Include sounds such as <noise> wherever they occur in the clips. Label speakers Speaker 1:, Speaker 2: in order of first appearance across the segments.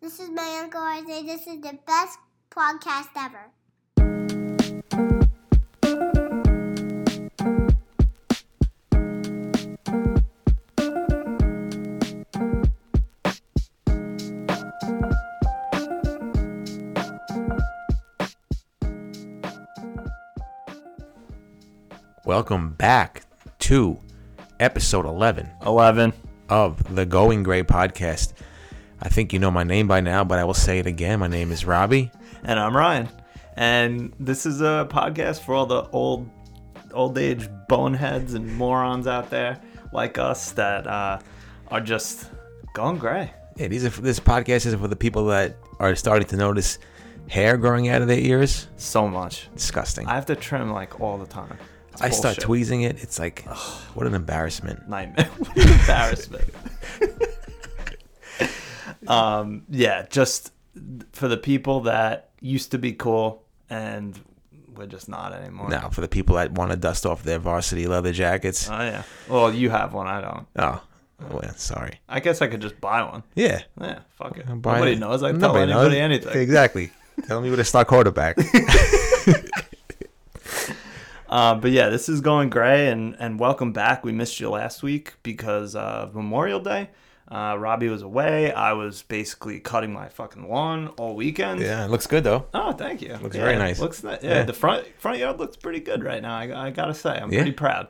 Speaker 1: This is my Uncle Isaiah. This is the best podcast ever.
Speaker 2: Welcome back to episode 11
Speaker 3: 11.
Speaker 2: of the Going Gray podcast. I think you know my name by now, but I will say it again. My name is Robbie.
Speaker 3: And I'm Ryan. And this is a podcast for all the old old age boneheads and morons out there like us that uh, are just gone gray.
Speaker 2: Yeah, these are, this podcast is for the people that are starting to notice hair growing out of their ears.
Speaker 3: So much.
Speaker 2: Disgusting.
Speaker 3: I
Speaker 2: I,
Speaker 3: have to trim like all the time. It's
Speaker 2: start
Speaker 3: bullshit.
Speaker 2: tweezing it. It's like, what an embarrassment.
Speaker 3: nightmare. <laughs> What an embarrassment. <laughs> um, yeah, just for the people that used to be cool and we're just not anymore.
Speaker 2: Now, for the people that want to dust off their varsity leather jackets.
Speaker 3: Oh yeah. Well, you have one. I don't.
Speaker 2: Oh, well, sorry.
Speaker 3: I guess I could just buy one.
Speaker 2: Yeah.
Speaker 3: Yeah, fuck it.
Speaker 2: Buy
Speaker 3: Nobody
Speaker 2: it.
Speaker 3: knows. I tell
Speaker 2: Nobody knows.
Speaker 3: anybody anything.
Speaker 2: Exactly. Tell me what a stock
Speaker 3: <laughs>
Speaker 2: quarterback.
Speaker 3: Uh, but yeah, this is going gray, and and welcome back. We missed you last week because of Memorial Day. Uh, Robbie was away. I was basically cutting my fucking lawn all weekend.
Speaker 2: yeah, it looks good though.
Speaker 3: Oh, thank you.
Speaker 2: Looks
Speaker 3: Yeah,
Speaker 2: very nice.
Speaker 3: Looks ni- yeah,
Speaker 2: Yeah.
Speaker 3: The front front yard looks pretty good right now. I, I gotta say, I'm
Speaker 2: Yeah.
Speaker 3: pretty proud.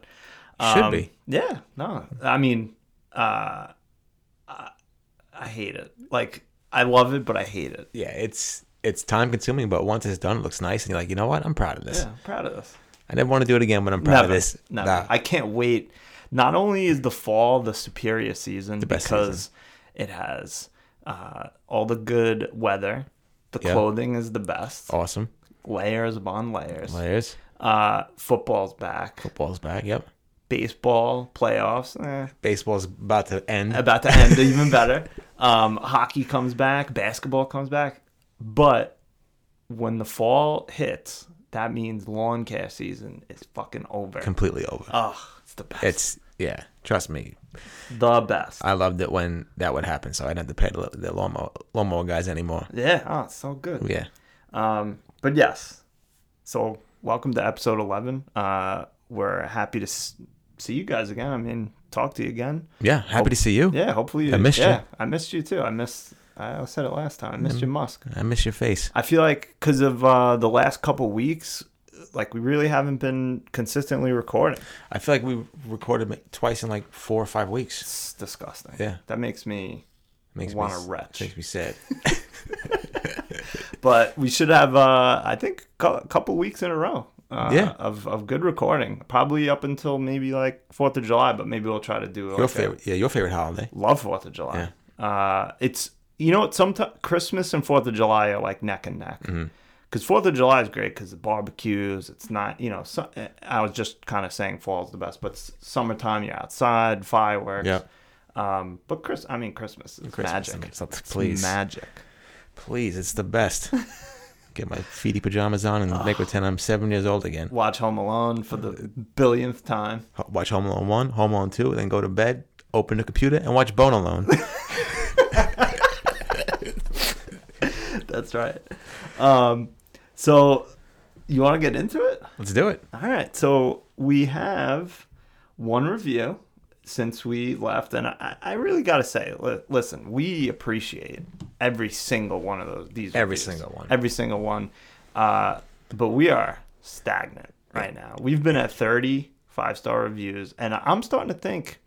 Speaker 3: Um,
Speaker 2: Should be.
Speaker 3: Yeah. No, I mean, uh, I, I hate it. Like I love it, but I hate it.
Speaker 2: yeah, it's it's time consuming, but once it's done, it looks nice, and you're like, you know what? I'm proud of this.
Speaker 3: Yeah, I'm proud of this.
Speaker 2: I never want to do it again, but I'm proud
Speaker 3: Never.
Speaker 2: of this.
Speaker 3: Never.
Speaker 2: Nah.
Speaker 3: I can't wait. Not only is the fall the superior season
Speaker 2: best
Speaker 3: because it has uh, all the good weather. The
Speaker 2: Yeah. Oh.
Speaker 3: clothing is the best.
Speaker 2: awesome.
Speaker 3: Layers upon layers.
Speaker 2: Players,
Speaker 3: Uh, football's back.
Speaker 2: football's back. Yep.
Speaker 3: Baseball playoffs. Eh,
Speaker 2: Baseball's about to end.
Speaker 3: about
Speaker 2: <laughs>
Speaker 3: to end even better. Um, hockey comes back, basketball comes back, but when the fall hits, that means lawn care season is fucking over.
Speaker 2: completely over.
Speaker 3: oh, it's the best.
Speaker 2: it's yeah. Trust me,
Speaker 3: the best.
Speaker 2: I loved it when that would happen, so I didn't have to pay the, the lawnmower, lawnmower guys anymore.
Speaker 3: yeah, oh, it's so good.
Speaker 2: Yeah.
Speaker 3: Um, but yes, so welcome to episode eleven. Uh, we're happy to s- see you guys again. I mean, talk to you again.
Speaker 2: Yeah. Happy to see you.
Speaker 3: Yeah, hopefully you.
Speaker 2: I missed you. Mm-hmm.
Speaker 3: yeah, I missed you too. I missed. I said it last time. I missed you, Musk.
Speaker 2: I miss your face.
Speaker 3: I feel like because of uh, the last couple weeks, like we really haven't been consistently recording.
Speaker 2: I feel like we recorded it twice in like four or five weeks.
Speaker 3: It's disgusting.
Speaker 2: Yeah.
Speaker 3: that makes me.
Speaker 2: Makes
Speaker 3: Wanna
Speaker 2: me, s-
Speaker 3: retch.
Speaker 2: Makes me <laughs> sad.
Speaker 3: But we should have, uh, I think, a couple weeks in a row. Uh,
Speaker 2: Yeah.
Speaker 3: of, of good recording, probably up until maybe like Fourth of July, but maybe we'll try to do.
Speaker 2: Your
Speaker 3: like, a-
Speaker 2: favorite. Yeah. Your favorite holiday.
Speaker 3: love Fourth of July. Uh, it's you know what? Sometimes Christmas and Fourth of July are like neck and neck.
Speaker 2: Mm-hmm.
Speaker 3: Because Fourth of July is great because the barbecues. It's not you know. So, eh, I was just kind of saying fall's the best, but s- summertime you're outside, fireworks.
Speaker 2: Yeah.
Speaker 3: Um, but Chris, I mean Christmas is
Speaker 2: Christmas, I mean,
Speaker 3: magic.
Speaker 2: it's not-
Speaker 3: It's
Speaker 2: please.
Speaker 3: magic.
Speaker 2: Please, it's the <laughs> best. Get my feety pajamas on and make pretend I'm seven years old again.
Speaker 3: Watch Home Alone for the billionth time.
Speaker 2: Ho- Watch Home Alone 1, Home Alone 2, then go to bed, open the computer, and watch Bone <laughs> Alone.
Speaker 3: That's right. Um, so you want to get into it?
Speaker 2: Let's do it.
Speaker 3: All right, so we have one review since we left, and I, I really got to say, li- listen, we appreciate every single one of those. These
Speaker 2: Every
Speaker 3: reviews.
Speaker 2: single one.
Speaker 3: every single one. Uh, but we are stagnant right now. We've been at thirty five star reviews, and I'm starting to think,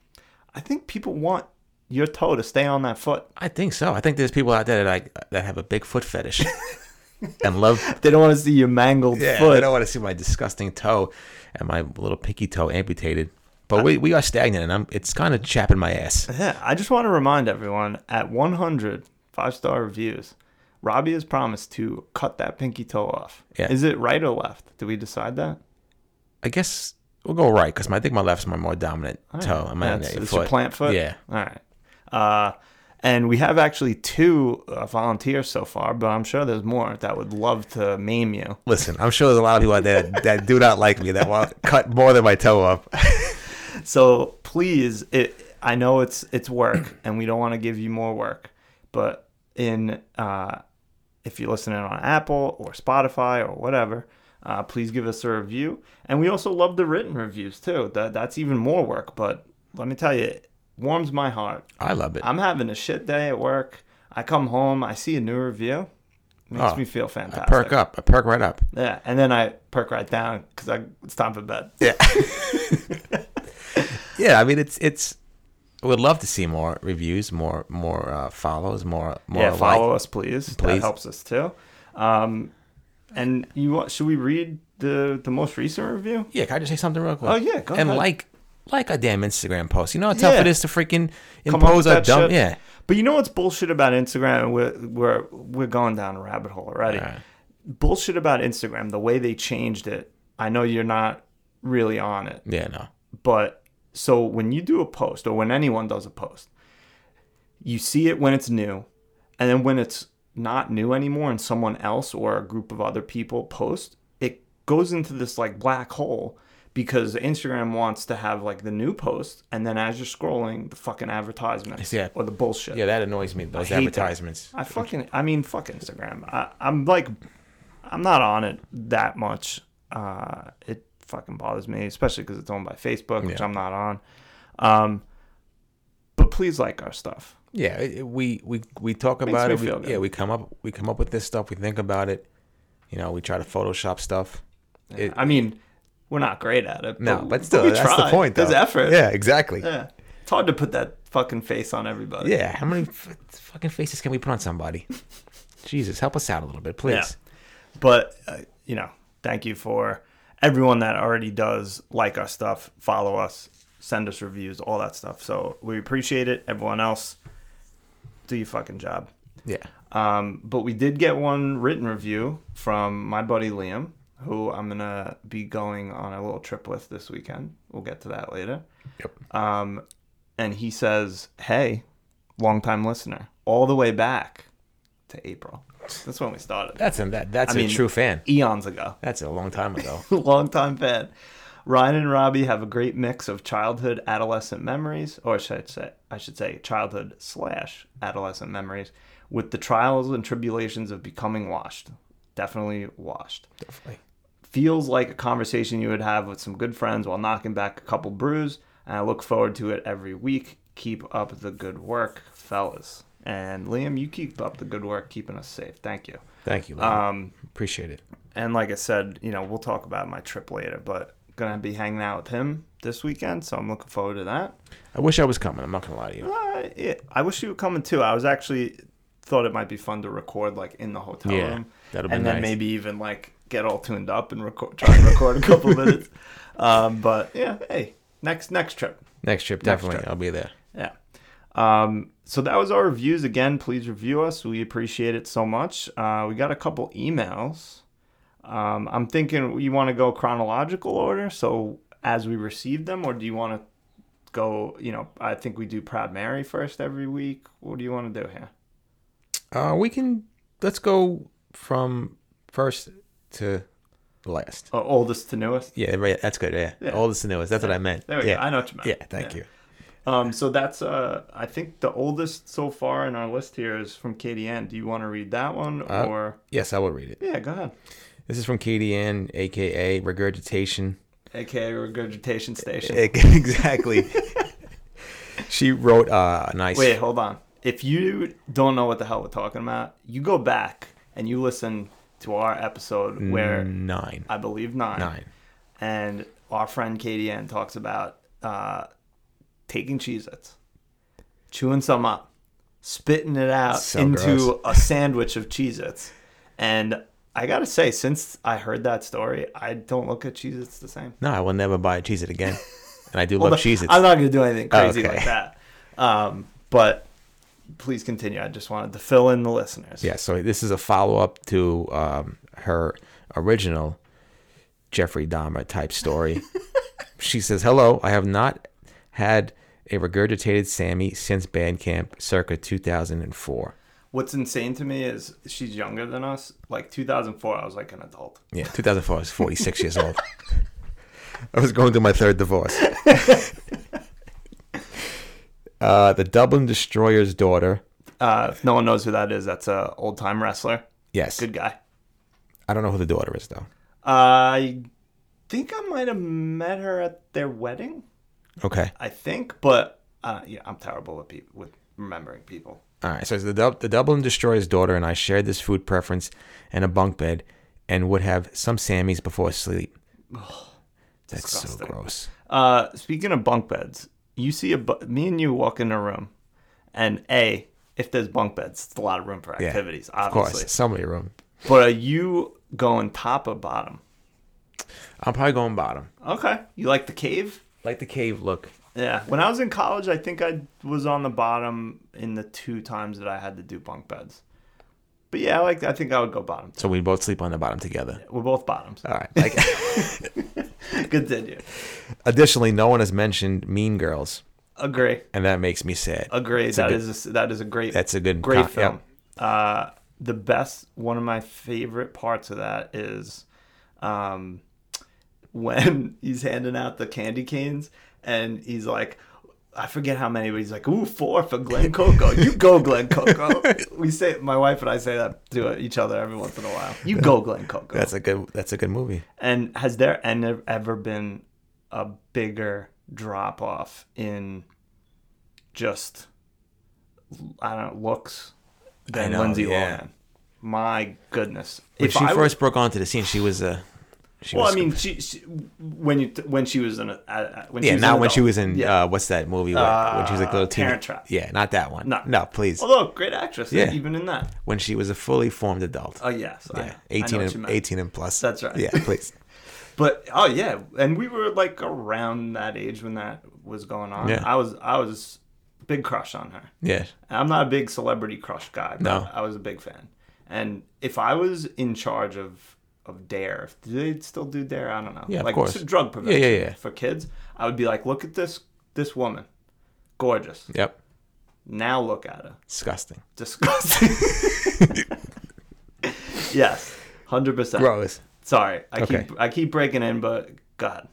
Speaker 3: I think people want your toe to stay on that foot.
Speaker 2: I think so. I think there's people out there that like that have a big foot <laughs> fetish and love
Speaker 3: They don't want to see your mangled
Speaker 2: yeah,
Speaker 3: foot.
Speaker 2: I don't want to see my disgusting toe and my little pinky toe amputated. But we, we are stagnant, and I'm it's kind of chapping my ass.
Speaker 3: Yeah, I just want to remind everyone at 100 five star reviews, Robbie has promised to cut that pinky toe off.
Speaker 2: Yeah.
Speaker 3: Is it right or left? Do we decide that?
Speaker 2: I guess we'll go right because I think my left's my more dominant toe. and My
Speaker 3: That's-
Speaker 2: foot.
Speaker 3: it's your plant foot?
Speaker 2: Yeah,
Speaker 3: All right. Uh, and we have actually two uh, volunteers so far, but I'm sure there's more that would love to maim you.
Speaker 2: Listen, I'm sure there's a lot of people out there that, that do not like me that want to cut more than my toe off.
Speaker 3: So
Speaker 2: <clears throat>
Speaker 3: please, it, I know it's it's work, and we don't want to give you more work, but in uh, if you're listening on Apple or Spotify or whatever. Uh, please give us a review, and we also love the written reviews too. That that's even more work, but let me tell you, it warms my heart.
Speaker 2: I love it.
Speaker 3: I'm having a shit day at work. I come home, I see a new review, makes
Speaker 2: Oh,
Speaker 3: me feel
Speaker 2: I
Speaker 3: fantastic.
Speaker 2: perk up. I perk right up.
Speaker 3: Yeah, and then I perk right down because it's time for bed.
Speaker 2: Yeah. <laughs> yeah, I mean it's it's I would love to see more reviews, more more uh, follows, more more
Speaker 3: yeah,
Speaker 2: like.
Speaker 3: follow us, please. That
Speaker 2: Please.
Speaker 3: helps us too. Um, and you want, should we read the the most recent review?
Speaker 2: Yeah, can I just say something real quick?
Speaker 3: Oh, yeah, go
Speaker 2: and
Speaker 3: ahead.
Speaker 2: like like a damn Instagram post. You know how tough
Speaker 3: Yeah.
Speaker 2: it is to freaking
Speaker 3: Come on
Speaker 2: impose
Speaker 3: with
Speaker 2: a
Speaker 3: that
Speaker 2: dumb
Speaker 3: shit.
Speaker 2: yeah.
Speaker 3: But you know what's bullshit about Instagram? And We're we're we're going down a rabbit hole already.
Speaker 2: All right.
Speaker 3: Bullshit about Instagram. The way they changed it. I know you're not really on it,
Speaker 2: Yeah, no.
Speaker 3: but so when you do a post or when anyone does a post, you see it when it's new, and then when it's not new anymore and someone else or a group of other people post, it goes into this like black hole because Instagram wants to have like the new post, and then as you're scrolling, the fucking advertisements
Speaker 2: Yeah.
Speaker 3: or the bullshit.
Speaker 2: Yeah, that annoys me, those
Speaker 3: I hate that.
Speaker 2: advertisements.
Speaker 3: I fucking, I mean, fuck Instagram. I, I'm like, I'm not on it that much. Uh, it fucking bothers me, especially because it's owned by Facebook, which
Speaker 2: Yeah.
Speaker 3: I'm not on. Um, but please like our stuff.
Speaker 2: Yeah, it- it- we we we talk
Speaker 3: Makes
Speaker 2: about
Speaker 3: me
Speaker 2: it. We,
Speaker 3: feel good.
Speaker 2: yeah, we come up we come up with this stuff, we think about it. You know, we try to Photoshop stuff. It-
Speaker 3: I mean, we're not great at it.
Speaker 2: no, but
Speaker 3: <laughs>
Speaker 2: still that's the
Speaker 3: try.
Speaker 2: point though.
Speaker 3: There's effort.
Speaker 2: Yeah, exactly.
Speaker 3: Yeah. It's hard to put that fucking face on everybody.
Speaker 2: Yeah, how many f- fucking faces can we put on
Speaker 3: <laughs>
Speaker 2: somebody? Jesus, help us out a little bit, please.
Speaker 3: But, uh, you know, thank you for everyone that already does like our stuff, follow us, send us reviews, all that stuff. So we appreciate it. Everyone else, do your fucking job.
Speaker 2: Yeah.
Speaker 3: Um, but we did get one written review from my buddy Liam, who I'm going to be going on a little trip with this weekend. We'll get to that later.
Speaker 2: Yep.
Speaker 3: Um, and he says, Hey, longtime listener, all the way back to April. That's when we started.
Speaker 2: That's a, that, that's
Speaker 3: I
Speaker 2: a
Speaker 3: mean-
Speaker 2: true fan.
Speaker 3: Eons ago.
Speaker 2: That's a long time ago.
Speaker 3: <laughs> longtime fan. Ryan and Robbie have a great mix of childhood, adolescent memories, or should I say, I should say, childhood slash adolescent memories, with the trials and tribulations of becoming washed. Definitely washed.
Speaker 2: Definitely.
Speaker 3: Feels like a conversation you would have with some good friends while knocking back a couple brews, and I look forward to it every week. Keep up the good work, fellas. And Liam, you keep up the good work, keeping us safe. Thank you.
Speaker 2: Thank you. Larry.
Speaker 3: Um,
Speaker 2: Appreciate it.
Speaker 3: and like I said, you know, we'll talk about my trip later, but gonna be hanging out with him this weekend, so I'm looking forward to that.
Speaker 2: I wish I was coming. I'm not gonna lie to you.
Speaker 3: Uh, yeah, I wish you were coming too. I was actually thought it might be fun to record like in the hotel
Speaker 2: Yeah,
Speaker 3: room,
Speaker 2: that'll be
Speaker 3: and then
Speaker 2: nice.
Speaker 3: maybe even like get all tuned up and record, try and record
Speaker 2: <laughs>
Speaker 3: a couple minutes. Um, but yeah, hey, next next trip,
Speaker 2: Next trip,
Speaker 3: Next
Speaker 2: definitely.
Speaker 3: trip.
Speaker 2: I'll be there.
Speaker 3: yeah. Um, so that was our reviews. Again, please review us. We appreciate it so much. Uh, we got a couple emails. Um, I'm thinking you want to go chronological order, so as we receive them, or do you want to go? You know, I think we do Proud Mary first every week. What do you want to do here?
Speaker 2: Uh, we can let's go from first to last.
Speaker 3: Uh, oldest to newest.
Speaker 2: Yeah, right. That's good. Yeah.
Speaker 3: Yeah.
Speaker 2: Oldest to newest. That's what I meant.
Speaker 3: There we
Speaker 2: yeah.
Speaker 3: go. I know what you meant.
Speaker 2: Yeah. Thank you.
Speaker 3: Um, so that's uh, I think the oldest so far in our list here is from Katie Ann. Do you want to read that one
Speaker 2: Uh,
Speaker 3: or?
Speaker 2: Yes, I will read it.
Speaker 3: Yeah, go ahead.
Speaker 2: This is from Katie Ann, aka
Speaker 3: <laughs>
Speaker 2: Regurgitation. <laughs>
Speaker 3: AKA regurgitation station.
Speaker 2: exactly. <laughs> she wrote uh, a nice.
Speaker 3: Wait, hold on. If you don't know what the hell we're talking about, you go back and you listen to our episode where
Speaker 2: nine.
Speaker 3: I believe nine,
Speaker 2: Hmm. Nine.
Speaker 3: and our friend Katie Ann talks about uh, taking Cheez Its, chewing some up, spitting it out
Speaker 2: So
Speaker 3: into
Speaker 2: gross. <laughs>
Speaker 3: a sandwich of Cheez Its. And I gotta say, since I heard that story, I don't look at Cheez Its the same.
Speaker 2: No, I will never buy a Cheez It again. And I do love
Speaker 3: Although,
Speaker 2: Cheez Its.
Speaker 3: I'm not gonna do anything crazy
Speaker 2: Oh, Okay.
Speaker 3: like that. Um, but please continue. I just wanted to fill in the listeners.
Speaker 2: Yeah, so this is a follow up to um, her original Jeffrey Dahmer type story. she says, Hello, I have not had a regurgitated Sammy since band camp circa 2004.
Speaker 3: What's insane to me is she's younger than us. Like 2004, I was like an adult.
Speaker 2: Yeah, 2004. I was 46 years old. I was going through my third divorce. <laughs> uh, the Dublin Destroyer's daughter.
Speaker 3: uh, if no one knows who that is, that's a old time wrestler.
Speaker 2: Yes.
Speaker 3: Good guy.
Speaker 2: I don't know who the daughter is though.
Speaker 3: I think I might have met her at their wedding.
Speaker 2: Okay.
Speaker 3: I think, but uh, yeah, I'm terrible with peop with remembering people.
Speaker 2: All right. So the Dub- the Dublin Destroyer's daughter and I shared this food preference and a bunk bed, and would have some Sammys before sleep. That's
Speaker 3: disgusting.
Speaker 2: so gross.
Speaker 3: Uh, speaking of bunk beds, you see a bu- me and you walk in a room, and a if there's bunk beds, it's a lot of room for activities,
Speaker 2: Of
Speaker 3: obviously.
Speaker 2: course, somebody room.
Speaker 3: But are you going top or bottom?
Speaker 2: I'm probably going bottom.
Speaker 3: Okay, you like the cave?
Speaker 2: Like the cave look.
Speaker 3: Yeah. When I was in college, I think I was on the bottom in the two times that I had to do bunk beds. But yeah, I like I think I would go bottom.
Speaker 2: So we both sleep on the bottom together.
Speaker 3: We're both bottoms.
Speaker 2: All right. Like, <laughs>
Speaker 3: <laughs> Continue.
Speaker 2: additionally, no one has mentioned Mean Girls,
Speaker 3: Agree.
Speaker 2: and that makes me sad.
Speaker 3: Agree.
Speaker 2: a
Speaker 3: That
Speaker 2: good-
Speaker 3: is a, that is a great.
Speaker 2: That's a good
Speaker 3: great
Speaker 2: con-
Speaker 3: film. Uh, the best one of my favorite parts of that is um, when <laughs> he's handing out the candy canes and he's like. I forget how many, but he's like, "Ooh, four for Glen Coco. You go, Glen Coco."
Speaker 2: <laughs>
Speaker 3: we say, my wife and I say that to each other every once in a while. You go, Glen Coco.
Speaker 2: That's a good. That's a good movie.
Speaker 3: And has there en- ever been a bigger drop off in just I don't know looks than
Speaker 2: know,
Speaker 3: Lindsay
Speaker 2: yeah.
Speaker 3: Lohan? My goodness!
Speaker 2: When she
Speaker 3: I
Speaker 2: first
Speaker 3: was-
Speaker 2: broke onto the scene, she was a. She
Speaker 3: well,
Speaker 2: was
Speaker 3: I mean, she, she when you when she was in a, uh, when she
Speaker 2: yeah,
Speaker 3: was
Speaker 2: not
Speaker 3: an
Speaker 2: when she
Speaker 3: adult.
Speaker 2: was in
Speaker 3: Yeah.
Speaker 2: uh, what's that movie where, when she was like a little
Speaker 3: Uh, Parent
Speaker 2: teeny-
Speaker 3: Trap.
Speaker 2: Yeah, not that one.
Speaker 3: No.
Speaker 2: no, please.
Speaker 3: Although great actress,
Speaker 2: Yeah.
Speaker 3: even in that.
Speaker 2: when she was a fully formed adult.
Speaker 3: Oh yes, I- I
Speaker 2: yeah,
Speaker 3: know
Speaker 2: eighteen
Speaker 3: what you
Speaker 2: and
Speaker 3: meant.
Speaker 2: eighteen and plus.
Speaker 3: That's right.
Speaker 2: Yeah, please.
Speaker 3: <laughs> But oh yeah, and we were like around that age when that was going on.
Speaker 2: Yeah.
Speaker 3: I was I was big crush on her.
Speaker 2: yeah,
Speaker 3: I'm not a big celebrity crush guy, but
Speaker 2: No.
Speaker 3: I was a big fan. And if I was in charge of of Dare, if they'd still do Dare, I don't know.
Speaker 2: Yeah, of
Speaker 3: like
Speaker 2: course.
Speaker 3: it's drug
Speaker 2: yeah,
Speaker 3: prevention
Speaker 2: yeah, yeah.
Speaker 3: for kids, I would be like, look at this this woman. Gorgeous.
Speaker 2: Yep,
Speaker 3: Now look at her.
Speaker 2: disgusting. <laughs>
Speaker 3: Disgusting. yes. 100%.
Speaker 2: Gross.
Speaker 3: Sorry. I
Speaker 2: Okay.
Speaker 3: keep I keep breaking in, but god.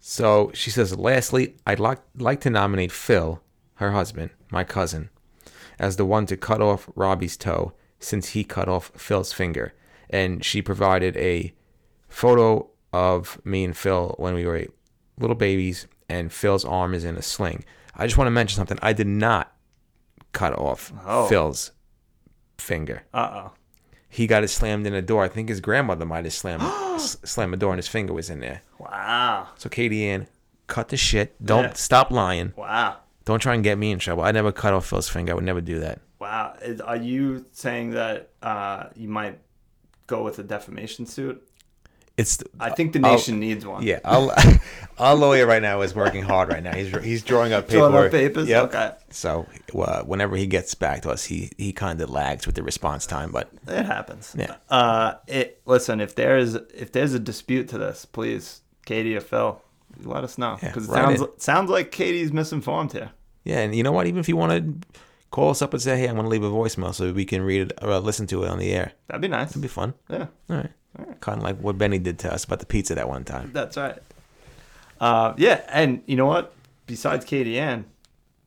Speaker 2: So she says, lastly, I'd like, like to nominate Phil, her husband, my cousin, as the one to cut off Robbie's toe since he cut off Phil's finger. And she provided a photo of me and Phil when we were little babies, and Phil's arm is in a sling. I just want to mention something. I did not cut off
Speaker 3: Oh.
Speaker 2: Phil's finger.
Speaker 3: Uh-oh.
Speaker 2: He got it slammed in a door. I think his grandmother might have slammed, s- slammed a door, and his finger was in there.
Speaker 3: Wow.
Speaker 2: So Katie Ann, cut the shit. Don't
Speaker 3: Yeah.
Speaker 2: stop lying.
Speaker 3: Wow.
Speaker 2: Don't try and get me in trouble. I never cut off Phil's finger. I would never do that.
Speaker 3: Wow. Is, are you saying that uh, you might go with a defamation suit?
Speaker 2: It's
Speaker 3: I think the nation needs one.
Speaker 2: Oh,
Speaker 3: <laughs>
Speaker 2: yeah. I'll, <laughs> our lawyer right now is working hard right now. He's he's drawing up
Speaker 3: Drawing
Speaker 2: paperwork.
Speaker 3: up papers?
Speaker 2: Yep.
Speaker 3: Okay.
Speaker 2: So uh, whenever he gets back to us, he he kind of lags with the response time. But
Speaker 3: It happens.
Speaker 2: Yeah.
Speaker 3: Uh, it, listen, if there is if there's a dispute to this, please, Katie or Phil, let us know
Speaker 2: Yeah,
Speaker 3: because it
Speaker 2: write
Speaker 3: sounds
Speaker 2: in.
Speaker 3: it sounds like Katie's misinformed here.
Speaker 2: yeah, and you know what? Even if you want to call us up and say, hey, I want to leave a voicemail so we can read it or uh, listen to it on the air.
Speaker 3: That'd be nice.
Speaker 2: It'd be fun.
Speaker 3: yeah,
Speaker 2: All right. Kind of like what Benny did to us about the pizza that one time.
Speaker 3: that's right. Uh, yeah, and you know what? Besides Katie Ann,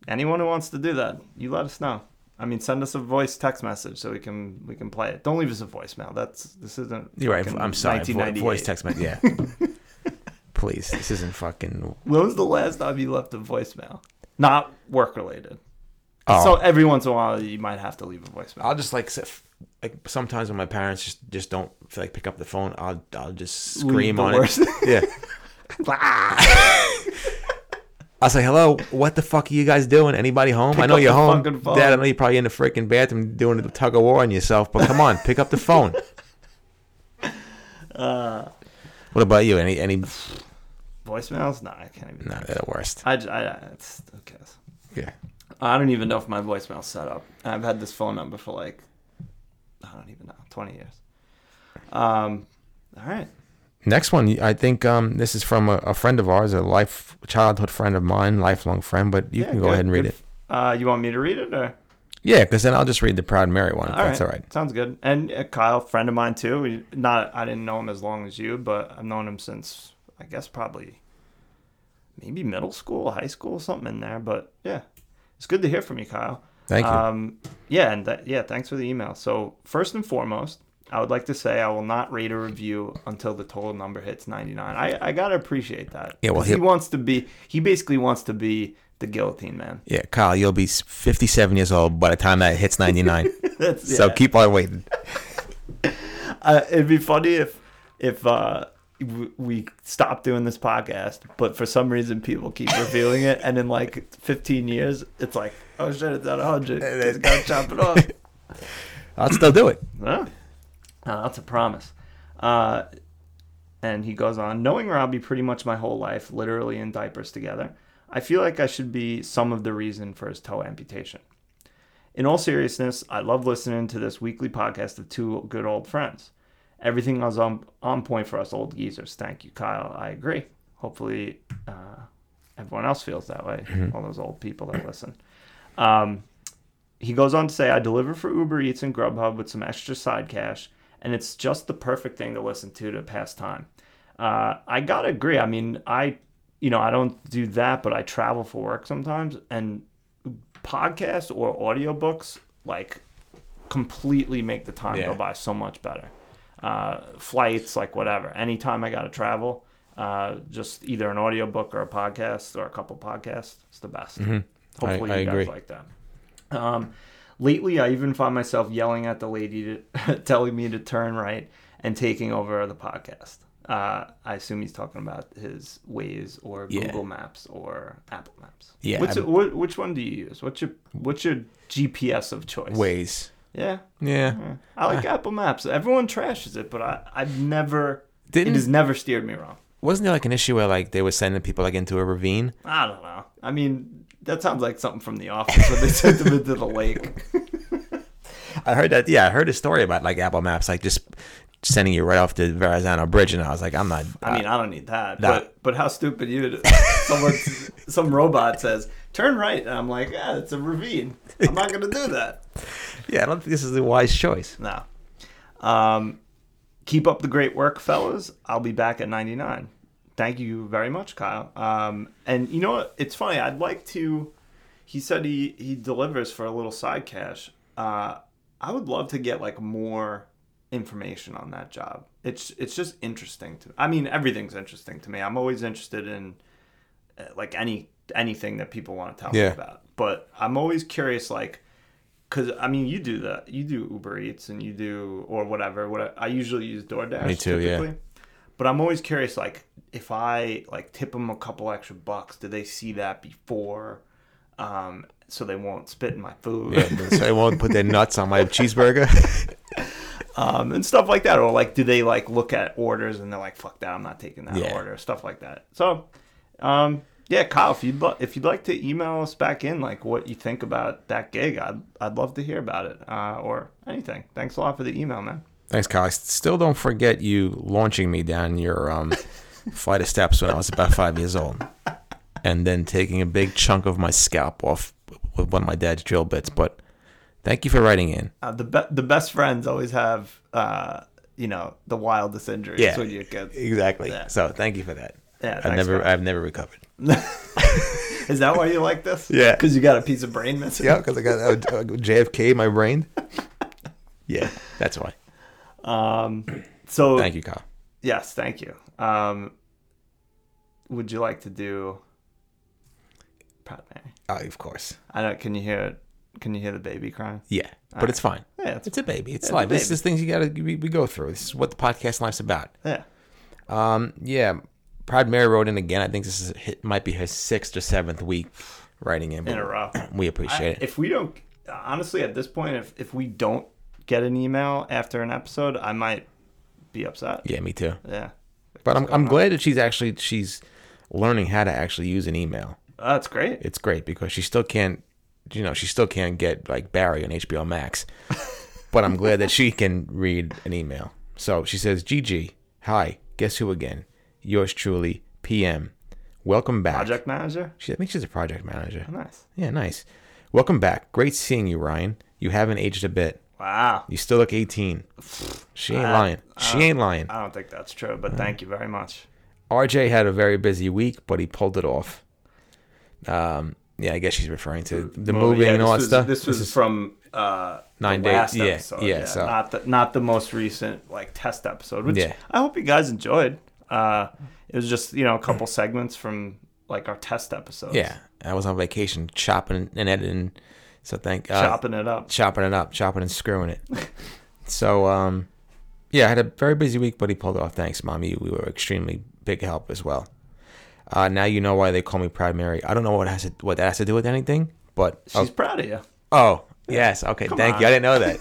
Speaker 3: anyone who wants to do that, you let us know. I mean, send us a voice text message so we can we can play it. Don't leave us a voicemail. That's this isn't.
Speaker 2: You're right.
Speaker 3: fucking
Speaker 2: I'm sorry. Vo-
Speaker 3: 1998.
Speaker 2: Voice text. me- <laughs> Yeah. Please, this isn't fucking.
Speaker 3: When was the last time you left a voicemail? Not work related.
Speaker 2: Oh,
Speaker 3: So every once in a while, you might have to leave a
Speaker 2: <laughs>
Speaker 3: voicemail.
Speaker 2: I'll just like s- f- like sometimes when my parents just just don't feel like pick up the phone, I'll I'll just scream
Speaker 3: the
Speaker 2: on
Speaker 3: worst.
Speaker 2: it. <laughs> Yeah. Ah. I'll say hello. What the fuck are you guys doing? Anybody home? I know
Speaker 3: up
Speaker 2: you're
Speaker 3: the
Speaker 2: home,
Speaker 3: fucking phone.
Speaker 2: Dad. I know you're probably in the freaking bathroom doing the tug of war on yourself, but come on, pick up the
Speaker 3: <laughs>
Speaker 2: phone.
Speaker 3: Uh.
Speaker 2: what about you? Any any? No,
Speaker 3: Voicemails? Nah, I can't even.
Speaker 2: they're the worst.
Speaker 3: I, j- I, I- it's, who cares?
Speaker 2: Yeah.
Speaker 3: I don't even know if my voicemail's set up. I've had this phone number for like, I don't even know, 20 years. Um, all right.
Speaker 2: Next one, I think um, this is from a, a friend of ours, a life childhood friend of mine, lifelong friend. But you
Speaker 3: Yeah,
Speaker 2: can go
Speaker 3: good-
Speaker 2: ahead and read
Speaker 3: good
Speaker 2: it.
Speaker 3: f- Uh, you want me to read it? Or?
Speaker 2: Yeah, because then I'll just read the Proud Mary one. if
Speaker 3: All right.
Speaker 2: that's all right.
Speaker 3: Sounds good. And uh, Kyle, friend of mine too. We, not I didn't know him as long as you, but I've known him since I guess probably maybe middle school, high school, something in there. But yeah, it's good to hear from you, Kyle.
Speaker 2: Thank you.
Speaker 3: Um, yeah, and that, yeah, thanks for the email. So first and foremost, I would like to say I will not rate a review until the total number hits 99. I, I gotta appreciate that.
Speaker 2: Yeah, well,
Speaker 3: 'Cause he,
Speaker 2: he-
Speaker 3: wants to be. He basically wants to be the guillotine man.
Speaker 2: yeah, Kyle, you'll be 57 years old by the time that hits 99.
Speaker 3: That's,
Speaker 2: So
Speaker 3: <laughs> yeah.
Speaker 2: keep on waiting.
Speaker 3: uh, it'd be funny if if uh, w- we stop doing this podcast, but for some reason people keep revealing it, and in like 15 years, it's like, oh shit, it's at 100. It's gotta chop it off.
Speaker 2: I'll still do
Speaker 3: <laughs>
Speaker 2: it.
Speaker 3: Oh. Uh, that's a promise. Uh, and he goes on, knowing Robbie pretty much my whole life, literally in diapers together, I feel like I should be some of the reason for his toe amputation. In all seriousness, I love listening to this weekly podcast of two good old friends. Everything was on, on point for us old geezers. Thank you, Kyle. I agree. Hopefully, uh, everyone else feels that way, all those old people that listen. Um, he goes on to say, I deliver for Uber Eats and Grubhub with some extra side cash, and it's just the perfect thing to listen to to pass time. Uh, I gotta agree. I mean, I, you know, I don't do that, but I travel for work sometimes, and podcasts or audiobooks like completely make the time go
Speaker 2: Yeah.
Speaker 3: by so much better. Uh, flights, like whatever. Anytime I gotta travel, uh, just either an audiobook or a podcast or a couple podcasts, it's the best. Hopefully,
Speaker 2: Mm-hmm. I
Speaker 3: you guys
Speaker 2: agree.
Speaker 3: like that. Um, lately, I even find myself yelling at the lady to, <laughs> telling me to turn right and taking over the podcast. Uh, I assume he's talking about his Waze or
Speaker 2: Yeah.
Speaker 3: Google Maps or Apple Maps.
Speaker 2: Yeah,
Speaker 3: What's,
Speaker 2: I'm-
Speaker 3: wh- which one do you use? What's your What's your GPS of choice?
Speaker 2: Ways.
Speaker 3: Yeah.
Speaker 2: Yeah.
Speaker 3: yeah. I
Speaker 2: <laughs>
Speaker 3: like Apple Maps. Everyone trashes it, but I, I've never. it
Speaker 2: Didn't-
Speaker 3: has never steered me wrong.
Speaker 2: Wasn't there like an issue where like they were sending people like into a ravine?
Speaker 3: I don't know. I mean, that sounds like something from The Office when they sent them into the
Speaker 2: <laughs>
Speaker 3: lake.
Speaker 2: I heard that. Yeah, I heard a story about like Apple Maps like just sending you right off the Verrazano Bridge, and I was like, I'm not.
Speaker 3: I mean, I don't need that.
Speaker 2: Nah.
Speaker 3: But but how stupid you <laughs> to someone some robot says turn right, and I'm like, yeah, it's a ravine. I'm not gonna do that.
Speaker 2: yeah, I don't think this is a wise
Speaker 3: <laughs>
Speaker 2: choice.
Speaker 3: No. Um, keep up the great work, fellas. I'll be back at 99. Thank you very much, Kyle. Um, and you know what? It's funny. I'd like to. He said he he delivers for a little side cash. Uh, I would love to get like more information on that job. It's it's just interesting to. I mean, everything's interesting to me. I'm always interested in uh, like any anything that people want to tell me
Speaker 2: Yeah.
Speaker 3: about. But I'm always curious, like because I mean, you do that. You do Uber Eats and you do or whatever. What I, I usually use DoorDash.
Speaker 2: Me too, yeah.
Speaker 3: But I'm always curious, like if I like tip them a couple extra bucks, do they see that before, um, so they won't spit in my food
Speaker 2: so they won't put their nuts on my cheeseburger. <laughs>
Speaker 3: um, and stuff like that? Or like, do they like look at orders and they're like, "Fuck that, I'm not taking that
Speaker 2: Yeah.
Speaker 3: order," stuff like that. So, um, yeah, Kyle, if you'd li- if you'd like to email us back in, like what you think about that gig, I'd I'd love to hear about it uh, or anything. Thanks a lot for the email, man.
Speaker 2: Thanks, Kyle. I still don't forget you launching me down your <laughs> um, flight of steps when I was about five years old, and then taking a big chunk of my scalp off with one of my dad's drill bits. But thank you for writing in.
Speaker 3: Uh, the be- the best friends always have uh, you know the wildest injuries
Speaker 2: Yeah.
Speaker 3: when you're kids.
Speaker 2: Exactly.
Speaker 3: Yeah.
Speaker 2: So thank you for that.
Speaker 3: Yeah,
Speaker 2: I've
Speaker 3: thanks,
Speaker 2: never,
Speaker 3: Kyle.
Speaker 2: I've never recovered.
Speaker 3: <laughs> Is that why you like this?
Speaker 2: Yeah.
Speaker 3: because you got a piece of brain missing.
Speaker 2: Yeah, because I got uh, uh, JFK in my brain. <laughs> Yeah, that's why.
Speaker 3: So
Speaker 2: Thank you, Kyle.
Speaker 3: Yes, thank you. Um, would you like to do Proud Mary?
Speaker 2: Oh, of course.
Speaker 3: I don't. Can you hear it? Can you hear the baby crying?
Speaker 2: Yeah, but it's fine.
Speaker 3: Yeah, it's,
Speaker 2: Uh, It's a baby. It's life. This
Speaker 3: baby.
Speaker 2: is things you gotta we, we go through. This is what the podcast life's about.
Speaker 3: yeah.
Speaker 2: Um, yeah. Proud Mary wrote in again. I think this is hit, might be her sixth or seventh week writing in. but
Speaker 3: In a row.
Speaker 2: We appreciate it.
Speaker 3: If we don't, honestly, at this point, if if we don't get an email after an episode, I might be upset.
Speaker 2: Yeah, me too.
Speaker 3: Yeah,
Speaker 2: But I'm I'm glad that she's actually she's learning how to actually use an email.
Speaker 3: Uh, that's great.
Speaker 2: it's great because she still can't you know she still can't get like barry on hbo
Speaker 3: <laughs>
Speaker 2: max but i'm glad that she can read an email so she says gg hi guess who again yours truly pm welcome back
Speaker 3: Project manager. Oh,
Speaker 2: she, i think she's a project manager
Speaker 3: Nice.
Speaker 2: yeah nice welcome back great seeing you ryan you haven't aged a bit
Speaker 3: Wow.
Speaker 2: you still look 18 she
Speaker 3: Uh,
Speaker 2: ain't lying she ain't lying
Speaker 3: I don't think that's true, but thank you very much.
Speaker 2: RJ had a very busy week, but he pulled it off. Um, Yeah, I guess she's referring to the
Speaker 3: Uh, Well,
Speaker 2: movie
Speaker 3: yeah,
Speaker 2: and
Speaker 3: this
Speaker 2: all that
Speaker 3: was,
Speaker 2: stuff.
Speaker 3: This was from uh,
Speaker 2: Nine
Speaker 3: the
Speaker 2: days-
Speaker 3: last
Speaker 2: yeah,
Speaker 3: episode,
Speaker 2: yeah, so-
Speaker 3: not the not the most recent like test episode. Which
Speaker 2: Yeah.
Speaker 3: I hope you guys enjoyed. Uh, it was just you know a couple segments from like our test episodes.
Speaker 2: yeah, I was on vacation chopping and editing, so thank uh,
Speaker 3: chopping it up.
Speaker 2: chopping it up, chopping and screwing it. so, um, yeah, I had a very busy week, but he pulled it off. Thanks, mommy. You were extremely big help as well. Uh, now you know why they call me Proud Mary. I don't know what has to, what that has to do with anything, but
Speaker 3: She's proud of you.
Speaker 2: Oh, yes. Okay. Thank you. I didn't know that.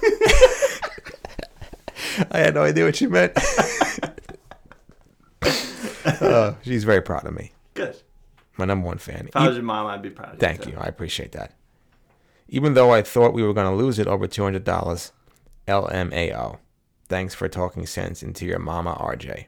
Speaker 2: I had no idea what she meant. oh, she's very proud of me.
Speaker 3: Good.
Speaker 2: My number one fan.
Speaker 3: If I was your mom, I'd be proud of
Speaker 2: Thank
Speaker 3: you.
Speaker 2: you. I appreciate that. Even though I thought we were going to lose it over $200, LMAO. Thanks for talking sense into your mama, RJ.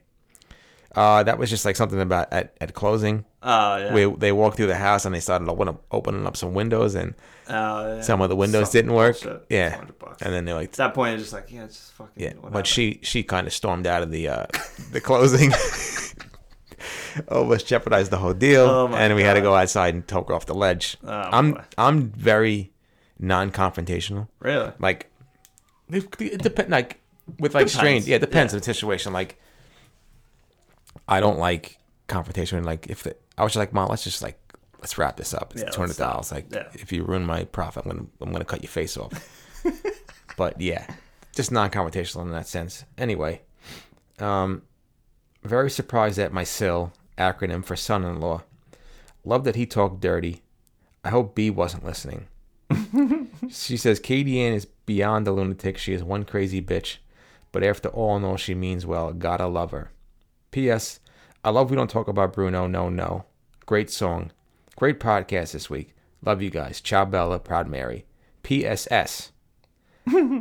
Speaker 2: Uh, that was just like something about at, at closing.
Speaker 3: you. Oh yeah.
Speaker 2: We, they walked through the house and they started open, opening up some windows, and
Speaker 3: Oh, yeah.
Speaker 2: some of the windows
Speaker 3: Some
Speaker 2: didn't work.
Speaker 3: bullshit. It's
Speaker 2: Yeah.
Speaker 3: 100 bucks.
Speaker 2: And then they're like,
Speaker 3: At that point, it's just like yeah, it's just fucking.
Speaker 2: Yeah,
Speaker 3: whatever.
Speaker 2: but she she kind of stormed out of the uh, the closing. <laughs> Almost jeopardized the whole deal,
Speaker 3: Oh my
Speaker 2: and we had to
Speaker 3: God. Oh,
Speaker 2: go outside and talk her off the ledge. I'm
Speaker 3: boy.
Speaker 2: I'm very non-confrontational. <laughs>
Speaker 3: really.
Speaker 2: Like it, it depend like with like strange.
Speaker 3: Depends.
Speaker 2: Yeah, it depends on the situation. Like I don't like confrontation. Like if the, I was just like, mom, let's just like let's wrap this up. It's
Speaker 3: Yeah, let's
Speaker 2: two hundred dollars. Like
Speaker 3: Yeah.
Speaker 2: if you ruin my profit, I'm gonna I'm gonna cut your face off. but yeah, just non-confrontational in that sense. Anyway, um, very surprised at my SIL acronym for son-in-law. Love that he talked dirty. I hope B wasn't listening. she says Katie Ann is beyond a lunatic. She is one crazy bitch, but after all in all, she means well. Gotta love her. P.S. I love we don't talk about Bruno. No, no. Great song. Great podcast this week. Love you guys. Ciao, Bella. Proud Mary.
Speaker 3: <laughs>
Speaker 2: P.S.S.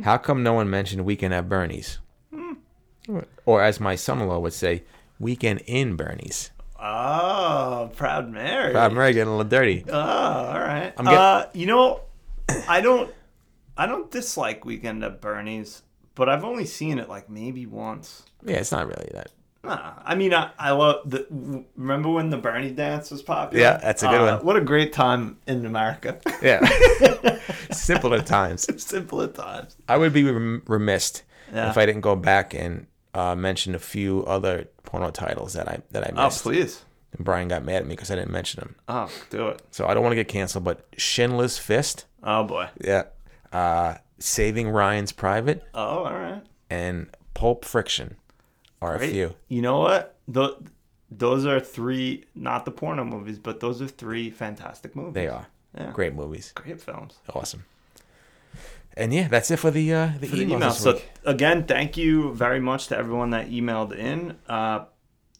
Speaker 2: How come no one mentioned Weekend at Bernie's? Or as my son-in-law would say, Weekend in Bernie's.
Speaker 3: Oh, proud Mary.
Speaker 2: Proud Mary getting a little dirty.
Speaker 3: Oh, all right.
Speaker 2: get-
Speaker 3: uh, you know, I don't, I don't dislike Weekend at Bernie's, but I've only seen it like maybe once.
Speaker 2: Yeah, it's not really that.
Speaker 3: Nah, I mean, I, I love the. w- Remember when the Bernie dance was popular? Uh,
Speaker 2: Yeah, that's a good one.
Speaker 3: What a great time in America. <laughs>
Speaker 2: Yeah. <laughs> Simpler times.
Speaker 3: Simple at times.
Speaker 2: I would be rem- remiss
Speaker 3: Yeah.
Speaker 2: if I didn't go back and uh, mention a few other porno titles that I that I
Speaker 3: Oh,
Speaker 2: missed.
Speaker 3: please.
Speaker 2: and Brian got mad at me because I didn't mention them.
Speaker 3: Oh, do it.
Speaker 2: So I don't want to get canceled. But Shinless Fist,
Speaker 3: Oh boy.
Speaker 2: yeah, uh, Saving Ryan's Private,
Speaker 3: Oh, all right.
Speaker 2: and Pulp Friction are a
Speaker 3: Right?
Speaker 2: few.
Speaker 3: You know what? Tho- those are three, not the porno movies, but those are three fantastic movies.
Speaker 2: They are
Speaker 3: Yeah.
Speaker 2: great movies.
Speaker 3: Great films.
Speaker 2: Awesome. And yeah, that's it for the uh, the,
Speaker 3: for the
Speaker 2: emails
Speaker 3: email.
Speaker 2: this
Speaker 3: So
Speaker 2: week.
Speaker 3: again, thank you very much to everyone that emailed in. Uh,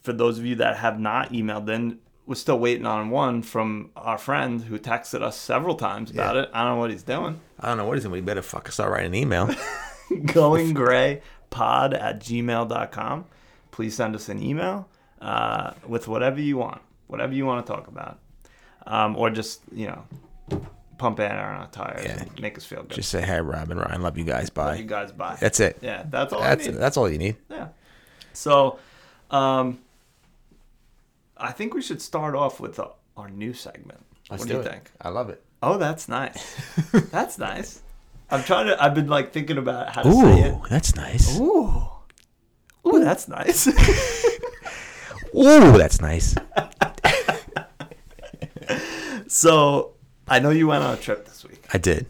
Speaker 3: for those of you that have not emailed in, we're still waiting on one from our friend who texted us several times about it. I don't know what he's doing.
Speaker 2: I don't know what is it. We better fuck start writing an email.
Speaker 3: <laughs> Going gray pod at gmail.com. Please send us an email uh, with whatever you want, whatever you want to talk about. Um, or just, you know, pump air on our tires
Speaker 2: Yeah.
Speaker 3: and make us feel
Speaker 2: <laughs>
Speaker 3: good.
Speaker 2: Just say hey, Robin, Ryan, love you guys. Bye.
Speaker 3: you guys bye.
Speaker 2: That's it.
Speaker 3: yeah, that's all I
Speaker 2: That's
Speaker 3: need.
Speaker 2: that's all you need.
Speaker 3: Yeah. So, um, I think we should start off with uh our new segment. what do you think?
Speaker 2: I love <laughs> it.
Speaker 3: Oh, that's nice. that's nice. I'm trying to. I've been like thinking about how to say it.
Speaker 2: Ooh, that's nice. Ooh,
Speaker 3: Ooh. Ooh, that's nice. <laughs>
Speaker 2: that's nice.
Speaker 3: so, I know you went on a trip this week.
Speaker 2: I did.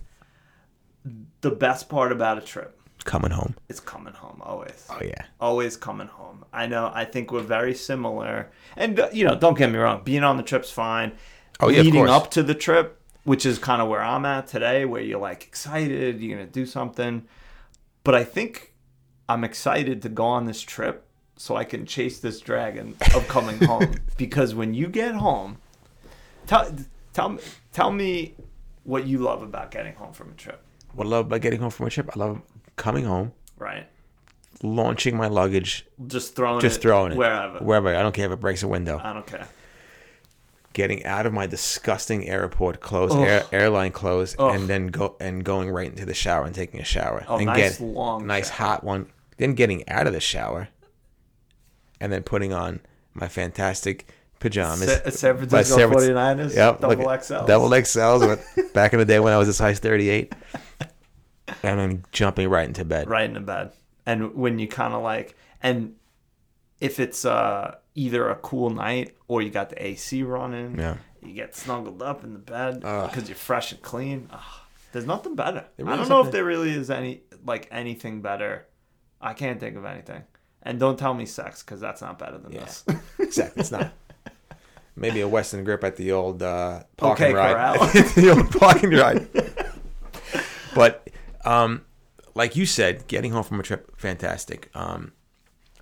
Speaker 3: The best part about a trip
Speaker 2: Coming home.
Speaker 3: is coming home always.
Speaker 2: Oh yeah.
Speaker 3: always coming home. I know. I think we're very similar. And uh, you know, don't get me wrong. Being on the trip's fine.
Speaker 2: Oh, yeah, of
Speaker 3: Leading
Speaker 2: course.
Speaker 3: up to the trip, which is kind of where I'm at today, where you're like excited, you're gonna do something. But I think I'm excited to go on this trip so I can chase this dragon
Speaker 2: <laughs>
Speaker 3: of coming home. Because when you get home, tell tell me tell me what you love about getting home from a trip,
Speaker 2: What I love about getting home from a trip. I love coming home,
Speaker 3: right?
Speaker 2: launching my luggage,
Speaker 3: Just throwing
Speaker 2: just
Speaker 3: it
Speaker 2: throwing it
Speaker 3: wherever. Uh.
Speaker 2: Wherever. I don't care if it breaks a window.
Speaker 3: I don't care.
Speaker 2: getting out of my disgusting airport clothes, air, airline clothes, and then go and going right into the shower and taking a shower and
Speaker 3: Oh, nice long
Speaker 2: nice
Speaker 3: shower.
Speaker 2: hot one. Then getting out of the shower, and then putting on my fantastic pajamas.
Speaker 3: Sa- uh, San
Speaker 2: by
Speaker 3: Francisco
Speaker 2: San Francisco-
Speaker 3: 49ers,
Speaker 2: Yep,
Speaker 3: double
Speaker 2: look,
Speaker 3: XL.
Speaker 2: Double XLs. when- back in the day when I was a size 38. And I'm jumping right into bed.
Speaker 3: right in the bed. And when you kind of like, and if it's uh, either a cool night or you got the AC running,
Speaker 2: Yeah.
Speaker 3: you get snuggled up in the bed because you're fresh and clean. Ugh, there's nothing better.
Speaker 2: really
Speaker 3: I don't
Speaker 2: is
Speaker 3: know if
Speaker 2: nothing-
Speaker 3: there really is any like anything better. I can't think of anything. And don't tell me sex because that's not better than this.
Speaker 2: Exactly. It's
Speaker 3: <laughs>
Speaker 2: not. Maybe a Western grip at the old uh, parking
Speaker 3: Okay,
Speaker 2: ride.
Speaker 3: Corral.
Speaker 2: <laughs> the old parking ride.
Speaker 3: <laughs>
Speaker 2: But um, like you said, getting home from a trip, fantastic. Um,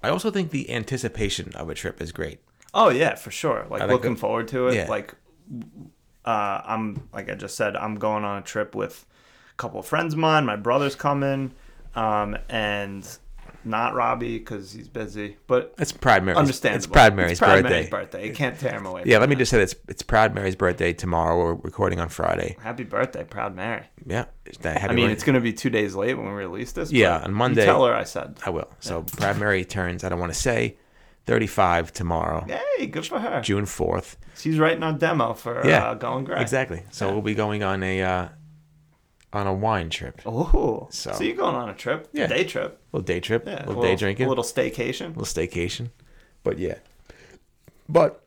Speaker 2: I also think the anticipation of a trip is great.
Speaker 3: Oh yeah, for sure. Like
Speaker 2: think
Speaker 3: looking
Speaker 2: that-
Speaker 3: forward to it.
Speaker 2: yeah.
Speaker 3: Like uh, I'm like I just said, I'm going on a trip with a couple of friends of mine. My brother's coming, um, and not Robbie because he's busy. But
Speaker 2: It's Proud Mary's.
Speaker 3: understandable.
Speaker 2: It's Proud Mary's
Speaker 3: Proud
Speaker 2: birthday.
Speaker 3: Mary's birthday. You can't tear him away.
Speaker 2: Yeah,
Speaker 3: from
Speaker 2: let me
Speaker 3: that.
Speaker 2: just say it's it's Proud Mary's birthday tomorrow. We're recording on Friday.
Speaker 3: Happy birthday, Proud Mary.
Speaker 2: Yeah, that happy
Speaker 3: I mean,
Speaker 2: birthday.
Speaker 3: it's gonna be two days late when we release this.
Speaker 2: Yeah,
Speaker 3: but
Speaker 2: on
Speaker 3: you
Speaker 2: Monday-
Speaker 3: Tell her I said.
Speaker 2: I will. So Proud Mary turns. I don't want to say, thirty-five tomorrow,
Speaker 3: Hey, good for her.
Speaker 2: June fourth.
Speaker 3: She's writing our demo for
Speaker 2: Yeah,
Speaker 3: uh, Going Gray.
Speaker 2: Exactly. So we'll be going on a uh, on a wine trip, a
Speaker 3: Oh,
Speaker 2: So-
Speaker 3: so. you're going on a trip?
Speaker 2: Yeah.
Speaker 3: Day trip.
Speaker 2: little day trip,
Speaker 3: Yeah.
Speaker 2: a little day drinking,
Speaker 3: A
Speaker 2: a
Speaker 3: little staycation.
Speaker 2: little staycation. But yeah, but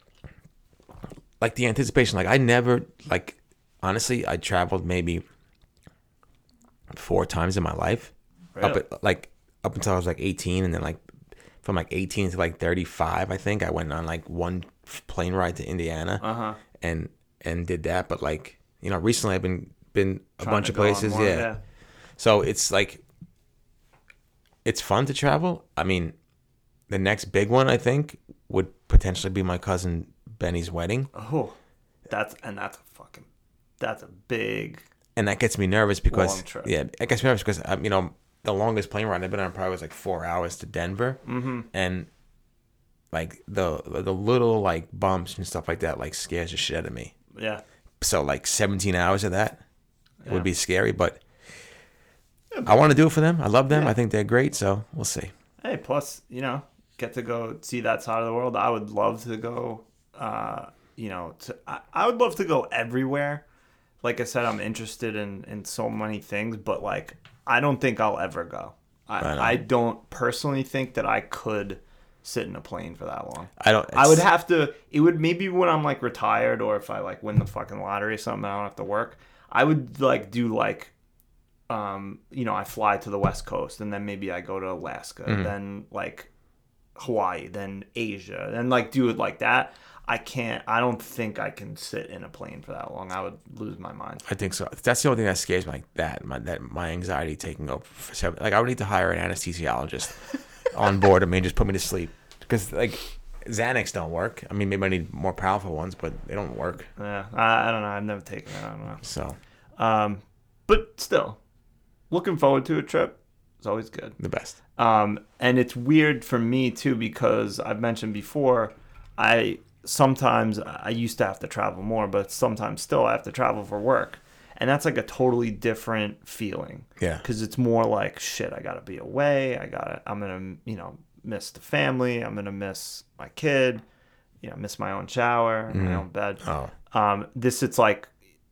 Speaker 2: like the anticipation. Like I never like honestly, I traveled maybe four times in my life. up
Speaker 3: Really?
Speaker 2: at, like up until I was like 18, and then like from like 18 to like 35, I think I went on like one f- plane ride to Indiana
Speaker 3: Uh-huh.
Speaker 2: and and did that. But like you know, recently I've been been a
Speaker 3: Trying
Speaker 2: bunch
Speaker 3: to
Speaker 2: of
Speaker 3: go on
Speaker 2: places,
Speaker 3: more,
Speaker 2: yeah. So it's like it's fun to travel. I mean, the next big one I think would potentially be my cousin Benny's wedding,
Speaker 3: Oh, that's and that's a fucking that's a big.
Speaker 2: and that gets me nervous because
Speaker 3: Long trip.
Speaker 2: yeah, it gets me nervous because um, you know the longest plane ride I've been on probably was like four hours to Denver, mm-hmm. and like the the little like bumps and stuff like that like scares the shit out of me.
Speaker 3: Yeah,
Speaker 2: So like 17 hours of that would be scary, but I want to do it for them. I love them. I think they're great. So we'll see.
Speaker 3: Hey, plus, you know, get to go see that side of the world. I would love to go, uh, you know, to, I, I would love to go everywhere. Like I said, I'm interested in, in so many things, but like, I don't think I'll ever go.
Speaker 2: know.
Speaker 3: I, I don't personally think that I could sit in a plane for that long.
Speaker 2: I don't.
Speaker 3: I would
Speaker 2: it's-
Speaker 3: have to. It would maybe when I'm like retired or if I like win the fucking lottery or something, I don't have to work. I would like do like, um, you know, I fly to the West Coast and then maybe I go to Alaska, then like Hawaii, then Asia, then like do it like that. I can't. I don't think I can sit in a plane for that long. I would lose my mind.
Speaker 2: I think so. That's the only thing that scares me like that. My that my anxiety taking over for seven. Like I would need to hire an
Speaker 3: <laughs>
Speaker 2: anesthesiologist on board. I mean, just put me to sleep because like Xanax don't work. I mean, maybe I need more powerful ones, but they don't work.
Speaker 3: Yeah, I, I don't know. I've never taken it. I don't know.
Speaker 2: So
Speaker 3: Um, but still, looking forward to a trip. It's always good.
Speaker 2: the best.
Speaker 3: Um, and it's weird for me too because I've mentioned before, I sometimes I used to have to travel more, but sometimes still I have to travel for work, and that's like a totally different feeling.
Speaker 2: Yeah.
Speaker 3: because it's more like shit. I gotta be away. I gotta. I'm gonna you know miss the family. I'm gonna miss my kid. You know, miss my own shower, my own bed.
Speaker 2: Oh.
Speaker 3: Um, this it's like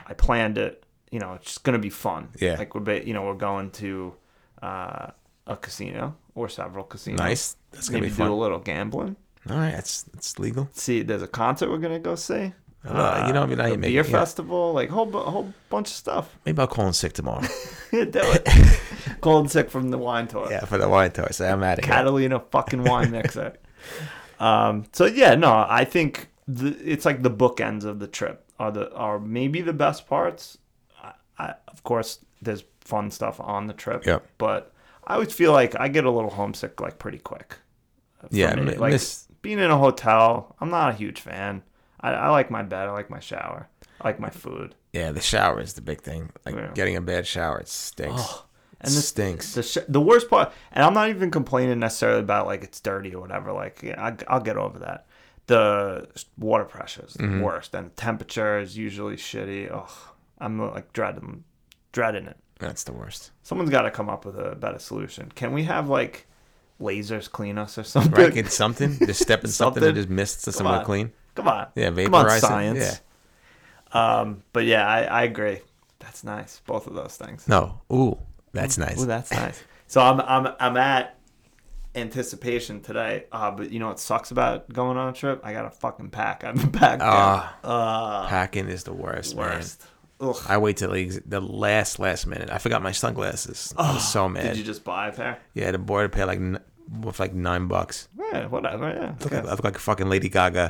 Speaker 3: I planned it. You know, it's just gonna be fun.
Speaker 2: Yeah.
Speaker 3: Like we're ba- you know we're going to uh, a casino or several casinos.
Speaker 2: Nice. That's gonna
Speaker 3: Maybe
Speaker 2: be
Speaker 3: do
Speaker 2: fun.
Speaker 3: a little gambling.
Speaker 2: All right, that's that's legal.
Speaker 3: See, there's a concert we're gonna go see.
Speaker 2: Uh, you know, I mean, I
Speaker 3: a
Speaker 2: ain't making-
Speaker 3: beer
Speaker 2: yeah.
Speaker 3: festival, like whole bu- whole bunch of stuff. <laughs>
Speaker 2: Maybe I'll call in sick tomorrow.
Speaker 3: Do
Speaker 2: <laughs>
Speaker 3: it. Cold and sick from the wine tour.
Speaker 2: yeah, for the wine tour. So I'm out of here.
Speaker 3: Catalina fucking wine mixer. um, so yeah, no, I think the, it's like the bookends of the trip are the are maybe the best parts. I, I, of course, there's fun stuff on the trip.
Speaker 2: Yep.
Speaker 3: But I always feel like I get a little homesick like pretty quick. for
Speaker 2: Yeah,
Speaker 3: me.
Speaker 2: mi-
Speaker 3: like
Speaker 2: miss-
Speaker 3: being in a hotel. I'm not a huge fan. I, I like my bed. I like my shower. I like my food.
Speaker 2: Yeah, the shower is the big thing. Like
Speaker 3: Yeah. Oh,
Speaker 2: getting a bad shower, it stinks.
Speaker 3: and
Speaker 2: it
Speaker 3: this-
Speaker 2: stinks.
Speaker 3: The, sh- the worst part, and I'm not even complaining necessarily about like it's dirty or whatever. Like yeah, I, I'll get over that. The s- water pressure is the
Speaker 2: Mm-hmm.
Speaker 3: worst, and the temperature is usually shitty. Oh, I'm like dreading, dreading it.
Speaker 2: That's the
Speaker 3: <laughs>
Speaker 2: worst.
Speaker 3: Someone's got to come up with a better solution. Can we have like lasers clean us or something?
Speaker 2: Right? Get something. Just step in something,
Speaker 3: Something.
Speaker 2: and just mist to
Speaker 3: Come
Speaker 2: somewhere
Speaker 3: on.
Speaker 2: clean.
Speaker 3: <laughs> Come on.
Speaker 2: Yeah,
Speaker 3: Come on,
Speaker 2: vaporize it.
Speaker 3: science.
Speaker 2: Yeah.
Speaker 3: Um, but yeah, I, I agree. That's nice. Both of those things.
Speaker 2: No. Ooh, that's nice.
Speaker 3: Ooh, that's nice. <laughs> So I'm I'm I'm at anticipation today. Uh, but you know what sucks about going on a trip? I got a fucking pack. I've been packed.
Speaker 2: Ah.
Speaker 3: down. uh,
Speaker 2: Packing is the worst,
Speaker 3: worst. Ugh.
Speaker 2: man. I wait till the, ex- the last last minute. I forgot my sunglasses. I was so mad.
Speaker 3: Oh, Did you just buy a pack?
Speaker 2: yeah, the boy paid like n- with like nine bucks.
Speaker 3: Yeah, whatever. Yeah.
Speaker 2: Look,
Speaker 3: Okay.
Speaker 2: I look like a fucking Lady
Speaker 3: <laughs>
Speaker 2: Gaga.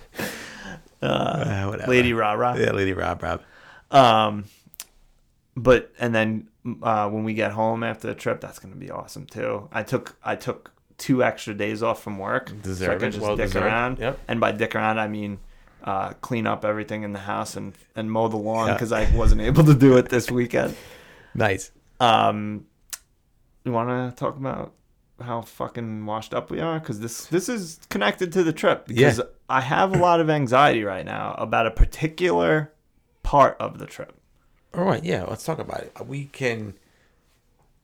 Speaker 2: <laughs> uh, whatever.
Speaker 3: Lady Rah Rah.
Speaker 2: <laughs> Yeah, Lady Rob Rob.
Speaker 3: Um, but and then uh, when we get home after the trip, that's gonna be awesome too. I took I took two extra days off from work so I
Speaker 2: Deserve
Speaker 3: could
Speaker 2: it.
Speaker 3: just
Speaker 2: Well
Speaker 3: dick
Speaker 2: deserved.
Speaker 3: around.
Speaker 2: Yep.
Speaker 3: And by dick around, I mean uh, clean up everything in the house and and mow the lawn
Speaker 2: Yeah.
Speaker 3: because I wasn't able to do it this weekend.
Speaker 2: Nice.
Speaker 3: Um, you want to talk about how fucking washed up we are? Because this this is connected to the trip. Because
Speaker 2: Yeah.
Speaker 3: I have a lot of anxiety right now about a particular part of the trip.
Speaker 2: All right, yeah, let's talk about it. We can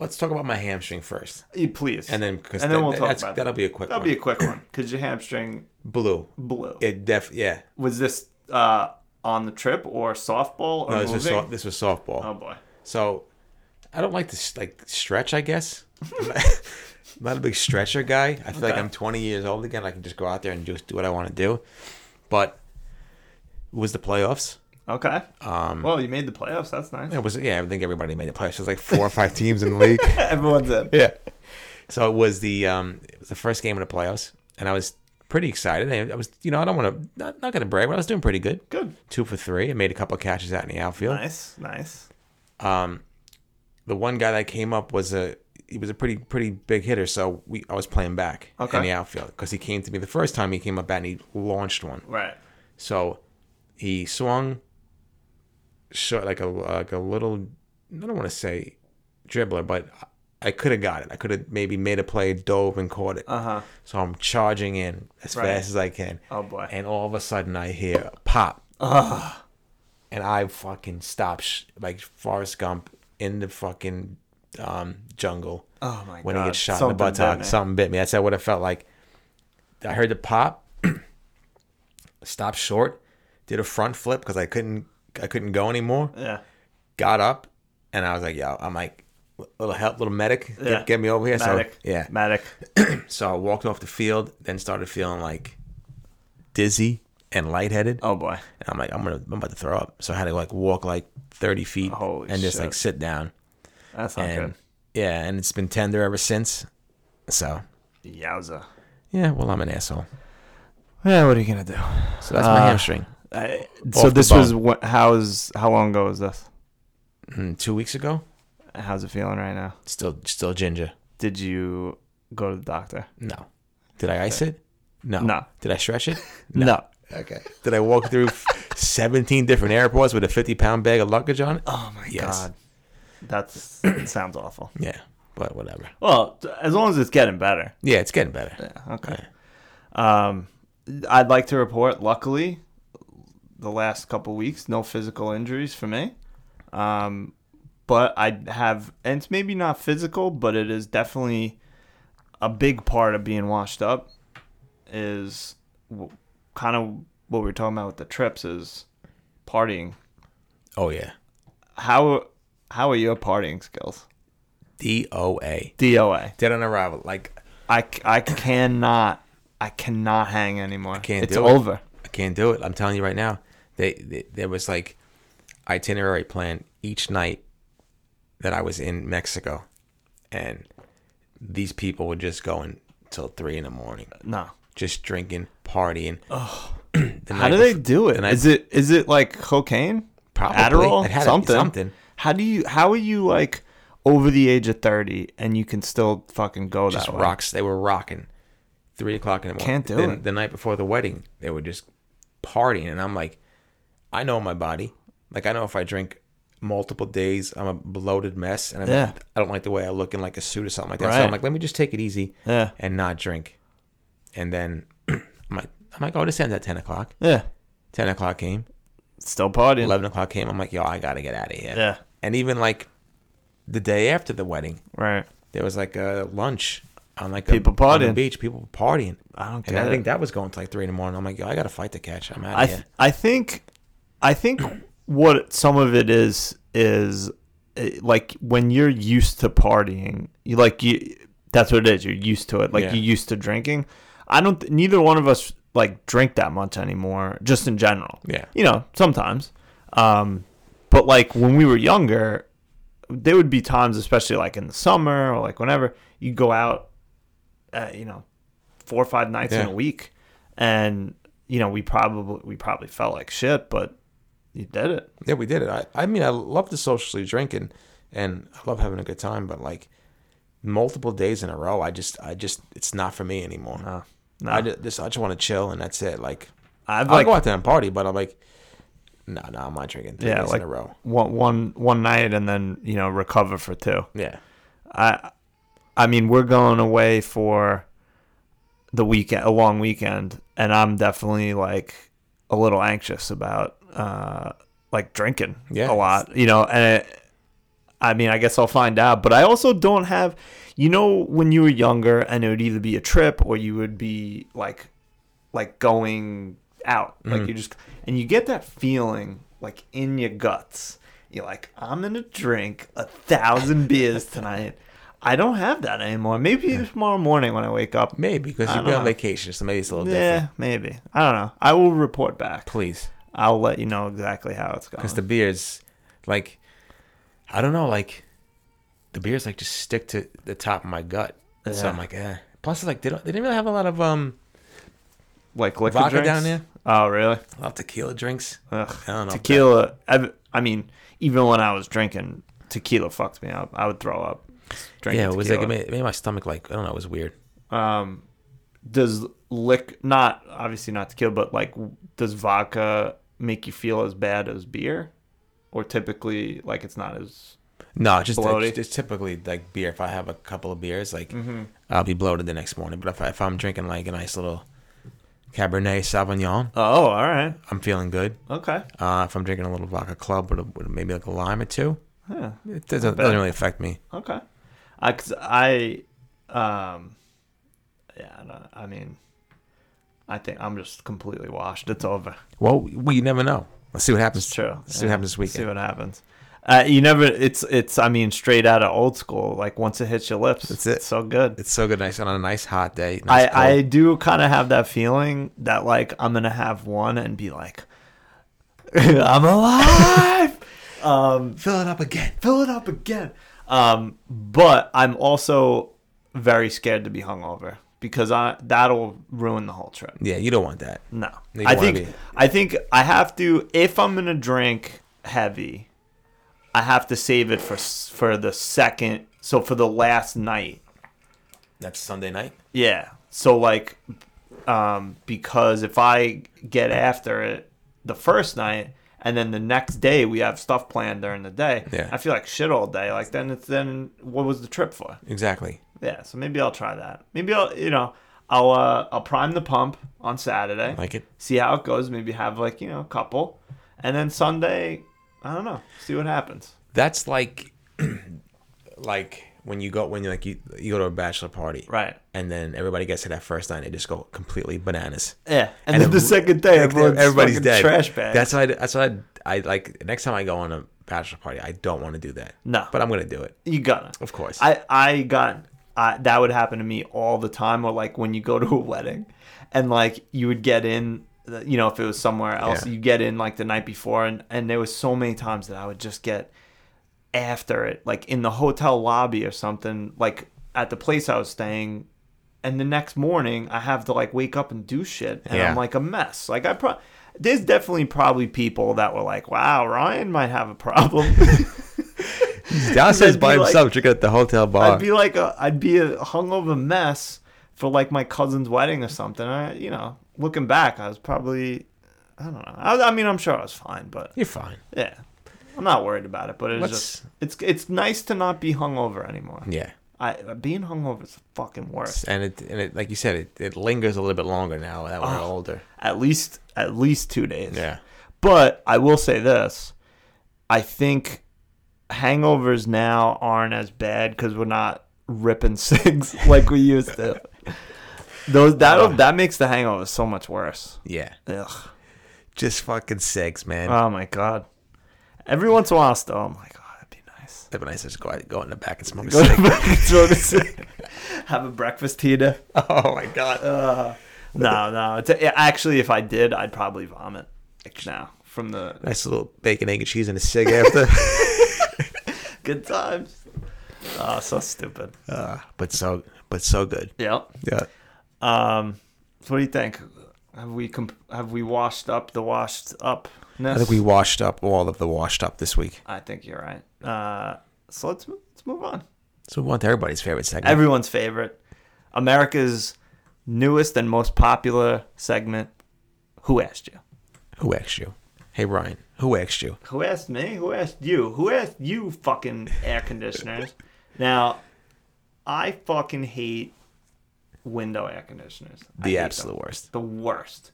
Speaker 2: let's talk about my hamstring first,
Speaker 3: Eh, Please.
Speaker 2: and then because
Speaker 3: and then we'll talk
Speaker 2: that's,
Speaker 3: about
Speaker 2: that'll
Speaker 3: that.
Speaker 2: be a quick
Speaker 3: That'll
Speaker 2: one.
Speaker 3: be a quick one because your hamstring
Speaker 2: Blue.
Speaker 3: blew.
Speaker 2: It def yeah.
Speaker 3: was this uh, on the trip or softball or
Speaker 2: No, this
Speaker 3: moving?
Speaker 2: was so, this was softball.
Speaker 3: oh boy.
Speaker 2: So I don't like to s- like stretch. I
Speaker 3: <laughs>
Speaker 2: guess I'm not a big stretcher guy. I feel like
Speaker 3: Okay.
Speaker 2: I'm 20 years old again. I can just go out there and just do what I want to do. But it was the playoffs?
Speaker 3: Okay. Um, well, you made the playoffs. That's nice.
Speaker 2: It was yeah. I think everybody made the playoffs. There's like four or five teams in the league.
Speaker 3: <laughs> Everyone's in.
Speaker 2: <laughs> yeah. So it was the um, it was the first game of the playoffs, and I was pretty excited. I, I was, you know, I don't want to not, not going to brag, but I was doing pretty good.
Speaker 3: Good.
Speaker 2: Two for three. I made a couple of catches out in the outfield.
Speaker 3: Nice. Nice.
Speaker 2: The one guy that came up was a he was a pretty pretty big hitter, so we I was playing back
Speaker 3: Okay.
Speaker 2: in the outfield because he came to me the first time he came up bat and he launched one.
Speaker 3: Right.
Speaker 2: So he swung short like a like a little I don't want to say dribbler, but I could have got it. I could have maybe made a play, dove and caught it.
Speaker 3: Uh huh.
Speaker 2: So I'm charging in as
Speaker 3: Right.
Speaker 2: fast as I can.
Speaker 3: Oh, boy.
Speaker 2: And all of a sudden I hear a pop. And I fucking stop sh- like Forrest Gump in the fucking um, jungle
Speaker 3: Oh my
Speaker 2: when
Speaker 3: god.
Speaker 2: he gets shot
Speaker 3: Something
Speaker 2: in the
Speaker 3: bit
Speaker 2: buttock.
Speaker 3: me.
Speaker 2: Something bit me. That's what it felt like. I heard the pop, <clears throat> stopped short, did a front flip because I couldn't I couldn't go anymore.
Speaker 3: Yeah.
Speaker 2: Got up, and I was like, "Yo, I'm like, little help, little medic, get,
Speaker 3: Yeah.
Speaker 2: get me over here."
Speaker 3: Matic.
Speaker 2: So yeah,
Speaker 3: Matic.
Speaker 2: so I walked off the field, then started feeling like dizzy and lightheaded.
Speaker 3: Oh boy.
Speaker 2: And I'm like, I'm gonna, I'm about to throw up. So I had to like walk like 30 feet
Speaker 3: Holy
Speaker 2: and just like
Speaker 3: shit.
Speaker 2: sit down.
Speaker 3: That's not
Speaker 2: And yeah, and it's been tender ever since. So
Speaker 3: good. Yowza.
Speaker 2: yeah, well, I'm an asshole.
Speaker 3: Yeah. What are you gonna do?
Speaker 2: So that's my
Speaker 3: Uh,
Speaker 2: hamstring.
Speaker 3: I,
Speaker 2: Off
Speaker 3: so
Speaker 2: the
Speaker 3: this was what, how's how long ago was this?
Speaker 2: Mm, two weeks ago,
Speaker 3: How's it feeling right now?
Speaker 2: still, still ginger.
Speaker 3: Did you go to the doctor?
Speaker 2: No. Did I ice it? No.
Speaker 3: No.
Speaker 2: Did I stretch it?
Speaker 3: No.
Speaker 2: <laughs> Okay. Did I walk <laughs> through 17 different airports with a 50 pound bag of luggage on it?
Speaker 3: Oh my
Speaker 2: Yes.
Speaker 3: god. <clears throat> That's that sounds awful.
Speaker 2: Yeah, but whatever.
Speaker 3: Well, t- as long as it's getting better.
Speaker 2: Yeah, it's getting better.
Speaker 3: Okay. Um, I'd like to report. Luckily, the last couple weeks, no physical injuries for me. Um, but I have, and it's maybe not physical, but it is definitely a big part of being washed up. Is w- kind of what we were talking about with the trips is partying.
Speaker 2: Oh yeah.
Speaker 3: How how are your partying skills?
Speaker 2: DOA.
Speaker 3: DOA.
Speaker 2: Dead on arrival. Like
Speaker 3: I, c- I cannot I cannot hang anymore.
Speaker 2: can't
Speaker 3: it's
Speaker 2: do it.
Speaker 3: over.
Speaker 2: I can't do it. I'm telling you right now. They, they there was like itinerary plan each night that I was in Mexico, and these people were just going till three in the morning,
Speaker 3: No.
Speaker 2: just drinking, partying. Oh, <clears throat>
Speaker 3: How do they do it?
Speaker 2: and I-
Speaker 3: Is it is it like cocaine?
Speaker 2: Probably.
Speaker 3: Adderall?
Speaker 2: It had to be
Speaker 3: something.
Speaker 2: something.
Speaker 3: How do you how are you like over the age of thirty and you can still fucking go
Speaker 2: just
Speaker 3: that way?
Speaker 2: rocks? They were rocking three o'clock in the morning.
Speaker 3: Can't do
Speaker 2: Then
Speaker 3: it.
Speaker 2: The night before the wedding, they were just partying, and I'm like, I know my body. Like I know if I drink multiple days, I'm a bloated mess, and I'm,
Speaker 3: Yeah.
Speaker 2: I don't like the way I look in like a suit or something like that. So I'm
Speaker 3: Right.
Speaker 2: like, let me just take it easy
Speaker 3: Yeah.
Speaker 2: and not drink. And then <clears throat> I'm like, I'm like, oh, this ends at ten o'clock.
Speaker 3: Yeah.
Speaker 2: Ten o'clock came,
Speaker 3: Still partying.
Speaker 2: eleven o'clock came. I'm like, yo, I gotta get out of here.
Speaker 3: Yeah.
Speaker 2: And even like the day after the wedding,
Speaker 3: Right.
Speaker 2: there was like a lunch. on like
Speaker 3: People
Speaker 2: a, on the
Speaker 3: partying.
Speaker 2: beach, people partying. I don't
Speaker 3: get
Speaker 2: care. I
Speaker 3: it.
Speaker 2: think that was going to like three in the morning. I'm like, yo, I got a fight to catch. I'm out of
Speaker 3: I
Speaker 2: here.
Speaker 3: th- I think I think what some of it is is eh, like when you're used to partying, you like you that's what it is. You're used to it. Like
Speaker 2: Yeah.
Speaker 3: you're used to drinking. I don't. th- Neither one of us like drink that much anymore, just in general.
Speaker 2: Yeah.
Speaker 3: You know, sometimes. Um, but like when we were younger, there would be times, especially like in the summer or like whenever you go out, uh, you know, four or five nights in
Speaker 2: Yeah.
Speaker 3: a week, and you know we probably we probably felt like shit, but you did it.
Speaker 2: Yeah, we did it. I, I mean, I love the socially drinking, and I love having a good time. But like multiple days in a row, I just, I just, it's not for me anymore.
Speaker 3: No,
Speaker 2: I ju- just, I just want to chill, and that's it. Like,
Speaker 3: I've
Speaker 2: I'll
Speaker 3: like
Speaker 2: go out there and party, but I'm like, no, no, I'm not drinking three
Speaker 3: yeah
Speaker 2: days
Speaker 3: like
Speaker 2: in a row.
Speaker 3: one one one night and then you know recover for two.
Speaker 2: Yeah,
Speaker 3: I I mean we're going away for the weekend a long weekend and I'm definitely like a little anxious about uh like drinking
Speaker 2: Yeah.
Speaker 3: a lot you know and it, I mean I guess I'll find out but I also don't have you know when you were younger and it would either be a trip or you would be like like going out like you just and you get that feeling like in your guts you're like i'm gonna drink a thousand beers tonight i don't have that anymore maybe tomorrow morning when i wake up
Speaker 2: maybe because you've
Speaker 3: don't
Speaker 2: been on
Speaker 3: know.
Speaker 2: vacation, so maybe it's a little different.
Speaker 3: yeah maybe i don't know i will report back
Speaker 2: Please,
Speaker 3: i'll let you know exactly how it's going
Speaker 2: because the beers, like, I don't know, like, the beers like just stick to the top of my gut. So
Speaker 3: Yeah.
Speaker 2: I'm like, eh. Plus, like, they don't, they didn't really have a lot of um,
Speaker 3: like liquor
Speaker 2: vodka
Speaker 3: drinks?
Speaker 2: down there?
Speaker 3: oh really
Speaker 2: a lot of tequila drinks.
Speaker 3: Ugh.
Speaker 2: I don't know.
Speaker 3: tequila I've, i mean even when i was drinking tequila fucked me up i would throw up drinking
Speaker 2: yeah, it was
Speaker 3: tequila.
Speaker 2: like it made, it made my stomach like I don't know. It was weird.
Speaker 3: um does lick not obviously not to kill but like w- does vodka make you feel as bad as beer or typically like it's not as
Speaker 2: No, it's just
Speaker 3: Bloated?
Speaker 2: it's, it's typically like beer. If I have a couple of beers, like I'll be bloated the next morning. But if, I, if I'm drinking like a nice little Cabernet Sauvignon,
Speaker 3: oh all right
Speaker 2: I'm feeling good.
Speaker 3: okay
Speaker 2: Uh, if I'm drinking a little vodka club with, a, with maybe like a lime or two,
Speaker 3: yeah
Speaker 2: it doesn't, doesn't really affect me.
Speaker 3: okay i 'cause i um yeah I, don't, I mean i think i'm just completely washed it's over
Speaker 2: Well, we never know. Let's see what happens.
Speaker 3: It's true.
Speaker 2: Let's see what happens this
Speaker 3: See
Speaker 2: weekend.
Speaker 3: what happens. Uh, you never. It's it's. I mean, straight out of old school. Like once it hits your lips,
Speaker 2: That's it.
Speaker 3: It's so good.
Speaker 2: it's so good, nice on a nice hot day. nice
Speaker 3: I, I
Speaker 2: cold.
Speaker 3: do kind of have that feeling that like I'm gonna have one and be like, <laughs>
Speaker 2: <laughs>
Speaker 3: I'm alive. um,
Speaker 2: fill it up again.
Speaker 3: fill it up again. Um, but I'm also very scared to be hungover because I that'll ruin the whole trip.
Speaker 2: Yeah, you don't want that.
Speaker 3: No,
Speaker 2: You
Speaker 3: I
Speaker 2: wanna
Speaker 3: think
Speaker 2: be-
Speaker 3: I think I have to if I'm gonna drink heavy, I have to save it for s- for the second. So for the last night,
Speaker 2: That's Sunday night.
Speaker 3: yeah. So like, um, because if I get after it the first night and then the next day we have stuff planned during the day,
Speaker 2: Yeah.
Speaker 3: I feel like shit all day. Like then it's then what was the trip for?
Speaker 2: Exactly.
Speaker 3: Yeah. So maybe I'll try that. Maybe I'll you know I'll uh, I'll prime the pump on Saturday.
Speaker 2: Like it.
Speaker 3: See how it goes. Maybe have like you know a couple, and then Sunday. I don't know. See what happens.
Speaker 2: that's like <clears throat> like when you go when you like you, you go to a bachelor party
Speaker 3: Right.
Speaker 2: and then everybody gets to that first night they just go completely bananas
Speaker 3: Yeah. And, then the
Speaker 2: ev-
Speaker 3: second day, everyone's
Speaker 2: everybody's
Speaker 3: fucking
Speaker 2: dead
Speaker 3: Trash bag.
Speaker 2: that's why I, that's why I, I like next time i go on a bachelor party i don't want to do that
Speaker 3: No.
Speaker 2: but i'm gonna do it
Speaker 3: you gotta.
Speaker 2: of course
Speaker 3: I I got I, that would happen to me all the time, or like when you go to a wedding, and like you would get in, the- you know, if it was somewhere else,
Speaker 2: Yeah.
Speaker 3: you get in like the night before, and and there was so many times that I would just get after it, like in the hotel lobby or something, like at the place I was staying. And the next morning, I have to like wake up and do shit, and
Speaker 2: Yeah.
Speaker 3: I'm like a mess. Like I pro, there's definitely probably people that were like, "Wow, Ryan might have a problem." <laughs>
Speaker 2: downstairs
Speaker 3: I'd
Speaker 2: by
Speaker 3: be like-
Speaker 2: himself drinking at the hotel bar
Speaker 3: I'd be like a, I'd be a hungover mess for like my cousin's wedding or something. I, you know, looking back, I was probably, I don't know. I, was- I mean, I'm sure I was fine, but
Speaker 2: you're fine
Speaker 3: yeah, I'm not worried about it. But it's
Speaker 2: Let's-
Speaker 3: just, it's it's nice to not be hungover anymore.
Speaker 2: yeah
Speaker 3: I being hungover is the fucking worst.
Speaker 2: and it and it like you said it, it lingers a little bit longer now that we're older
Speaker 3: At least at least two days.
Speaker 2: Oh. yeah
Speaker 3: But I will say this: I think hangovers now aren't as bad because we're not ripping <laughs> cigs like we used to. Those that that makes the hangover so much worse.
Speaker 2: Yeah. Uh,
Speaker 3: Ugh.
Speaker 2: Just fucking sex, man.
Speaker 3: Oh my god. Every once in a while, still, I'm like, oh, that'd be nice.
Speaker 2: That'd be nice. Just go, out- go out in the back and smoke a
Speaker 3: Go
Speaker 2: cig.
Speaker 3: to back and smoke a cig. <laughs> Have a breakfast heater.
Speaker 2: <laughs> Oh my god.
Speaker 3: No, no. It's, yeah, actually, if I did, I'd probably vomit. Now from the
Speaker 2: nice little bacon, egg, and cheese and a cig <laughs> after.
Speaker 3: good times. Oh, so stupid.
Speaker 2: uh, but so, but so good.
Speaker 3: Yep.
Speaker 2: Yeah.
Speaker 3: Um, so what do you think? Have we comp- have we washed up the washed up?
Speaker 2: I think we washed up all of the washed up this week.
Speaker 3: I think you're right. Uh, so let's mo- let's move on.
Speaker 2: So we want everybody's favorite segment.
Speaker 3: Everyone's favorite, America's newest and most popular segment. Who asked you?
Speaker 2: who asked you? Hey Ryan, who asked you?
Speaker 3: Who asked me? Who asked you? Who asked you? Fucking air conditioners. now, I fucking hate window air conditioners. I hate
Speaker 2: The
Speaker 3: them.
Speaker 2: absolute worst.
Speaker 3: the worst.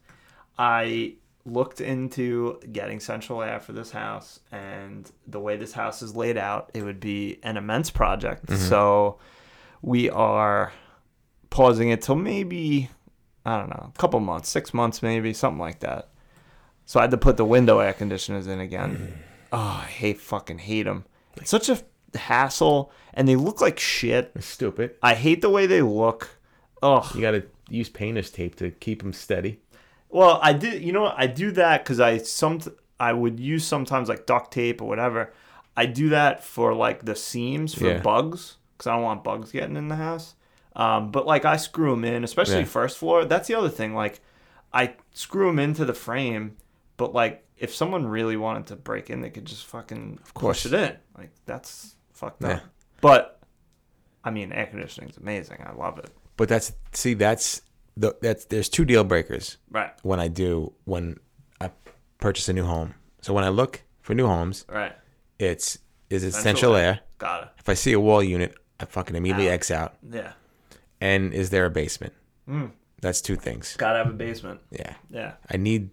Speaker 3: I looked into getting central air for this house, and the way this house is laid out, it would be an immense project. So we are pausing it till maybe, I don't know, a couple months, six months maybe, something like that. So I had to put the window air conditioners in again. oh, I hate fucking hate them. It's such a hassle, and they look like shit.
Speaker 2: Stupid.
Speaker 3: I hate the way they look. Ugh.
Speaker 2: You got to use painter's tape to keep them steady.
Speaker 3: Well, I did. You know, what? I do that because I some I would use sometimes like duct tape or whatever. I do that for like the seams for
Speaker 2: Yeah.
Speaker 3: bugs because I don't want bugs getting in the house. Um, but like I screw them in, especially
Speaker 2: Yeah.
Speaker 3: first floor. That's the other thing. Like I screw them into the frame, but like if someone really wanted to break in, they could just fucking of
Speaker 2: course.
Speaker 3: push it in. Like that's fucked up.
Speaker 2: Yeah.
Speaker 3: But I mean, air conditioning's amazing. I love it.
Speaker 2: But that's see, that's the that's there's two deal breakers
Speaker 3: Right.
Speaker 2: when I do when I purchase a new home. So when I look for new homes,
Speaker 3: Right.
Speaker 2: it's is it
Speaker 3: Central
Speaker 2: central
Speaker 3: air.
Speaker 2: air?
Speaker 3: Got it.
Speaker 2: If I see a wall unit, I fucking immediately X out.
Speaker 3: Yeah.
Speaker 2: And is there a basement?
Speaker 3: Mm.
Speaker 2: That's two things.
Speaker 3: Gotta have a basement.
Speaker 2: Yeah,
Speaker 3: Yeah.
Speaker 2: I need,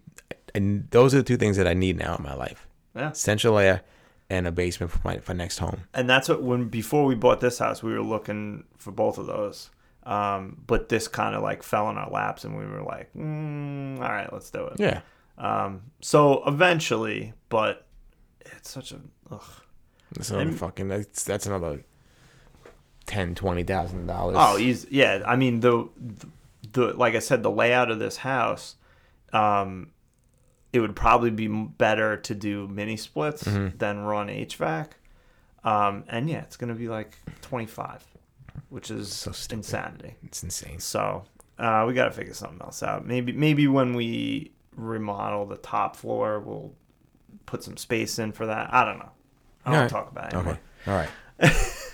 Speaker 2: and those are the two things that I need now in my life:
Speaker 3: Yeah.
Speaker 2: central air and a basement for my for next home.
Speaker 3: And that's what when before we bought this house, we were looking for both of those. Um, but this kind of like fell in our laps, and we were like, mm, "All right, let's do it."
Speaker 2: Yeah,
Speaker 3: Um, so eventually, but it's such a ugh.
Speaker 2: that's another fucking that's that's another ten twenty thousand dollars.
Speaker 3: oh, he's yeah. I mean the, the like I said, the layout of this house, um, it would probably be better to do mini splits
Speaker 2: Mm-hmm.
Speaker 3: than run HVAC. Um, and yeah, it's gonna be like twenty five, which is
Speaker 2: stupid.
Speaker 3: insanity.
Speaker 2: it's insane.
Speaker 3: So uh, we got to figure something else out. Maybe maybe when we remodel the top floor, we'll put some space in for that. I don't know. I don't
Speaker 2: Alright.
Speaker 3: talk about it.
Speaker 2: Okay.
Speaker 3: anymore.
Speaker 2: All right.
Speaker 3: <laughs>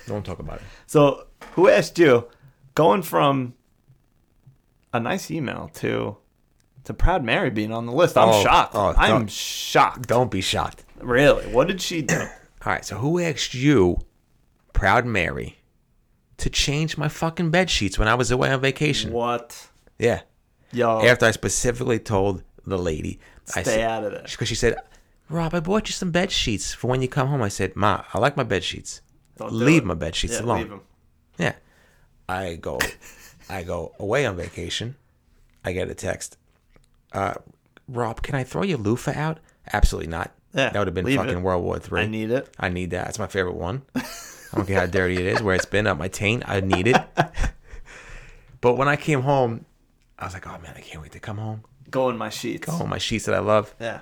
Speaker 2: Don't talk about it.
Speaker 3: So who asked you? Going from a nice email to to Proud Mary being on the list. I'm
Speaker 2: Oh,
Speaker 3: shocked.
Speaker 2: oh,
Speaker 3: I'm
Speaker 2: don't-
Speaker 3: shocked.
Speaker 2: Don't be shocked.
Speaker 3: Really? What did
Speaker 2: <coughs>
Speaker 3: she do?
Speaker 2: All right. So who asked you, Proud Mary, to change my fucking bed sheets when I was away on vacation?
Speaker 3: what?
Speaker 2: Yeah.
Speaker 3: Yo,
Speaker 2: After I specifically told the lady, I
Speaker 3: stay out of this.
Speaker 2: because she said, "Rob, I bought you some bed sheets for when you come home." I said, "Ma, I like my bed sheets.
Speaker 3: Don't do
Speaker 2: leave
Speaker 3: it."
Speaker 2: my bed sheets
Speaker 3: Yeah,
Speaker 2: alone."
Speaker 3: leave 'em.
Speaker 2: Yeah. I go I go away on vacation. I get a text. Uh Rob, can I throw your loofah out? Absolutely not.
Speaker 3: Yeah,
Speaker 2: that would have been
Speaker 3: leave
Speaker 2: fucking
Speaker 3: it.
Speaker 2: World War Three.
Speaker 3: I need it.
Speaker 2: I need that. It's my favorite one. I don't care how dirty it is, where it's been up my taint. I need it. but when I came home, I was like, oh man, I can't wait to come home.
Speaker 3: Go in my sheets.
Speaker 2: Oh, my sheets that I love.
Speaker 3: Yeah.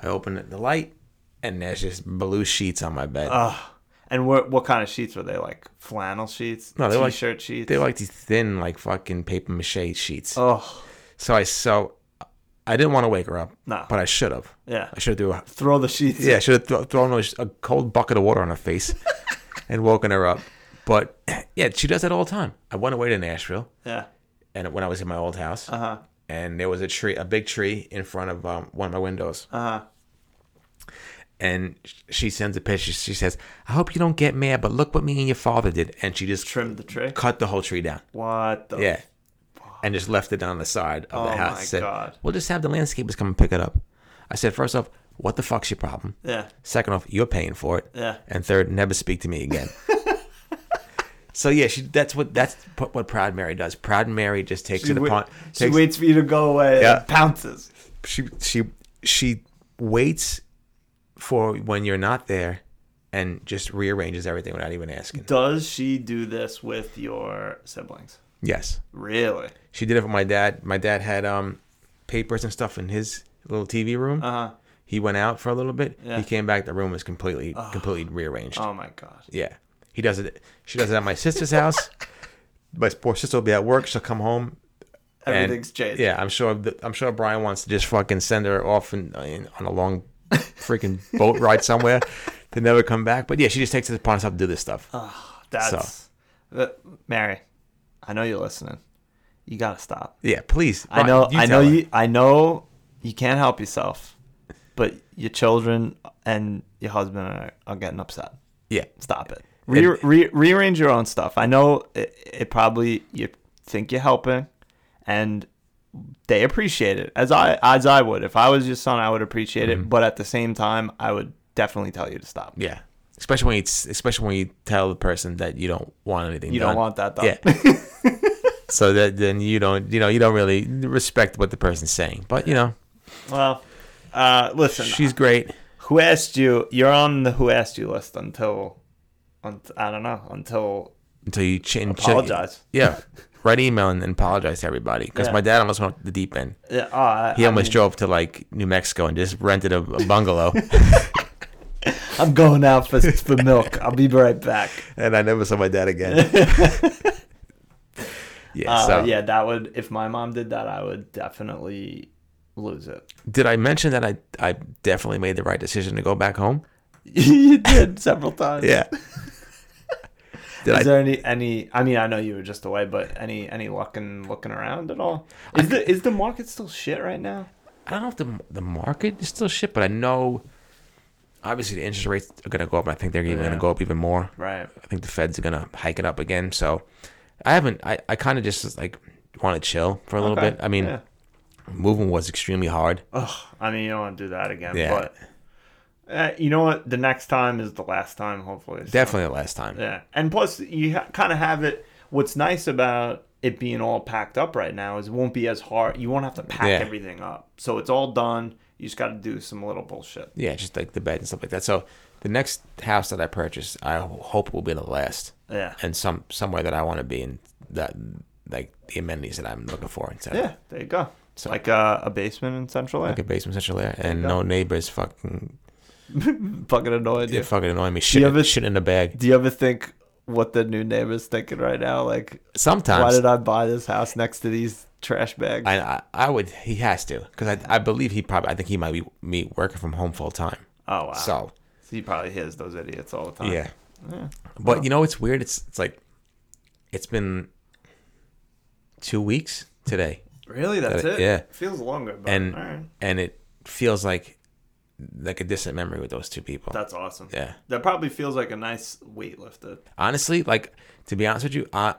Speaker 2: I open the light, and there's just blue sheets on my bed.
Speaker 3: Oh, and what what kind of sheets were they? Like flannel sheets,
Speaker 2: No, they're like-
Speaker 3: t-shirt sheets.
Speaker 2: They're like these thin, like fucking paper mache sheets.
Speaker 3: oh,
Speaker 2: So I so I didn't want to wake her up.
Speaker 3: No.
Speaker 2: But I should have.
Speaker 3: yeah.
Speaker 2: I should have a
Speaker 3: Throw the sheets.
Speaker 2: yeah. I should have thro- thrown a, sh- a cold bucket of water on her face and woken her up. But <clears throat> yeah, she does that all the time. I went away to Nashville,
Speaker 3: yeah.
Speaker 2: and when I was in my old house,
Speaker 3: Uh huh.
Speaker 2: and there was a tree, a big tree in front of um, one of my windows,
Speaker 3: Uh huh.
Speaker 2: and sh- she sends a picture. She says, "I hope you don't get mad, but look what me and your father did," and she just
Speaker 3: Trimmed the tree.
Speaker 2: cut the whole tree down.
Speaker 3: What the?
Speaker 2: Yeah. And just left it on the side of
Speaker 3: Oh
Speaker 2: the house.
Speaker 3: my
Speaker 2: said,
Speaker 3: God.
Speaker 2: We'll just have the landscapers come and pick it up. I said, first off, what the fuck's your problem?
Speaker 3: Yeah.
Speaker 2: Second off, you're paying for it.
Speaker 3: Yeah. <laughs>
Speaker 2: And third, never speak to me again. So yeah, she that's what that's p- what Proud Mary does. Proud Mary just takes
Speaker 3: She,
Speaker 2: it
Speaker 3: wait-
Speaker 2: upon
Speaker 3: she
Speaker 2: takes,
Speaker 3: waits for you to go away.
Speaker 2: Yeah.
Speaker 3: And pounces.
Speaker 2: she she she waits for when you're not there and just rearranges everything without even asking.
Speaker 3: Does she do this with your siblings?
Speaker 2: Yes.
Speaker 3: Really?
Speaker 2: She did it for my dad. My dad had um papers and stuff in his little TV room.
Speaker 3: Uh huh.
Speaker 2: He went out for a little bit.
Speaker 3: Yeah.
Speaker 2: He came back. The room was completely completely rearranged.
Speaker 3: Oh my god.
Speaker 2: Yeah. He does it. She does it at my sister's
Speaker 3: <laughs>
Speaker 2: house. My poor sister will be at work. She'll come home. and-
Speaker 3: Everything's changed.
Speaker 2: Yeah, I'm sure. th- I'm sure Brian wants to just fucking send her off in, in, on a long freaking boat ride somewhere <laughs> to never come back. But yeah, she just takes it upon herself to do this stuff.
Speaker 3: Uh, That's that, Mary. I know you're listening. You gotta stop.
Speaker 2: yeah, please.
Speaker 3: I
Speaker 2: Brian,
Speaker 3: know. I know
Speaker 2: tell her.
Speaker 3: you. I know you can't help yourself, but your children and your husband are, are getting upset.
Speaker 2: Yeah.
Speaker 3: Stop it. Re-
Speaker 2: And-
Speaker 3: re- rearrange your own stuff. I know it, it probably you think you're helping, and they appreciate it as I as I would if I was your son. I would appreciate it, but at the same time, I would definitely tell you to stop.
Speaker 2: Yeah. Especially when you, especially when you tell the person that you don't want anything.
Speaker 3: You
Speaker 2: done.
Speaker 3: don't want that though.
Speaker 2: Yeah.
Speaker 3: <laughs>
Speaker 2: so that then you don't you know you don't really respect what the person's saying. But you know
Speaker 3: well, uh, listen.
Speaker 2: she's great.
Speaker 3: who asked you? You're on the who asked you list until, un- I don't know until
Speaker 2: until you ch- and ch-
Speaker 3: Apologize.
Speaker 2: yeah, write email and, and apologize to everybody. Because
Speaker 3: Yeah.
Speaker 2: my dad almost went off the deep end.
Speaker 3: Yeah, oh, I,
Speaker 2: He
Speaker 3: I
Speaker 2: almost
Speaker 3: mean,
Speaker 2: drove to like New Mexico and just rented a, a bungalow.
Speaker 3: I'm going out for for milk. I'll be right back.
Speaker 2: <laughs> and I never saw my dad <laughs> again. yeah. <laughs>
Speaker 3: Uh,
Speaker 2: so
Speaker 3: Yeah, that would. If my mom did that, I would definitely
Speaker 2: <laughs>
Speaker 3: lose it.
Speaker 2: did I mention that I I definitely made the right decision to go back home?
Speaker 3: you did several
Speaker 2: <laughs>
Speaker 3: times.
Speaker 2: did I?
Speaker 3: Is there any any? I mean, I know you were just away, but any any luck in looking around at all? Is the is the market still shit right now?
Speaker 2: I don't know if the the market is still shit, but I know obviously the interest rates are gonna go up. and I think they're even
Speaker 3: Yeah.
Speaker 2: gonna go up even more.
Speaker 3: Right.
Speaker 2: I think the Feds are gonna hike it up again. So I haven't. I, I kind of just like want to chill for a little
Speaker 3: Okay,
Speaker 2: bit. I mean,
Speaker 3: yeah.
Speaker 2: moving was extremely hard.
Speaker 3: Ugh, I mean, you don't want to do that again.
Speaker 2: Yeah.
Speaker 3: But uh, you know what? The next time is the last time. Hopefully. so-
Speaker 2: Definitely the last time.
Speaker 3: Yeah, and plus you ha- kind of have it. What's nice about it being all packed up right now is it won't be as hard. You won't have to pack
Speaker 2: Yeah.
Speaker 3: everything up, so it's all done. You just got to do some little bullshit.
Speaker 2: Yeah, just like the bed and stuff like that. So the next house that I purchase, I ho- hope will be the last.
Speaker 3: Yeah.
Speaker 2: And some somewhere that I want to be in that like the amenities that I'm looking for instead. of
Speaker 3: Yeah, there you go. It's like uh, a basement in Central Air.
Speaker 2: Like a basement central air and no neighbors fucking
Speaker 3: Fucking annoyed.
Speaker 2: It
Speaker 3: you.
Speaker 2: fucking annoyed me. Shit,
Speaker 3: ever-
Speaker 2: shit in a bag.
Speaker 3: Do you ever think what the new neighbors thinking right now? Like, why
Speaker 2: Sometimes
Speaker 3: did I buy this house next to these trash bags?
Speaker 2: I, I, I would. He has to because I, I believe he probably. I think he might be me working from home full time.
Speaker 3: oh wow. So,
Speaker 2: So
Speaker 3: he probably hears those idiots all the time.
Speaker 2: yeah, but you know it's weird. It's it's like it's been two weeks today,
Speaker 3: Really, that's
Speaker 2: That-
Speaker 3: it.
Speaker 2: yeah.
Speaker 3: feels longer. But,
Speaker 2: and
Speaker 3: all right.
Speaker 2: and it feels like like a distant memory with those two people.
Speaker 3: That's awesome.
Speaker 2: Yeah.
Speaker 3: That probably feels like a nice weight lifted.
Speaker 2: honestly, like to be honest with you, I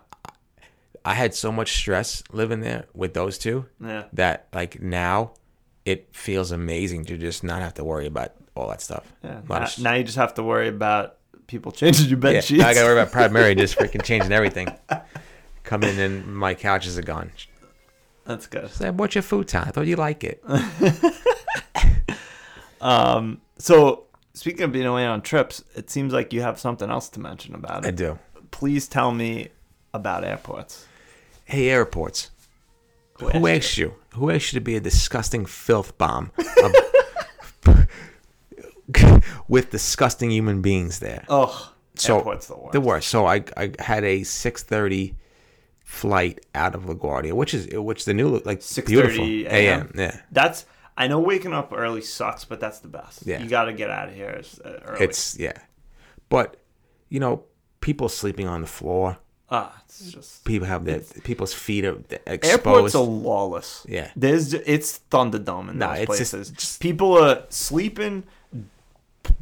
Speaker 2: I had so much stress living there with those two
Speaker 3: Yeah.
Speaker 2: that like now it feels amazing to just not have to worry about all that stuff.
Speaker 3: Yeah.
Speaker 2: Lot
Speaker 3: Now,
Speaker 2: of sh-
Speaker 3: now you just have to worry about people changing your bed
Speaker 2: yeah,
Speaker 3: sheets.
Speaker 2: now I gotta worry about Proud Mary
Speaker 3: <laughs>
Speaker 2: just freaking changing everything. Come in and my couches are gone.
Speaker 3: That's good.
Speaker 2: Said, What's your food time? I thought you like it.
Speaker 3: Um, so speaking of being away on trips, it seems like you have something else to mention about
Speaker 2: I
Speaker 3: it.
Speaker 2: do.
Speaker 3: Please tell me about airports.
Speaker 2: Hey, airports.
Speaker 3: Who
Speaker 2: Who
Speaker 3: asked
Speaker 2: asked you? Who asked you to be a disgusting filth
Speaker 3: <laughs>
Speaker 2: bomb of, <laughs> with disgusting human beings there?
Speaker 3: Oh,
Speaker 2: so
Speaker 3: airports the worst.
Speaker 2: The worst. So I, I had a six thirty flight out of LaGuardia, which is which the new like beautiful
Speaker 3: 6:30
Speaker 2: a.m. Yeah,
Speaker 3: That's I know waking up early sucks, but that's the best.
Speaker 2: Yeah.
Speaker 3: You got to get out of here as, uh, early.
Speaker 2: it's yeah, but you know people sleeping on the floor.
Speaker 3: ah, it's just
Speaker 2: People have their people's feet are
Speaker 3: Airports
Speaker 2: exposed.
Speaker 3: are lawless.
Speaker 2: Yeah.
Speaker 3: there's ju- it's Thunderdome in
Speaker 2: Nah, it's
Speaker 3: those
Speaker 2: just-
Speaker 3: places. People are sleeping,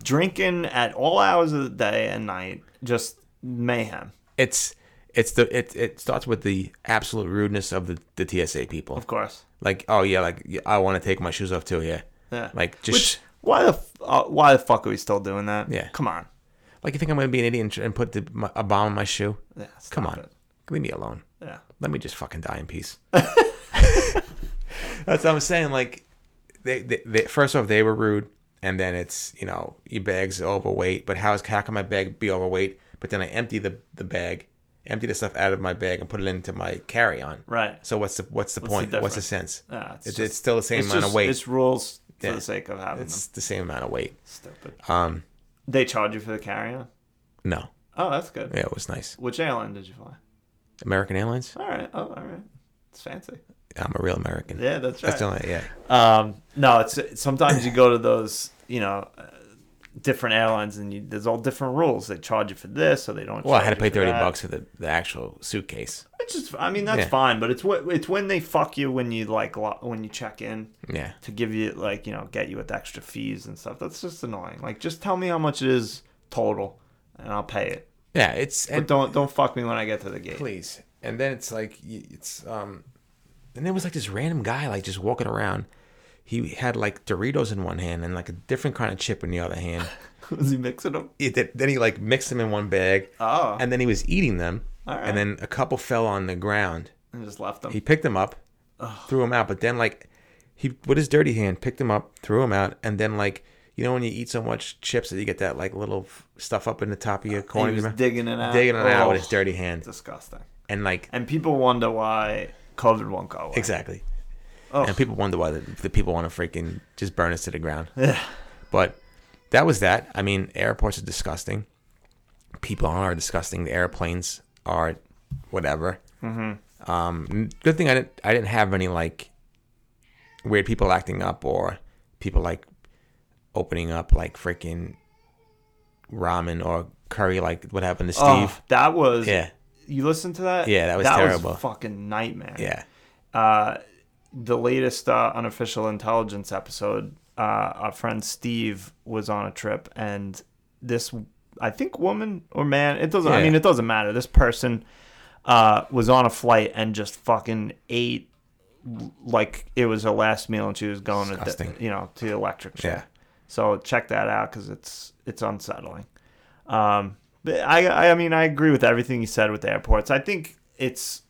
Speaker 3: drinking at all hours of the day and night. Just mayhem,
Speaker 2: it's it's the it it starts with the absolute rudeness of the, the TSA people.
Speaker 3: of course.
Speaker 2: Like oh yeah, like yeah, I want to take my shoes off too. Yeah,
Speaker 3: Yeah.
Speaker 2: like
Speaker 3: Which
Speaker 2: just
Speaker 3: why the f- uh, why the fuck are we still doing that?
Speaker 2: Yeah.
Speaker 3: Come on.
Speaker 2: Like you think I'm gonna be an idiot and, tr- and put the, my, a bomb in my shoe?
Speaker 3: Yeah,
Speaker 2: Come
Speaker 3: stop
Speaker 2: on,
Speaker 3: it.
Speaker 2: leave me alone.
Speaker 3: Yeah.
Speaker 2: Let me just fucking die in
Speaker 3: <laughs>
Speaker 2: peace. That's what I'm saying. Like, they, they, they first off they were rude, and then it's you know your bag's overweight. But how is how can my bag be overweight? But then I empty the the bag, empty the stuff out of my bag and put it into my carry on.
Speaker 3: Right.
Speaker 2: So what's the what's the point? what's the sense?
Speaker 3: Yeah, Uh, it's
Speaker 2: it's,
Speaker 3: just-
Speaker 2: it's still the same
Speaker 3: It's
Speaker 2: amount
Speaker 3: just
Speaker 2: of weight.
Speaker 3: it's rules for
Speaker 2: Yeah.
Speaker 3: the sake of having
Speaker 2: it's
Speaker 3: them.
Speaker 2: the same amount of weight.
Speaker 3: Stupid.
Speaker 2: Um,
Speaker 3: They charge you for the carry-on.
Speaker 2: no,
Speaker 3: Oh, that's good.
Speaker 2: yeah, it was nice.
Speaker 3: Which airline did you fly?
Speaker 2: American Airlines.
Speaker 3: All right. Oh, all right. It's fancy.
Speaker 2: I'm a real American.
Speaker 3: Yeah, that's right.
Speaker 2: That's the only yeah.
Speaker 3: Um, no, it's sometimes you go to those, you know, uh, different airlines, and you, there's all different rules. They charge you for this, or they don't.
Speaker 2: Well, I
Speaker 3: charge
Speaker 2: had to
Speaker 3: you
Speaker 2: pay
Speaker 3: for
Speaker 2: thirty
Speaker 3: that.
Speaker 2: bucks for the, the actual suitcase.
Speaker 3: Which is, I mean, that's
Speaker 2: Yeah.
Speaker 3: fine, but it's what it's when they fuck you when you like lo- when you check in
Speaker 2: Yeah.
Speaker 3: to give you like you know get you with extra fees and stuff. That's just annoying. Like, just tell me how much it is total, and I'll pay it.
Speaker 2: Yeah, it's and
Speaker 3: But don't don't fuck me when I get to the <laughs>
Speaker 2: <laughs>
Speaker 3: gate.
Speaker 2: please. And then it's like y- it's um and there was like this random guy like just walking around. He had like Doritos in one hand and like a different kind of chip in the other hand.
Speaker 3: Was he mixing them?
Speaker 2: He did- then he like mixed them in one bag.
Speaker 3: Oh.
Speaker 2: And then he was eating them.
Speaker 3: Alright.
Speaker 2: And then a couple fell on the ground.
Speaker 3: And just left them.
Speaker 2: He picked them up, threw them out, but then like he with his dirty hand picked them up, threw them out, and then like you know when you eat so much chips that you get that like little f- stuff up in the top of your corner,
Speaker 3: Uh, He was
Speaker 2: you know?
Speaker 3: digging it out.
Speaker 2: digging it out with
Speaker 3: Oh,
Speaker 2: his dirty hand,
Speaker 3: Disgusting.
Speaker 2: and like
Speaker 3: And people wonder why COVID won't go away.
Speaker 2: exactly.
Speaker 3: Ugh.
Speaker 2: And people wonder why the, the people want to freaking just burn us to the ground.
Speaker 3: Yeah.
Speaker 2: But that was that. I mean, airports are disgusting. People are disgusting. The airplanes are whatever. Mm-hmm. Um, good thing I didn't. I didn't have any like weird people acting up or people like opening up like freaking ramen or curry. Like what happened to Steve?
Speaker 3: Oh, that was
Speaker 2: Yeah.
Speaker 3: You listened to that?
Speaker 2: Yeah, that was terrible.
Speaker 3: fucking nightmare.
Speaker 2: Yeah.
Speaker 3: Uh, the latest uh, unofficial intelligence episode, uh, our friend Steve was on a trip, and this, I think, woman or man, it doesn't. I
Speaker 2: Yeah.
Speaker 3: mean, it doesn't matter. This person uh, was on a flight and just fucking ate like it was her last meal, and she was going to, the,
Speaker 2: Disgusting.
Speaker 3: you know, to the electric chair.
Speaker 2: Yeah.
Speaker 3: So check that out because it's it's unsettling. Um, but I I- I mean I agree with everything you said with the airports. I think it's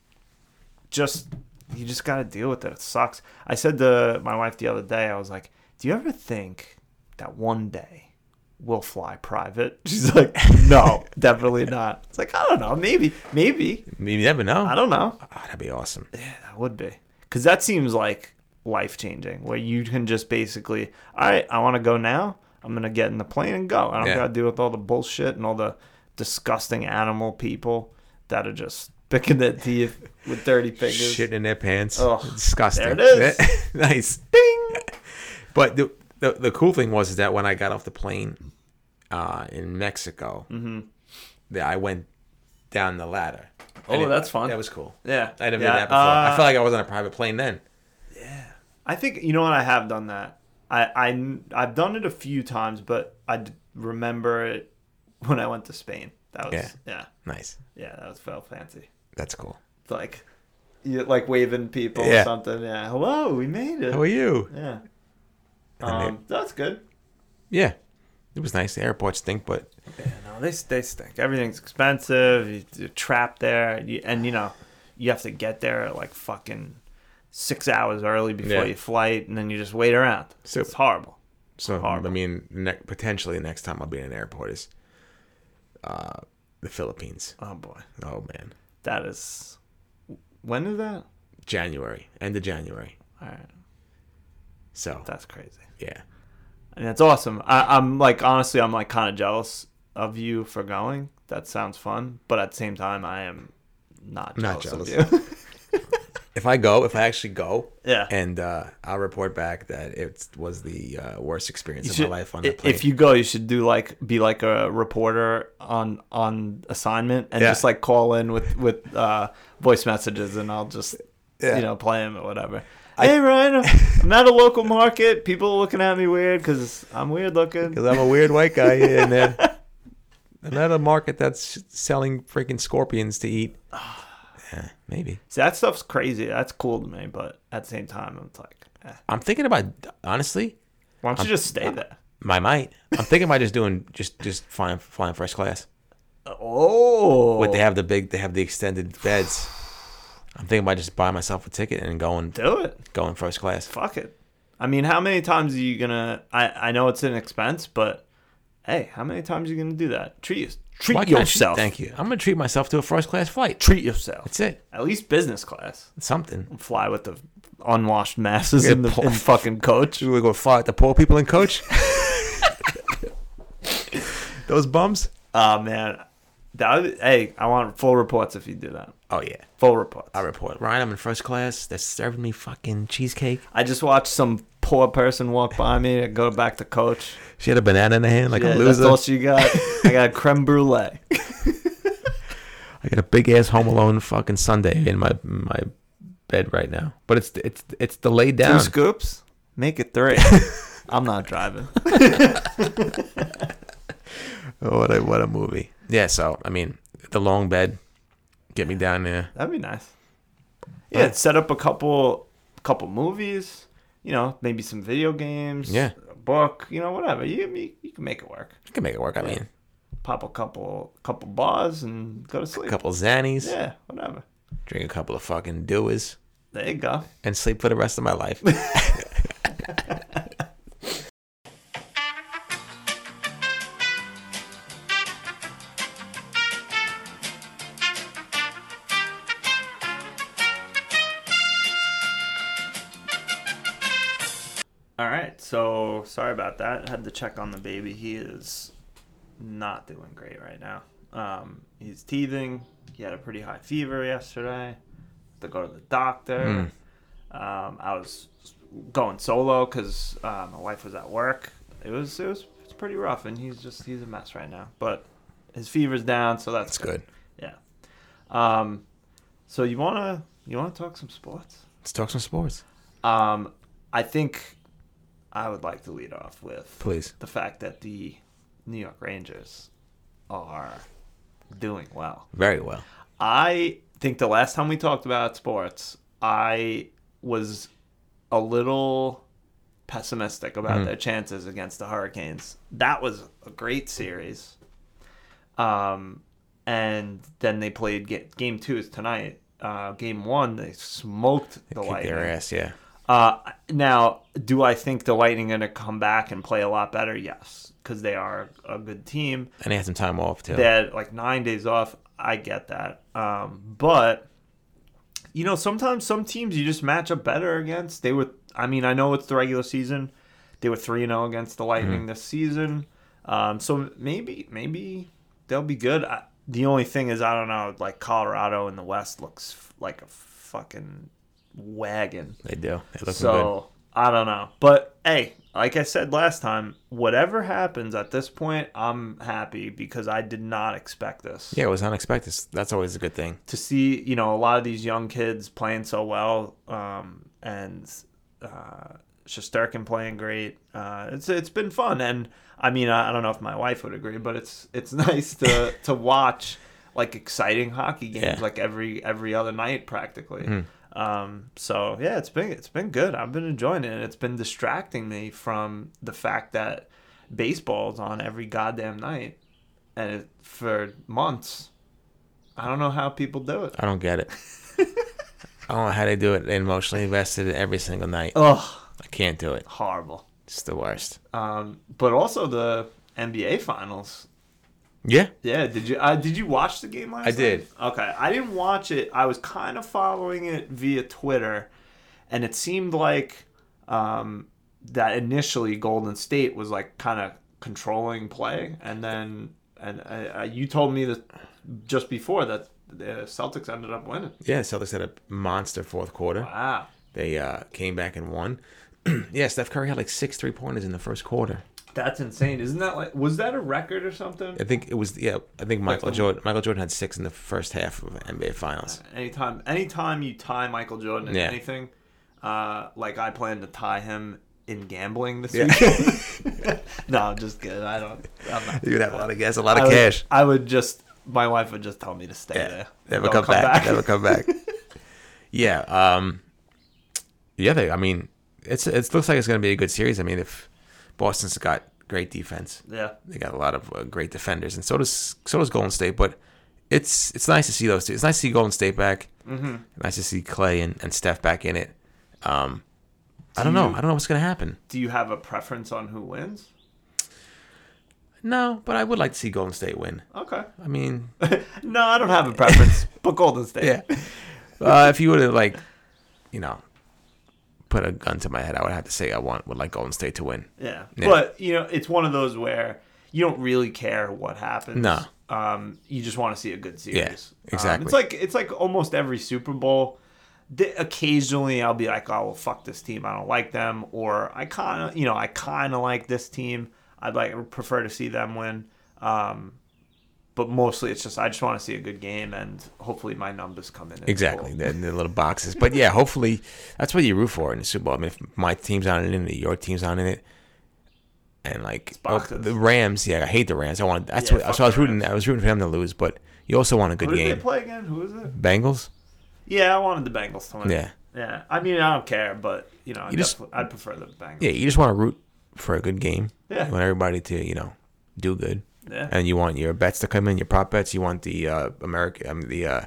Speaker 3: just you just got to deal with it. It sucks. I said to my wife the other day, I was like, "Do you ever think that one day we'll fly private?" <laughs> She's like, "No, definitely not." It's like I don't know, maybe, maybe
Speaker 2: You never know.
Speaker 3: I don't know.
Speaker 2: Oh, that'd be awesome.
Speaker 3: That would be because that seems like life changing, where you can just basically, all right, I want to go now. I'm gonna get in the plane and go. I don't
Speaker 2: Yeah.
Speaker 3: gotta deal with all the bullshit and all the disgusting animal people that are just <laughs> picking their teeth with dirty fingers.
Speaker 2: Shit in their pants.
Speaker 3: Ugh.
Speaker 2: Disgusting.
Speaker 3: There it
Speaker 2: is. <laughs> nice. Ding. But the, the the cool thing was that when I got off the plane uh, in Mexico,
Speaker 3: Mm-hmm.
Speaker 2: that I went down the ladder.
Speaker 3: Oh,
Speaker 2: And
Speaker 3: that's fun.
Speaker 2: That was cool.
Speaker 3: Yeah,
Speaker 2: I never
Speaker 3: Yeah,
Speaker 2: did that before.
Speaker 3: uh,
Speaker 2: I felt like I was on a private plane then.
Speaker 3: I think you know what I have done that. I, I have done it a few times, but I d- remember it when I went to Spain. That was yeah,
Speaker 2: Yeah.
Speaker 3: yeah,
Speaker 2: Nice.
Speaker 3: that was felt fancy.
Speaker 2: That's cool.
Speaker 3: It's like you like waving people or
Speaker 2: Yeah.
Speaker 3: something. Yeah, hello, we made it.
Speaker 2: How are you?
Speaker 3: Yeah.
Speaker 2: And they-
Speaker 3: Um, that's good.
Speaker 2: Yeah. It was nice. The airport stink, but
Speaker 3: Yeah, no, they they stink. Everything's expensive. You, you're trapped there, you, and you know you have to get there at, like fucking six hours early before
Speaker 2: Yeah.
Speaker 3: your flight, and then you just wait around.
Speaker 2: So-
Speaker 3: it's horrible.
Speaker 2: so
Speaker 3: Horrible.
Speaker 2: I mean, ne- potentially the next time I'll be in an airport is uh, the Philippines.
Speaker 3: Oh boy,
Speaker 2: Oh man,
Speaker 3: that is. When is that?
Speaker 2: January, end of January.
Speaker 3: All right,
Speaker 2: So
Speaker 3: that's crazy.
Speaker 2: yeah.
Speaker 3: And that's awesome. I, I'm like honestly, I'm like kind of jealous of you for going. That sounds fun, but at the same time, I am not
Speaker 2: Not
Speaker 3: jealous, of you. <laughs>
Speaker 2: if I go, if I actually go,
Speaker 3: Yeah.
Speaker 2: and uh, I'll report back that it was the uh, worst experience
Speaker 3: You
Speaker 2: of
Speaker 3: should-
Speaker 2: my life on
Speaker 3: i-
Speaker 2: that plane.
Speaker 3: If you go, you should do like be like a reporter on on assignment and
Speaker 2: Yeah.
Speaker 3: just like call in with with uh, voice messages, and I'll just
Speaker 2: Yeah.
Speaker 3: you know play them or whatever. hey Ryan, I'm at a local market. People are looking at me weird because I'm weird looking.
Speaker 2: Because I'm a weird white guy here and <laughs> there. Another market that's selling freaking scorpions to <sighs> eat. Yeah, maybe.
Speaker 3: See, that stuff's crazy. That's cool to me, but at the same time, I'm like, eh.
Speaker 2: I'm thinking about honestly.
Speaker 3: why don't you just stay there?
Speaker 2: I might. I'm thinking about just doing just just flying flying first class.
Speaker 3: Oh,
Speaker 2: But they have the big, they have the extended beds. I'm thinking about just buying myself a ticket and going
Speaker 3: do it.
Speaker 2: going first class.
Speaker 3: Fuck it. I mean, how many times are you gonna? I I know it's an expense, but hey, how many times are you gonna do that? Treat you, treat
Speaker 2: Why can't I treat-
Speaker 3: yourself.
Speaker 2: thank you. I'm gonna treat myself to a first class flight.
Speaker 3: Treat yourself.
Speaker 2: That's it.
Speaker 3: At least business class.
Speaker 2: Something.
Speaker 3: Fly with the unwashed masses
Speaker 2: Yeah,
Speaker 3: in the
Speaker 2: Paul-
Speaker 3: in
Speaker 2: <laughs>
Speaker 3: fucking coach.
Speaker 2: Do we go fly with the poor people in <laughs> coach? Those bums.
Speaker 3: Oh man, that would, hey, I want full reports if you do that.
Speaker 2: Oh yeah.
Speaker 3: Full reports.
Speaker 2: I report. Ryan, I'm in first class. They're serving me fucking cheesecake.
Speaker 3: I just watched some poor person walk by me and go back to
Speaker 2: <laughs>
Speaker 3: coach.
Speaker 2: She had a banana in her hand like
Speaker 3: Yeah,
Speaker 2: a
Speaker 3: that's
Speaker 2: loser.
Speaker 3: all she got.
Speaker 2: <laughs>
Speaker 3: I got creme brulee.
Speaker 2: I got a big ass Home Alone fucking Sunday in my my bed right now. But it's it's it's the lay
Speaker 3: Two
Speaker 2: down.
Speaker 3: scoops, make it
Speaker 2: <laughs>
Speaker 3: three. I'm not driving.
Speaker 2: Oh, what a what a movie. Yeah, so I mean, the long bed, get me down there.
Speaker 3: That'd be nice. Yeah, set up a couple, couple movies. You know, maybe some video games.
Speaker 2: Yeah.
Speaker 3: a book. You know, whatever. You you, you can make it work.
Speaker 2: You can make it work. I mean,
Speaker 3: Pop a couple, couple bars and go to
Speaker 2: a
Speaker 3: sleep.
Speaker 2: couple Xannies,
Speaker 3: Yeah, whatever.
Speaker 2: drink a couple of fucking Dewas,
Speaker 3: There you go.
Speaker 2: and sleep for the rest of my
Speaker 3: <laughs>
Speaker 2: life.
Speaker 3: All right. So sorry about that. had to check on the baby. He is not doing great right now. Um, he's teething. He had a pretty high fever yesterday. Had to go to the doctor. Um, I was going solo because uh, my wife was at work. It was it was it's pretty rough, and he's just he's a mess right now. But his fever's down, so that's
Speaker 2: That's good.
Speaker 3: Yeah. Um, so you wanna you wanna talk some sports?
Speaker 2: Let's talk some sports,
Speaker 3: Um, I think I would like to lead off with
Speaker 2: please.
Speaker 3: the fact that the New York Rangers are doing well.
Speaker 2: Very well.
Speaker 3: I think the last time we talked about sports, I was a little pessimistic about their chances against the Hurricanes. That was a great series. Um, and then they played ga- game two is tonight. Uh, game one, they smoked the
Speaker 2: Kick
Speaker 3: Lightning.
Speaker 2: their ass, yeah.
Speaker 3: Uh, now, do I think the Lightning going to come back and play a lot better? Yes, because they are a good team.
Speaker 2: And they had some time off too.
Speaker 3: They had like nine days off. I get that. Um, but, you know, sometimes some teams you just match up better against. They were, I mean, I know it's the regular season. They were 3 0 against the Lightning this season. Um, so maybe, maybe they'll be good. I, the only thing is, I don't know, like Colorado in the West looks f- like a fucking wagon.
Speaker 2: They do. They look
Speaker 3: So I don't know, but hey, like I said last time, whatever happens at this point, I'm happy because I did not expect this.
Speaker 2: good. Yeah, it was unexpected. That's always a good thing.
Speaker 3: To see, you know, a lot of these young kids playing so well, um, and uh, Shostakin playing great. Uh, it's it's been fun, and I mean, I, I don't know if my wife would agree, but it's it's <laughs> nice to to watch like exciting hockey games
Speaker 2: Yeah.
Speaker 3: like every every other night practically. Um, so yeah, it's been it's been good. I've been enjoying it, and it's been distracting me from the fact that baseball's on every goddamn night, and it, for months. I don't know how people do it.
Speaker 2: I don't get
Speaker 3: <laughs>
Speaker 2: it. I don't know how they do it. They emotionally invested every single night.
Speaker 3: Ugh,
Speaker 2: I can't do it.
Speaker 3: horrible.
Speaker 2: It's the worst.
Speaker 3: Um, but also the NBA finals.
Speaker 2: Yeah.
Speaker 3: Yeah, did you uh, did you watch the game last?
Speaker 2: I did.
Speaker 3: night? Okay, I didn't watch it. I was kind of following it via Twitter, and it seemed like um, that initially Golden State was like kind of controlling play, and then and uh, you told me that just before that the Celtics ended up winning.
Speaker 2: Yeah, Celtics had a monster fourth quarter.
Speaker 3: Wow.
Speaker 2: They uh, came back and won. <clears throat> yeah, Steph Curry had like six three pointers in the first quarter.
Speaker 3: That's insane, isn't that like? Was that a record or something?
Speaker 2: I think it was yeah. I think Michael
Speaker 3: the-
Speaker 2: Jordan. Michael Jordan had six in the first half of NBA Finals.
Speaker 3: Anytime, anytime you tie Michael Jordan in
Speaker 2: Yeah.
Speaker 3: anything, uh, like I plan to tie him in gambling this
Speaker 2: Yeah. <laughs>
Speaker 3: weekend. no, I'm just kidding. I don't. I'm not.
Speaker 2: You'd have a lot of gas, a lot
Speaker 3: I
Speaker 2: of
Speaker 3: would,
Speaker 2: cash.
Speaker 3: I would just. My wife would just tell me to stay there.
Speaker 2: Never
Speaker 3: Don't
Speaker 2: come, back. Never come back. yeah. Um, yeah. They, I mean, it's it looks like it's going to be a good series. I mean, if Boston's got great defense.
Speaker 3: <laughs> Yeah.
Speaker 2: They got a lot of uh, great defenders, and so does so does Golden State. But it's it's nice to see those two. It's nice to see Golden State back. Mm-hmm. Nice to see Clay and, and Steph back in it. Um, I don't know. I don't know what's gonna happen.
Speaker 3: Do you have a preference on who wins?
Speaker 2: No, but I would like to see Golden State win.
Speaker 3: Okay. <laughs>
Speaker 2: I mean,
Speaker 3: No, I don't have a preference, but Golden State.
Speaker 2: yeah. Uh, if you would have like, you know, put a gun to my head, I would have to say I want would like Golden State to win.
Speaker 3: Yeah.
Speaker 2: Yeah.
Speaker 3: But, you know, it's one of those where you don't really care what happens.
Speaker 2: No.
Speaker 3: Um, you just want to see a good series. Um,
Speaker 2: exactly.
Speaker 3: it's like it's like almost every Super Bowl. The- occasionally I'll be like, "Oh, well, fuck this team. I don't like them," or I kind of, you know, I kind of like this team. I'd like prefer to see them win. Um, but mostly it's just I just want to see a good game and hopefully my numbers come in. and
Speaker 2: Exactly,
Speaker 3: score.
Speaker 2: the, the little boxes. But yeah, hopefully that's what you root for in the Super Bowl. I mean, if my team's not in it, your team's not in it, and like oh,
Speaker 3: boxes.
Speaker 2: the Rams. Yeah, I hate the Rams. I want that's
Speaker 3: Yeah,
Speaker 2: what.
Speaker 3: fuck
Speaker 2: So I was
Speaker 3: the
Speaker 2: rooting.
Speaker 3: Rams.
Speaker 2: I was rooting for them to lose, but you also want a good
Speaker 3: Who did
Speaker 2: game.
Speaker 3: they play again? Who is it?
Speaker 2: Bengals.
Speaker 3: Yeah, I wanted the Bengals to win.
Speaker 2: Yeah.
Speaker 3: Yeah. I mean, I don't care, but, you know, I
Speaker 2: just-
Speaker 3: definitely- I'd prefer the Bengals.
Speaker 2: Yeah, you just want to root for a good game.
Speaker 3: Yeah.
Speaker 2: You want everybody to you know do good,
Speaker 3: Yeah.
Speaker 2: and you want your bets to come in, your prop bets. You want the uh, America, I mean, the uh,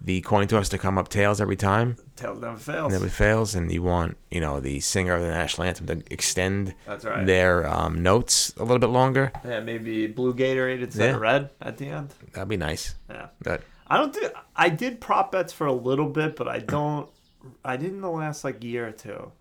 Speaker 2: the coin toss to come up tails every time.
Speaker 3: Tails never fails.
Speaker 2: never fails, and you want you know the singer of the national anthem to extend
Speaker 3: That's right.
Speaker 2: their um, notes a little bit longer.
Speaker 3: Yeah, maybe blue Gatorade instead
Speaker 2: Yeah.
Speaker 3: of red at the end.
Speaker 2: That'd be nice.
Speaker 3: Yeah.
Speaker 2: That
Speaker 3: I don't do. I did prop bets for a little bit, but I don't. I did in the last like year or two.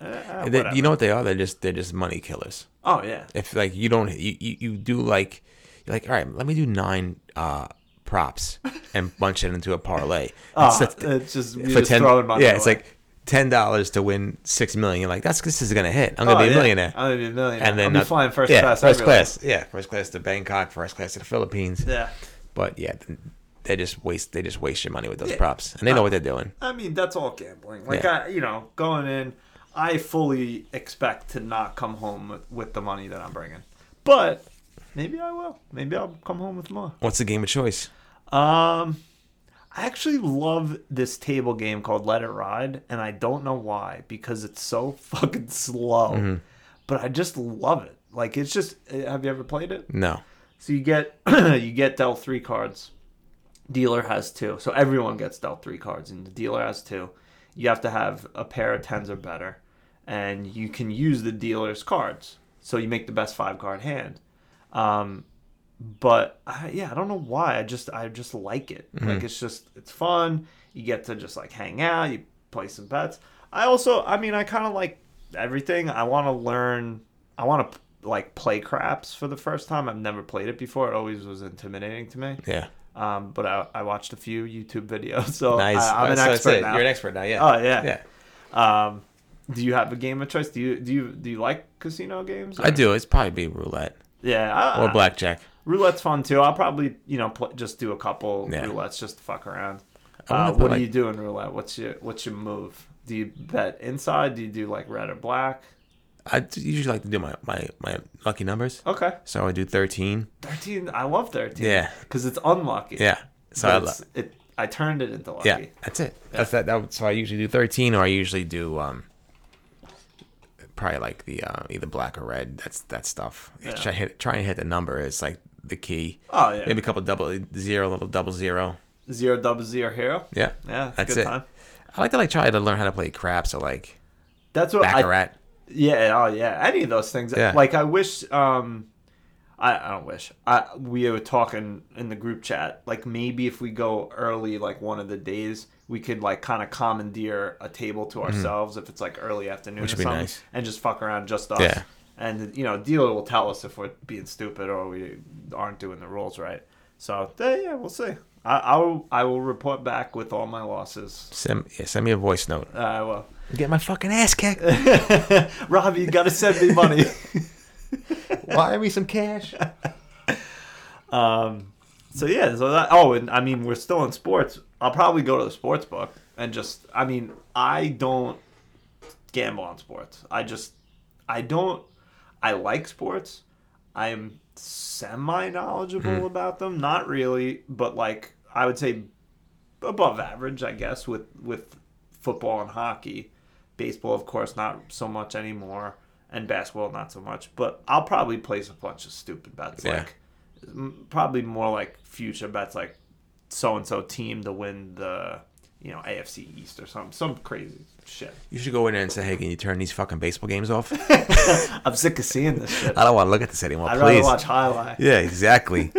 Speaker 3: Eh, eh,
Speaker 2: they-
Speaker 3: whatever.
Speaker 2: you know what they are? They're just they're just money killers.
Speaker 3: oh yeah.
Speaker 2: If like you don't you, you, you do like you're like all right, let me do nine uh, props and bunch it into a
Speaker 3: <laughs>
Speaker 2: parlay.
Speaker 3: Oh,
Speaker 2: It's the-
Speaker 3: it's just you're just throwing money.
Speaker 2: yeah, it's
Speaker 3: away.
Speaker 2: like ten dollars to win six million. You're like that's this is gonna hit. I'm
Speaker 3: Oh,
Speaker 2: gonna be a
Speaker 3: yeah,
Speaker 2: millionaire.
Speaker 3: I'm gonna be a millionaire.
Speaker 2: and then
Speaker 3: I'll
Speaker 2: uh,
Speaker 3: be flying first
Speaker 2: yeah,
Speaker 3: class. I
Speaker 2: First
Speaker 3: realize.
Speaker 2: class, yeah, first class to Bangkok, first class to the Philippines.
Speaker 3: Yeah.
Speaker 2: But yeah, th- they just waste they just waste your money with those
Speaker 3: Yeah. Uh,
Speaker 2: props, and they know what they're doing.
Speaker 3: I mean, that's all gambling. Like
Speaker 2: Yeah.
Speaker 3: I, you know, going in, I fully expect to not come home with, with the money that I'm bringing, but maybe I will. Maybe I'll come home with more.
Speaker 2: What's the game of choice?
Speaker 3: Um, I actually love this table game called Let It Ride, and I don't know why because it's so <laughs> fucking slow, but I just love it. Like it's just, eh, have you ever played it?
Speaker 2: No,
Speaker 3: So you get <clears throat> you get dealt three cards. Dealer has two. So everyone gets dealt three cards, and the dealer has two. You have to have a pair of tens or better, and you can use the dealer's cards. So you make the best five card hand. Um, but I, yeah, I don't know why. I just I just like it. Like it's just it's fun. You get to just like hang out. You play some bets. I also I mean I kind of like everything. I want to learn. I want to like play craps for the first time. I've never played it before. It always was intimidating to me.
Speaker 2: yeah,
Speaker 3: Um, but I, I watched a few YouTube videos, so
Speaker 2: nice.
Speaker 3: Oh, I, am an
Speaker 2: uh, So that's
Speaker 3: expert
Speaker 2: it.
Speaker 3: now.
Speaker 2: You're an expert now. Yeah.
Speaker 3: Oh, yeah.
Speaker 2: Yeah,
Speaker 3: Um, do you have a game of choice? Do you do you do you like casino games?
Speaker 2: I
Speaker 3: or-
Speaker 2: do. It's probably be roulette
Speaker 3: Yeah, I,
Speaker 2: or
Speaker 3: I-
Speaker 2: blackjack.
Speaker 3: Roulette's fun too. I'll probably you know pl- just do a couple
Speaker 2: Yeah.
Speaker 3: roulettes just to fuck around.
Speaker 2: I wanna
Speaker 3: Uh,
Speaker 2: put,
Speaker 3: what
Speaker 2: like-
Speaker 3: do you do in roulette? What's your what's your move? Do you bet inside? Do you do like red or black?
Speaker 2: I d- usually like to do my my, my lucky numbers.
Speaker 3: Okay,
Speaker 2: So I do thirteen.
Speaker 3: thirteen. I love thirteen.
Speaker 2: Yeah.
Speaker 3: because it's unlucky.
Speaker 2: Yeah. So
Speaker 3: But
Speaker 2: I
Speaker 3: it's-
Speaker 2: lo-
Speaker 3: it. I turned it into lucky.
Speaker 2: yeah, that's it. That's that, that. So I usually do thirteen, or I usually do um. Probably like the uh, either black or red. That's that stuff.
Speaker 3: Yeah.
Speaker 2: Try, hit, try and hit the number. It's like the key.
Speaker 3: Oh yeah.
Speaker 2: Maybe a couple double zero, little double zero.
Speaker 3: zero double zero hero.
Speaker 2: Yeah.
Speaker 3: Yeah, it's a
Speaker 2: That's
Speaker 3: good
Speaker 2: it.
Speaker 3: time.
Speaker 2: I like to like try to learn how to play craps or like
Speaker 3: That's what I
Speaker 2: baccarat.
Speaker 3: Yeah, oh yeah, any of those things.
Speaker 2: Yeah.
Speaker 3: Like I wish um I, I don't wish. I we were talking in the group chat like maybe if we go early like one of the days we could like kind of commandeer a table to ourselves if it's like early afternoon
Speaker 2: Mm-hmm. Which
Speaker 3: or
Speaker 2: would be
Speaker 3: something
Speaker 2: nice.
Speaker 3: and just fuck around just us.
Speaker 2: Yeah.
Speaker 3: And you know, dealer will tell us if we're being stupid or we aren't doing the rules right. So eh, yeah, we'll see. I, I will I will report back with all my losses.
Speaker 2: send, yeah, send me a voice note.
Speaker 3: I will.
Speaker 2: Get my fucking ass
Speaker 3: <laughs>
Speaker 2: kicked.
Speaker 3: Robbie, you gotta send me
Speaker 2: <laughs>
Speaker 3: money.
Speaker 2: Wire me some cash.
Speaker 3: Um, so yeah, so that. Oh, and I mean, we're still in sports. I'll probably go to the sports book and just. I mean, I don't gamble on sports. I just, I don't. I like sports. I am semi knowledgeable about them. Not really, but like I would say above average, I guess, with with football and hockey. Baseball, of course, not so much anymore. and basketball not so much. But I'll probably place a bunch of stupid bets,
Speaker 2: Yeah.
Speaker 3: like m- probably more like future bets, like so and so team to win the you know AFC East or something, some crazy shit.
Speaker 2: You should go in there and say, "Hey, can you turn these fucking baseball games
Speaker 3: <laughs>
Speaker 2: off?"
Speaker 3: I'm sick of seeing this
Speaker 2: <laughs>
Speaker 3: shit.
Speaker 2: I don't want to look at this anymore,
Speaker 3: I'd rather
Speaker 2: please.
Speaker 3: watch highlight.
Speaker 2: Yeah, exactly.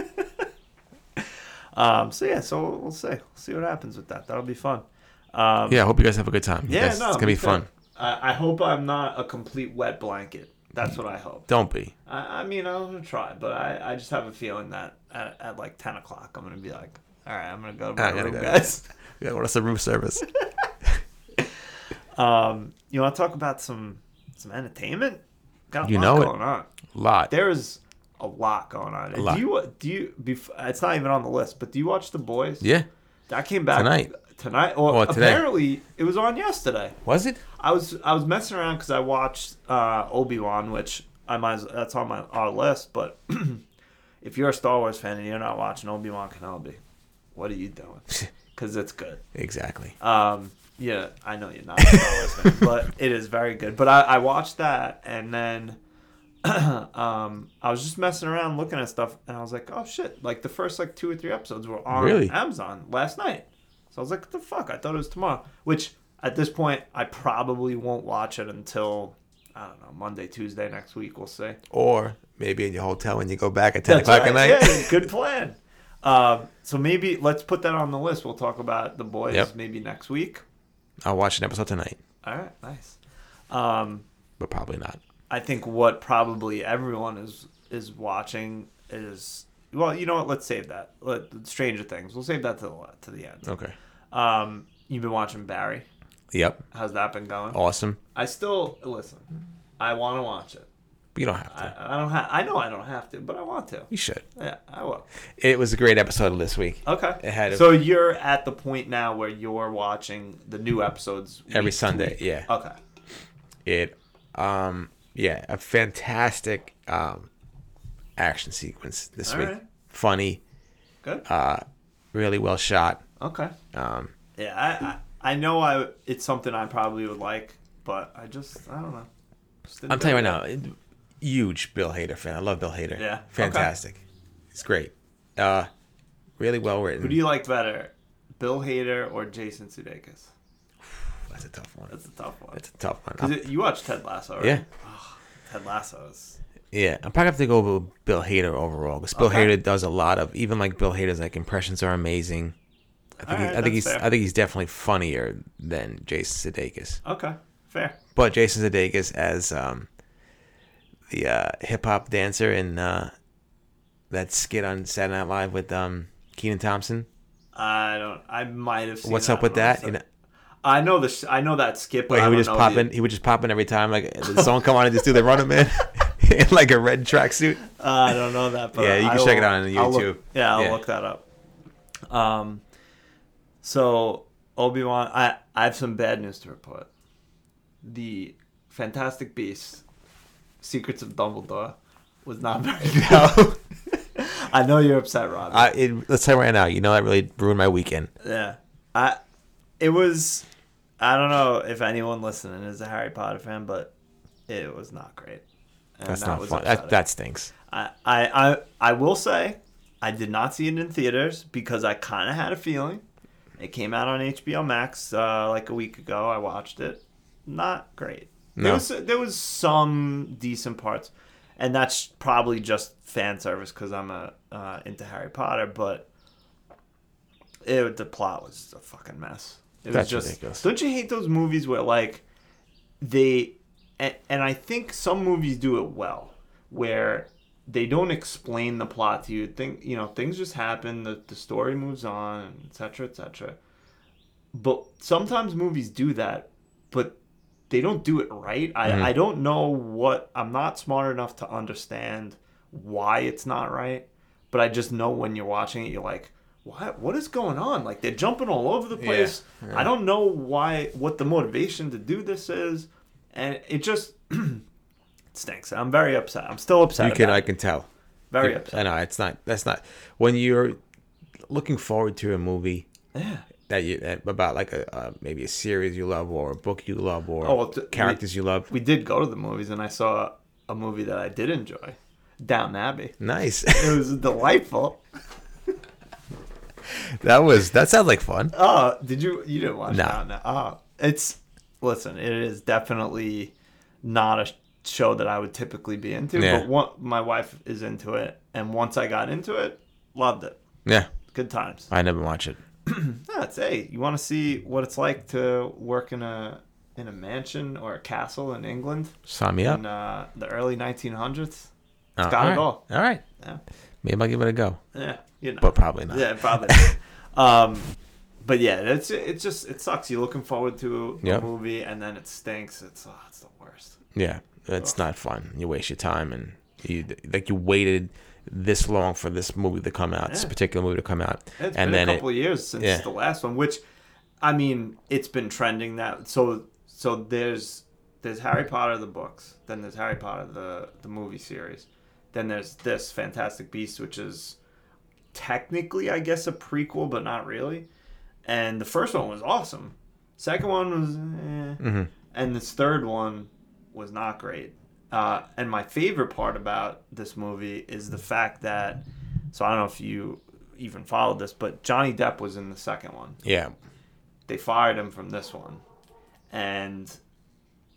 Speaker 3: Um, so yeah, so we'll, we'll see. We'll see what happens with that. That'll be fun. Um,
Speaker 2: yeah, I hope you guys have a good time. You
Speaker 3: yeah,
Speaker 2: guys-
Speaker 3: no,
Speaker 2: it's gonna be
Speaker 3: me too.
Speaker 2: fun.
Speaker 3: I, I hope I'm not a complete wet blanket. That's what I hope.
Speaker 2: Don't be.
Speaker 3: I, I mean, I'm gonna try, but I, I just have a feeling that at, at like 10 o'clock, I'm gonna be like, all right, I'm gonna go to my
Speaker 2: I gotta
Speaker 3: room,
Speaker 2: go.
Speaker 3: guys.
Speaker 2: Ah,
Speaker 3: <laughs>
Speaker 2: Yeah, well, that's a room service.
Speaker 3: Um, you want to talk about some some entertainment? Got a
Speaker 2: You
Speaker 3: lot
Speaker 2: know it.
Speaker 3: going on.
Speaker 2: Lot.
Speaker 3: There is a lot going on.
Speaker 2: lot.
Speaker 3: Do you do you? Bef- it's not even on the list, but do you watch The Boys?
Speaker 2: yeah.
Speaker 3: I came back
Speaker 2: Tonight.
Speaker 3: Tonight, or
Speaker 2: Or today.
Speaker 3: apparently it was on yesterday.
Speaker 2: Was it?
Speaker 3: I was I was messing around because I watched uh, Obi Wan, which I might as, that's on my our list. But <clears throat> if you're a Star Wars fan and you're not watching Obi Wan Kenobi, what are
Speaker 2: <laughs>
Speaker 3: you doing? Because it's good.
Speaker 2: Exactly.
Speaker 3: Um, yeah, I know you're not a Star
Speaker 2: <laughs>
Speaker 3: Wars fan, but it is very good. But I, I watched that and then <clears throat> um, I was just messing around looking at stuff and I was like, oh shit! Like the first like two or three episodes were on
Speaker 2: Really?
Speaker 3: Amazon last night. So I was like, what the fuck? I thought it was tomorrow. Which at this point, I probably won't watch it until I don't know Monday, Tuesday next week. We'll see.
Speaker 2: Or maybe in your hotel when you go back at ten o'clock at night.
Speaker 3: right. Yeah, good plan. Um, so maybe let's put that on the list. We'll talk about the boys
Speaker 2: Yep.
Speaker 3: maybe next week.
Speaker 2: <laughs> I'll watch an episode tonight,
Speaker 3: All right, nice. Um,
Speaker 2: but probably not.
Speaker 3: I think what probably everyone is is watching is well, you know what? Let's save that. Let Stranger Things. We'll save that to the to the end.
Speaker 2: Okay.
Speaker 3: Um, you've been watching Barry.
Speaker 2: Yep.
Speaker 3: How's that been going?
Speaker 2: Awesome.
Speaker 3: I still listen. I want to watch it.
Speaker 2: But you don't have to.
Speaker 3: I, I don't have. I know I don't have to, but I want to.
Speaker 2: you should.
Speaker 3: Yeah, I will.
Speaker 2: It was a great episode of this week.
Speaker 3: Okay.
Speaker 2: It had a-
Speaker 3: so you're at the point now where you're watching the new episodes
Speaker 2: Every
Speaker 3: week to
Speaker 2: Sunday,
Speaker 3: week.
Speaker 2: yeah.
Speaker 3: Okay.
Speaker 2: It, um, yeah, a fantastic um, action sequence this
Speaker 3: All
Speaker 2: week.
Speaker 3: right.
Speaker 2: Funny, uh,
Speaker 3: Good.
Speaker 2: really well shot.
Speaker 3: okay.
Speaker 2: Um,
Speaker 3: Yeah, I, I I know I it's something I probably would like, but I just I don't know. Just didn't
Speaker 2: I'm telling you
Speaker 3: do it.
Speaker 2: right now, huge Bill Hader fan. I love Bill Hader.
Speaker 3: Yeah.
Speaker 2: fantastic. He's great. Uh, really well written.
Speaker 3: Who do you like better, Bill Hader or Jason Sudeikis?
Speaker 2: That's a tough one.
Speaker 3: That's a tough one.
Speaker 2: That's a tough one.
Speaker 3: 'Cause it- you watched Ted Lasso, right?
Speaker 2: yeah,
Speaker 3: Ted Lasso is
Speaker 2: yeah. I'm probably have to go with Bill Hader overall because Bill
Speaker 3: Okay.
Speaker 2: Hader does a lot of even like Bill Hader's like impressions are amazing. I think, he-
Speaker 3: Alright,
Speaker 2: I think
Speaker 3: that's
Speaker 2: he's
Speaker 3: fair.
Speaker 2: I think he's definitely funnier than Jason Sudeikis.
Speaker 3: okay. Fair.
Speaker 2: But Jason Sudeikis as um, the uh, hip hop dancer in uh, that skit on Saturday Night Live with um, Keenan Thompson.
Speaker 3: I don't. I might have. Seen
Speaker 2: What's
Speaker 3: that
Speaker 2: up with
Speaker 3: when I
Speaker 2: that?
Speaker 3: was
Speaker 2: You know,
Speaker 3: like- I know the. sh- I know that skip. but
Speaker 2: Like
Speaker 3: I
Speaker 2: he would
Speaker 3: don't
Speaker 2: just
Speaker 3: know
Speaker 2: pop
Speaker 3: the-
Speaker 2: in. He would just pop in every time.
Speaker 3: <laughs>
Speaker 2: Like did someone come on and just do the running man in <laughs> like a red
Speaker 3: <laughs>
Speaker 2: tracksuit.
Speaker 3: Uh, I don't know that, but
Speaker 2: Yeah, you can
Speaker 3: I
Speaker 2: check
Speaker 3: will-
Speaker 2: it out on
Speaker 3: I'll look-
Speaker 2: YouTube.
Speaker 3: yeah, I'll
Speaker 2: Yeah.
Speaker 3: look that up. Um, so Obi Wan, I I have some bad news to report. The Fantastic Beasts, Secrets of Dumbledore, was not <laughs> very good. I know you're upset, Rob.
Speaker 2: <laughs> I, it, let's say right now, you know that really ruined my weekend.
Speaker 3: Yeah. I it was I don't know if anyone listening is a Harry Potter fan, but it was not great. And
Speaker 2: That's
Speaker 3: that
Speaker 2: not
Speaker 3: was
Speaker 2: fun.
Speaker 3: upsetting.
Speaker 2: That, that stinks.
Speaker 3: I, I I I will say I did not see it in theaters because I kind of had a feeling. It came out on HBO Max uh, like a week ago. I watched it. Not great. There
Speaker 2: No.
Speaker 3: was there was some decent parts, and that's probably just fan service because I'm a uh, into Harry Potter. But it the plot was a fucking mess. It was
Speaker 2: That's
Speaker 3: just
Speaker 2: ridiculous.
Speaker 3: don't you hate those movies where like they and, and I think some movies do it well where they don't explain the plot to you. Think you know things just happen. The the story moves on, etc. etc. But sometimes movies do that, but they don't do it right. I,
Speaker 2: Mm-hmm.
Speaker 3: I don't know what I'm not smart enough to understand why it's not right, but I just know when you're watching it, you're like, what what is going on? Like they're jumping all over the place. I don't know why what the motivation to do this is, and it just <clears throat> it stinks. I'm very upset. I'm still upset.
Speaker 2: You can,
Speaker 3: about
Speaker 2: I
Speaker 3: it.
Speaker 2: can tell.
Speaker 3: very
Speaker 2: I
Speaker 3: upset.
Speaker 2: know it's not. That's not when you're looking forward to a movie.
Speaker 3: Yeah.
Speaker 2: that you that, about like a uh, maybe a series you love or a book you love or
Speaker 3: Oh, well, th-
Speaker 2: characters you love.
Speaker 3: We did go to the movies, and I saw a movie that I did enjoy, Down Abbey.
Speaker 2: Nice. <laughs>
Speaker 3: It was delightful.
Speaker 2: that was that sounds like fun.
Speaker 3: Oh, did you? You didn't watch
Speaker 2: No.
Speaker 3: Down Abbey? Oh, it's listen. It is definitely not a sh- show that I would typically be into.
Speaker 2: Yeah.
Speaker 3: But one, my wife is into it, and once I got into it, loved it.
Speaker 2: Yeah,
Speaker 3: Good times.
Speaker 2: I never watch it.
Speaker 3: No, it's hey, you want to see what it's like to work in a in a mansion or a castle in England
Speaker 2: Sign me up.
Speaker 3: in uh, the early 1900s?
Speaker 2: Uh,
Speaker 3: got it
Speaker 2: right.
Speaker 3: all.
Speaker 2: All right,
Speaker 3: Yeah,
Speaker 2: maybe I'll give it a go,
Speaker 3: yeah, Eh, you know.
Speaker 2: but probably not.
Speaker 3: yeah, probably.
Speaker 2: <laughs>
Speaker 3: not. um, but yeah, it's it's just it sucks. You're looking forward to a
Speaker 2: Yep.
Speaker 3: movie and then it stinks. It's oh, it's the worst.
Speaker 2: Yeah, it's not fun. You waste your time, and you like you waited this long for this movie to come out, this
Speaker 3: Yeah.
Speaker 2: particular movie to come out,
Speaker 3: It's
Speaker 2: and
Speaker 3: been
Speaker 2: then
Speaker 3: a couple
Speaker 2: it,
Speaker 3: of years since
Speaker 2: yeah.
Speaker 3: the last one, which I mean, it's been trending that so so there's there's Harry Potter the books, then there's Harry Potter the the movie series. Then there's this Fantastic Beast which is technically I guess a prequel but not really. And the first one was awesome. Second one was eh.
Speaker 2: Mm-hmm.
Speaker 3: and this third one was not great. Uh, and my favorite part about this movie is the fact that so I don't know if you even followed this, but Johnny Depp was in the second one.
Speaker 2: yeah,
Speaker 3: They fired him from this one, and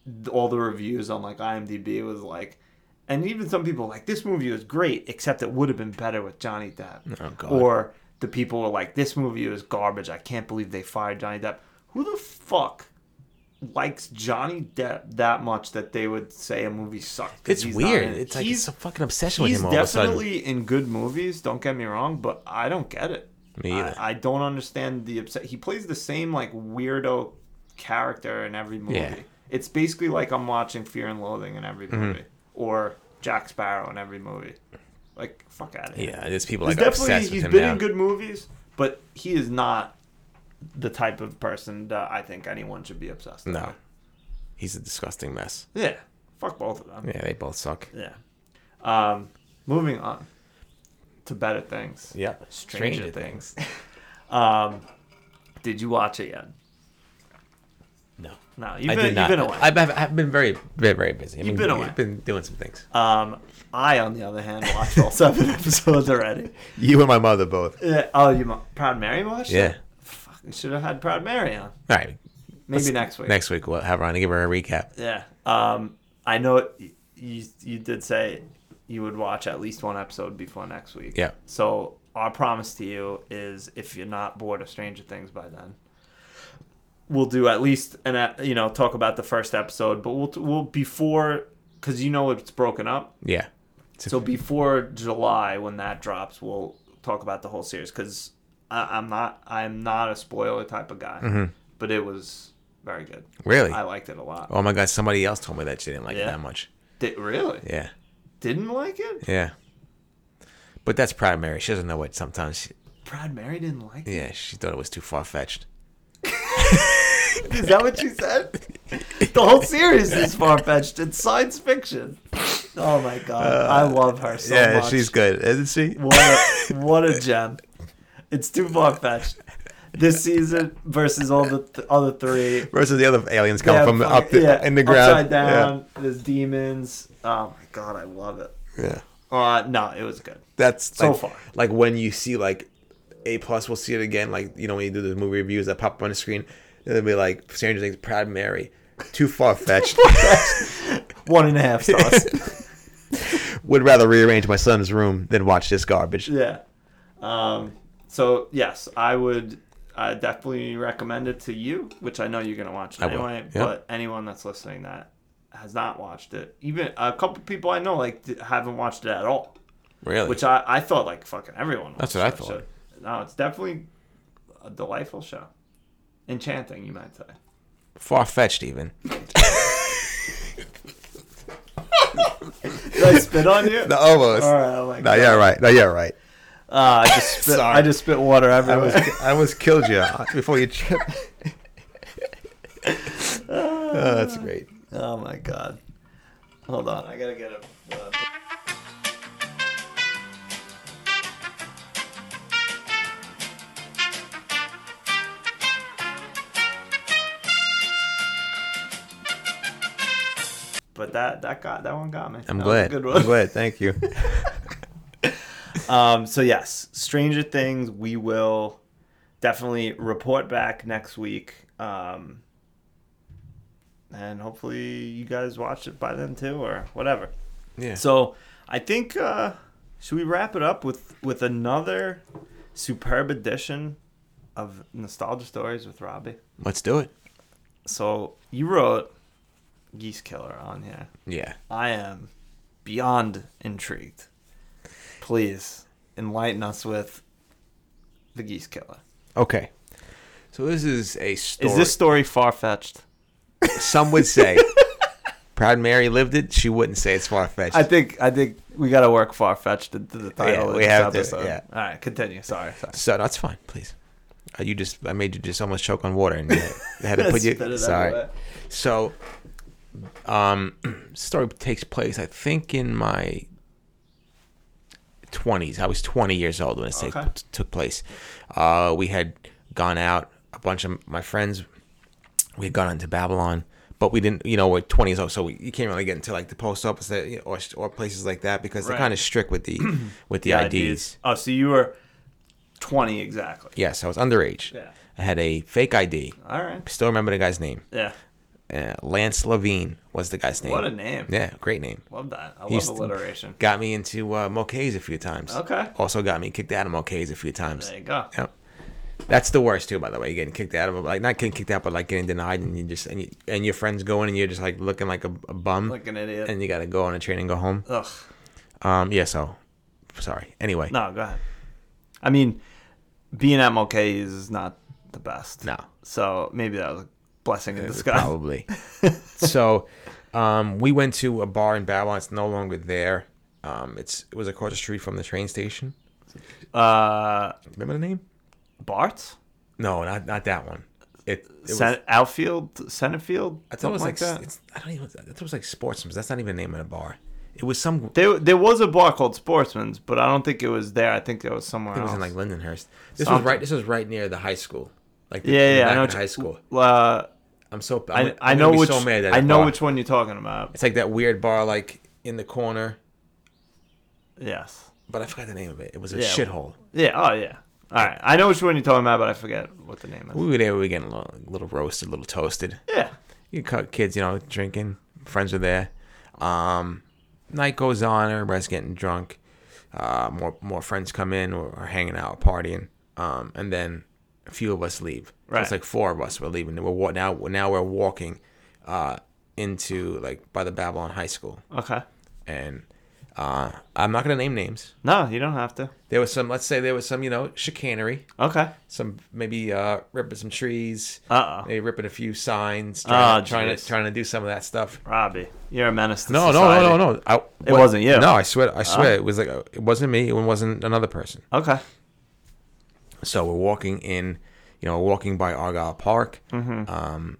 Speaker 3: th- all the reviews on like IMDb was like, and even some people were like this movie was great, except it would have been better with Johnny Depp.
Speaker 2: Oh, God.
Speaker 3: Or the people were like, this movie is garbage. I can't believe they fired Johnny Depp. Who the fuck? likes Johnny Depp that much that they would say a movie sucked. 'cause
Speaker 2: it's
Speaker 3: he's not
Speaker 2: weird.
Speaker 3: in it.
Speaker 2: It's like
Speaker 3: He's-
Speaker 2: it's a fucking obsession with
Speaker 3: He's
Speaker 2: him all of a sudden.
Speaker 3: definitely in good movies. Don't get me wrong, but I don't get it.
Speaker 2: Me
Speaker 3: I-
Speaker 2: either.
Speaker 3: I, don't understand the upset. He plays the same like weirdo character in every movie.
Speaker 2: Yeah. Mm-hmm.
Speaker 3: It's basically like I'm watching Fear and Loathing in every movie, or Jack Sparrow in every movie. Like fuck out of here.
Speaker 2: Yeah, there's people
Speaker 3: He's
Speaker 2: like
Speaker 3: definitely
Speaker 2: obsessed with
Speaker 3: he's
Speaker 2: him
Speaker 3: been
Speaker 2: now.
Speaker 3: in good movies, but he is not the type of person that I think anyone should be obsessed. with.
Speaker 2: No, he's a disgusting mess.
Speaker 3: Yeah. Fuck both of them.
Speaker 2: Yeah, they both suck.
Speaker 3: Yeah. Um, moving on to better things.
Speaker 2: Yeah,
Speaker 3: Stranger, Things. um, did you watch it yet?
Speaker 2: No,
Speaker 3: No, you've
Speaker 2: I
Speaker 3: been,
Speaker 2: did not.
Speaker 3: You've been away.
Speaker 2: I've, I've, I've been very, very, very busy. I've
Speaker 3: You've been away.
Speaker 2: been doing some things.
Speaker 3: um, I, on the other hand, watched all seven <laughs> episodes already.
Speaker 2: <laughs> You and my mother both.
Speaker 3: Uh, oh, you mo- Proud Mary watched?
Speaker 2: Yeah.
Speaker 3: It? Fuck, we should have had Proud Mary on.
Speaker 2: All right.
Speaker 3: Maybe next week.
Speaker 2: Next week we'll have her on and give her a recap.
Speaker 3: Yeah. Um, I know it, you you did say you would watch at least one episode before next week.
Speaker 2: Yeah.
Speaker 3: So our promise to you is, if you're not bored of Stranger Things by then, we'll do at least an ep- you know talk about the first episode, but we'll we'll before because you know it's broken up.
Speaker 2: Yeah. It's <laughs>
Speaker 3: So before July, when that drops, we'll talk about the whole series because I'm not I'm not a spoiler type of guy, but it was very good.
Speaker 2: Mm-hmm. Really?
Speaker 3: I liked it a lot.
Speaker 2: Oh my god, somebody else told me that she didn't like it
Speaker 3: Yeah.
Speaker 2: that much.
Speaker 3: Did, really?
Speaker 2: Yeah.
Speaker 3: Didn't like it?
Speaker 2: Yeah. But that's primary. She doesn't know it sometimes. She,
Speaker 3: Proud Mary didn't like it.
Speaker 2: yeah, she thought it was too far fetched.
Speaker 3: Is that what
Speaker 2: <laughs>
Speaker 3: she said? the whole series is far fetched. It's science fiction. Oh my god, I love her so much.
Speaker 2: Uh, good, isn't she?
Speaker 3: what a, what a gem. It's too far fetched. This season versus all the th- other three.
Speaker 2: Versus the other aliens coming
Speaker 3: Yeah,
Speaker 2: from
Speaker 3: fuck-
Speaker 2: up the,
Speaker 3: yeah,
Speaker 2: in the ground.
Speaker 3: upside down. There's demons. Oh my god, I love it.
Speaker 2: Yeah. yeah.
Speaker 3: Uh, no, it was good.
Speaker 2: That's
Speaker 3: So
Speaker 2: like,
Speaker 3: far.
Speaker 2: Like when you see like A plus, we'll see it again. Like you know when you do the movie reviews that pop up on the screen, it'll be like Stranger Things, Proud Mary, too far
Speaker 3: <laughs>
Speaker 2: fetched.
Speaker 3: One and a half stars.
Speaker 2: Would rather rearrange my son's room than watch this garbage.
Speaker 3: Yeah. Um, so yes, I would I definitely recommend it to you, which I know you're gonna watch it
Speaker 2: I will,
Speaker 3: anyway.
Speaker 2: yeah.
Speaker 3: But anyone that's listening that has not watched it, even a couple people I know like d- haven't watched it at all,
Speaker 2: Really?
Speaker 3: which I I thought like fucking everyone.
Speaker 2: That's
Speaker 3: watched
Speaker 2: what I
Speaker 3: that
Speaker 2: thought.
Speaker 3: shit. No, it's definitely a delightful show, enchanting
Speaker 2: <laughs>
Speaker 3: you might say.
Speaker 2: far fetched even.
Speaker 3: Did I spit on you?
Speaker 2: No, almost.
Speaker 3: All right, I'm like,
Speaker 2: No, yeah, right. No, yeah, right.
Speaker 3: Ah, I just spit,
Speaker 2: Sorry.
Speaker 3: I just spit water
Speaker 2: I
Speaker 3: everywhere.
Speaker 2: was I almost killed you before you <laughs> tripped.
Speaker 3: Ah,
Speaker 2: oh, that's great.
Speaker 3: Oh my god. Hold on, I gotta get a. Uh, But that that got that one got me.
Speaker 2: I'm
Speaker 3: That was a
Speaker 2: glad.
Speaker 3: Good
Speaker 2: I'm
Speaker 3: one.
Speaker 2: glad. Thank you.
Speaker 3: Um, so yes, Stranger Things. We will definitely report back next week, um, and hopefully you guys watch it by then too, or whatever.
Speaker 2: Yeah.
Speaker 3: So I think uh, should we wrap it up with with another superb edition of Nostalgia Stories with Robbie?
Speaker 2: Let's do it.
Speaker 3: So you wrote Geese Killer on here.
Speaker 2: Yeah.
Speaker 3: I am beyond intrigued. Please enlighten us with the Geese Killer.
Speaker 2: Okay. So this is a story.
Speaker 3: Is
Speaker 2: <laughs>
Speaker 3: this story far fetched?
Speaker 2: Some would say. Proud Mary lived it. She wouldn't say it's far fetched.
Speaker 3: I think I think we got to work far fetched into the title.
Speaker 2: Yeah,
Speaker 3: of
Speaker 2: we
Speaker 3: this
Speaker 2: have to,
Speaker 3: episode.
Speaker 2: yeah.
Speaker 3: All right, continue. Sorry.
Speaker 2: <laughs>
Speaker 3: sorry.
Speaker 2: So that's fine, please. Uh, you just I made you just almost choke on water and you had- had to
Speaker 3: <laughs> That's
Speaker 2: put
Speaker 3: better
Speaker 2: you.
Speaker 3: that
Speaker 2: Sorry.
Speaker 3: way.
Speaker 2: So, um, <clears throat> story takes place I think in my twenties. I was twenty years old when this take-
Speaker 3: Okay.
Speaker 2: took place. Uh, we had gone out. A bunch of my friends we had gone into Babylon, but we didn't, you know, we're 20 years old, so we, you can't really get into like the post office that- you know, or, or places like that because they're
Speaker 3: Right.
Speaker 2: kind of strict with
Speaker 3: <clears throat>
Speaker 2: the with the, IDs.
Speaker 3: Oh, so you were 20 exactly.
Speaker 2: Yes, I was underage.
Speaker 3: Yeah.
Speaker 2: I had a fake ID.
Speaker 3: All right.
Speaker 2: Still remember the guy's name.
Speaker 3: Yeah.
Speaker 2: Uh, Lance Levine was the guy's name.
Speaker 3: What a name.
Speaker 2: Yeah, great name.
Speaker 3: Love that. I love
Speaker 2: He's-
Speaker 3: alliteration.
Speaker 2: Got me into uh, Mokay's a few times.
Speaker 3: Okay.
Speaker 2: Also got me kicked out of Mokay's a few times.
Speaker 3: There you go.
Speaker 2: Yep. That's the worst too, by the way. Getting kicked out of a- like not getting kicked out, but like getting denied, and you just and, you, and your friends go in, and you're just like looking like a, a bum,
Speaker 3: Like an idiot.
Speaker 2: and you got to go on a train and go home.
Speaker 3: Ugh.
Speaker 2: Um, yeah. So, sorry. Anyway,
Speaker 3: No, go ahead. I mean, being at Mulcahy's is not the best.
Speaker 2: No.
Speaker 3: So maybe that was a blessing in disguise. <laughs>
Speaker 2: Probably. so, um, we went to a bar in Babylon. It's no longer there. Um, it's it was across the street from the train station.
Speaker 3: Uh,
Speaker 2: Remember the name?
Speaker 3: Bart?
Speaker 2: No, not not that one. It, it was,
Speaker 3: Cen- outfield? Center field?
Speaker 2: I thought it was like,
Speaker 3: Something
Speaker 2: s- It's, I don't even. I thought it was like Sportsman's. That's not even the name of the bar. It was some. It
Speaker 3: There, there was a bar called Sportsman's, but I don't think it was there. I think it was somewhere
Speaker 2: was
Speaker 3: else.
Speaker 2: in like Lindenhurst. This was
Speaker 3: Something.
Speaker 2: right. This was right near the high school. Like the,
Speaker 3: yeah,
Speaker 2: the
Speaker 3: yeah,
Speaker 2: back
Speaker 3: I know.
Speaker 2: of
Speaker 3: what
Speaker 2: high
Speaker 3: you-
Speaker 2: school.
Speaker 3: Uh,
Speaker 2: I'm so. I'm,
Speaker 3: I,
Speaker 2: I'm
Speaker 3: I
Speaker 2: gonna
Speaker 3: know
Speaker 2: be
Speaker 3: which
Speaker 2: So mad at
Speaker 3: I
Speaker 2: that
Speaker 3: know
Speaker 2: bar.
Speaker 3: which one you're talking about.
Speaker 2: It's like that weird bar, like in the corner.
Speaker 3: Yes.
Speaker 2: But I forgot the name of it. It was a
Speaker 3: Yeah.
Speaker 2: shithole.
Speaker 3: Yeah. Oh yeah. All right. I know which one you're talking about, but I forget what the name is.
Speaker 2: We were there. We were getting a little, little roasted, a little toasted.
Speaker 3: Yeah.
Speaker 2: you cut kids, you know, drinking. Friends are there. Um, night goes on. Everybody's getting drunk. Uh, more more friends come in. We're, we're hanging out, partying. Um, and then a few of us leave. So
Speaker 3: Right.
Speaker 2: it's like four of us were leaving. We're wa- now now we're walking uh, into like by the Babylon High School,
Speaker 3: Okay.
Speaker 2: and uh, I'm not gonna name names.
Speaker 3: No, you don't have to.
Speaker 2: There was some. Let's say there was some, you know, chicanery.
Speaker 3: Okay.
Speaker 2: Some maybe uh, ripping some trees.
Speaker 3: Uh oh.
Speaker 2: Maybe ripping a few signs. Trying,
Speaker 3: Oh,
Speaker 2: trying to
Speaker 3: jeez.
Speaker 2: trying to do some of that stuff.
Speaker 3: Robbie, you're a menace to
Speaker 2: No,
Speaker 3: society.
Speaker 2: no, no, no, no. I,
Speaker 3: It wasn't you.
Speaker 2: No, I swear, I swear, it was like uh, it wasn't me. It wasn't another person.
Speaker 3: no. Okay.
Speaker 2: So we're walking in, you know, walking by Argyle Park. Um,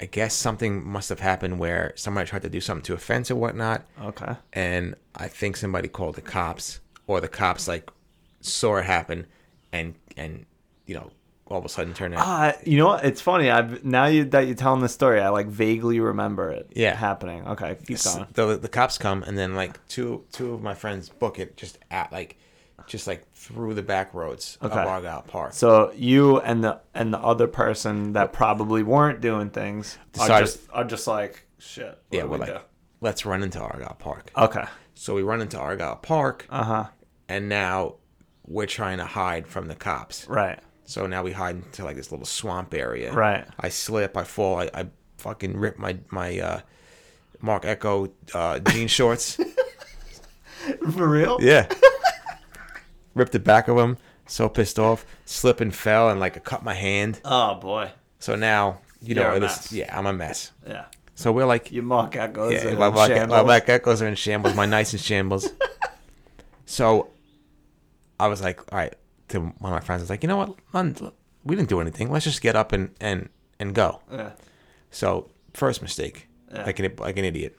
Speaker 2: I guess something must have happened where somebody tried to do something to offense or whatnot,
Speaker 3: Okay.
Speaker 2: and I think somebody called the cops, or the cops like saw it happen, and and you know, all of a sudden turned out.
Speaker 3: Uh, you know what? It's funny. I've now you, that you're telling the story, I like vaguely remember it.
Speaker 2: Yeah.
Speaker 3: Happening. Okay. Keep
Speaker 2: s-
Speaker 3: going.
Speaker 2: the the cops come and then like two two of my friends book it just at like just like through the back roads
Speaker 3: Okay.
Speaker 2: of Argyle Park. So
Speaker 3: So you and the and the other person that probably weren't doing things are
Speaker 2: Decided-
Speaker 3: just are just like shit. what
Speaker 2: yeah,
Speaker 3: do
Speaker 2: we're
Speaker 3: we
Speaker 2: like, let's run into Argyle Park.
Speaker 3: do?" okay.
Speaker 2: So we run into Argyle Park,
Speaker 3: Uh huh.
Speaker 2: and now we're trying to hide from the cops.
Speaker 3: Right.
Speaker 2: So now we hide into like this little swamp area.
Speaker 3: Right.
Speaker 2: I slip, I fall, I, I fucking rip my my uh, Mark Echo uh, jean shorts.
Speaker 3: For real?
Speaker 2: Yeah. <laughs> Ripped the back of him. So pissed off. Slip and fell and like I cut my hand.
Speaker 3: Oh boy.
Speaker 2: So now you
Speaker 3: You're
Speaker 2: know
Speaker 3: a
Speaker 2: it
Speaker 3: mess.
Speaker 2: is. Yeah, I'm a mess.
Speaker 3: Yeah.
Speaker 2: So we're like,
Speaker 3: Your mock echoes.
Speaker 2: yeah,
Speaker 3: Yeah,
Speaker 2: my black, my black echoes are in shambles. My night's in
Speaker 3: <laughs>
Speaker 2: shambles. so I was like, all right. To one of my friends, I was like, you know what? Lon- We didn't do anything. Let's just get up and and and go.
Speaker 3: Yeah.
Speaker 2: So first mistake,
Speaker 3: Yeah.
Speaker 2: like an like an idiot.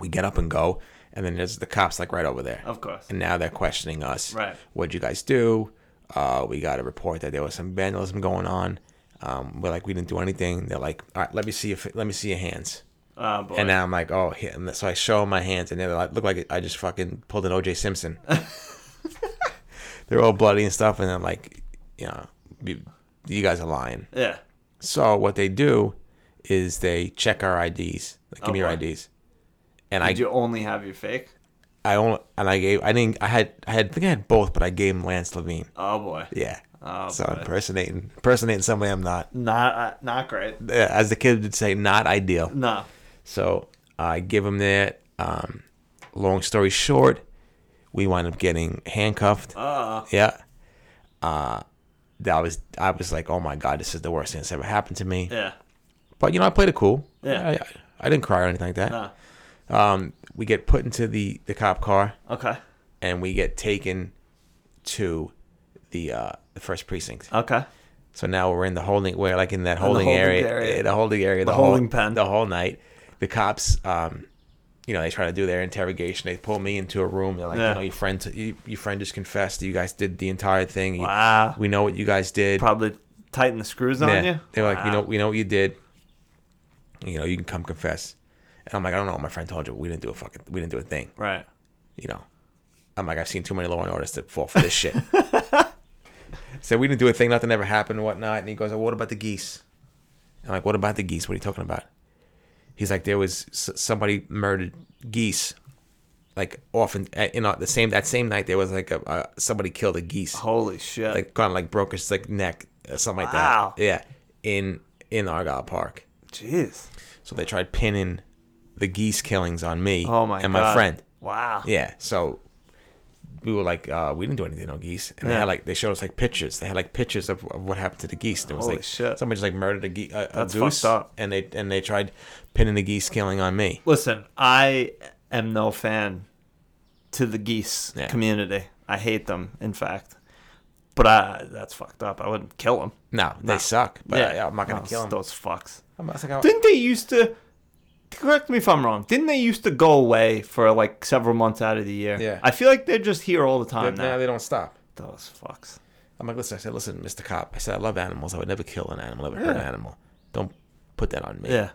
Speaker 2: We get up and go, and then there's the cops like right over there.
Speaker 3: Of course.
Speaker 2: And now they're questioning us.
Speaker 3: Right.
Speaker 2: What'd you guys do? Uh, we got a report that there was some vandalism going on. Um, we're like, we didn't do anything. They're like, all right, let me see if let me see your hands.
Speaker 3: Oh, boy.
Speaker 2: And now I'm like, oh, here. And so I show 'em my hands, and they're like, look like I just fucking pulled an O.J.
Speaker 3: <laughs>
Speaker 2: Simpson. <laughs> they're all bloody and stuff, and I'm like, you know, you, you guys are lying.
Speaker 3: yeah.
Speaker 2: So what they do is they check our IDs, like, give me your
Speaker 3: Oh, boy.
Speaker 2: IDs, and
Speaker 3: Did
Speaker 2: I,
Speaker 3: you only have your fake?
Speaker 2: I only, and I gave, I didn't, I had, I had, I think I had both, but I gave him Lance Levine.
Speaker 3: Oh boy.
Speaker 2: Yeah.
Speaker 3: Oh,
Speaker 2: so
Speaker 3: boy.
Speaker 2: impersonating, impersonating somebody I'm not,
Speaker 3: Not uh, not great.
Speaker 2: uh, as the kid would say, not ideal.
Speaker 3: No.
Speaker 2: So I give him that. Um, long story short, we wind up getting handcuffed.
Speaker 3: Uh.
Speaker 2: yeah. Uh, that was I was like, oh my god, this is the worst thing that's ever happened to me.
Speaker 3: Yeah.
Speaker 2: But you know, I played it cool.
Speaker 3: Yeah.
Speaker 2: I, I, I didn't cry or anything like that.
Speaker 3: No.
Speaker 2: Um, we get put into the the cop car
Speaker 3: Okay.
Speaker 2: and we get taken to the uh the first precinct.
Speaker 3: Okay.
Speaker 2: So now we're in the holding, we're like in that holding,
Speaker 3: holding
Speaker 2: area,
Speaker 3: area.
Speaker 2: eh, the holding area, the,
Speaker 3: holding
Speaker 2: whole,
Speaker 3: pen.
Speaker 2: the whole night. The cops, um, you know, they try to do their interrogation. They pull me into a room. They're like,
Speaker 3: Yeah.
Speaker 2: you know, your friend, you, your friend just confessed. You guys did the entire thing. You-
Speaker 3: Wow.
Speaker 2: We know what you guys did.
Speaker 3: Probably tighten the screws on
Speaker 2: Yeah.
Speaker 3: you.
Speaker 2: They're like, we
Speaker 3: Wow.
Speaker 2: know, we know what you did. You know, you can come confess. And I'm like, I don't know. what My friend told you we didn't do a fucking, we didn't do a thing.
Speaker 3: Right.
Speaker 2: You know, I'm like, I've seen too many Law and Orders to fall for this
Speaker 3: <laughs>
Speaker 2: shit. so we didn't do a thing. Nothing ever happened and whatnot. And he goes, well, what about the geese? I'm like, what about the geese? What are you talking about? He's like, there was s- somebody murdered geese. Like often, you know, the same that same night there was like a uh, somebody killed a geese,
Speaker 3: Holy shit.
Speaker 2: like kind of like broke his like neck, or something like
Speaker 3: Wow.
Speaker 2: that. Yeah, in in Argyle Park.
Speaker 3: Jeez.
Speaker 2: So they tried pinning the geese killings on me
Speaker 3: Oh my.
Speaker 2: and
Speaker 3: God.
Speaker 2: my friend.
Speaker 3: Wow.
Speaker 2: Yeah. So we were like, uh, we didn't do anything on geese, and they
Speaker 3: Yeah.
Speaker 2: had like they showed us like pictures. They had like pictures of, of what happened to the geese. There was
Speaker 3: Holy
Speaker 2: like
Speaker 3: shit.
Speaker 2: somebody just like murdered a, ge- a, a
Speaker 3: That's
Speaker 2: goose,
Speaker 3: fucked up.
Speaker 2: and they and they tried pinning the geese killing on me.
Speaker 3: Listen, I am no fan to the geese
Speaker 2: Yeah.
Speaker 3: community. I hate them, in fact. But I, that's fucked up. I wouldn't kill them.
Speaker 2: No, they suck. But I, am not gonna
Speaker 3: those,
Speaker 2: kill them.
Speaker 3: Those fucks.
Speaker 2: I'm not like, "Oh, I-
Speaker 3: Didn't they used to? Correct me if I'm wrong. Didn't they used to go away for like several months out of the year?
Speaker 2: Yeah.
Speaker 3: I feel like they're just here all the
Speaker 2: But
Speaker 3: time
Speaker 2: now
Speaker 3: now.
Speaker 2: they don't stop.
Speaker 3: Those fucks.
Speaker 2: I'm like, listen. I said, listen, Mr. Cop. I said, I love animals. I would never kill an animal. Never hurt an
Speaker 3: Yeah.
Speaker 2: animal. Don't put that on me.
Speaker 3: Yeah.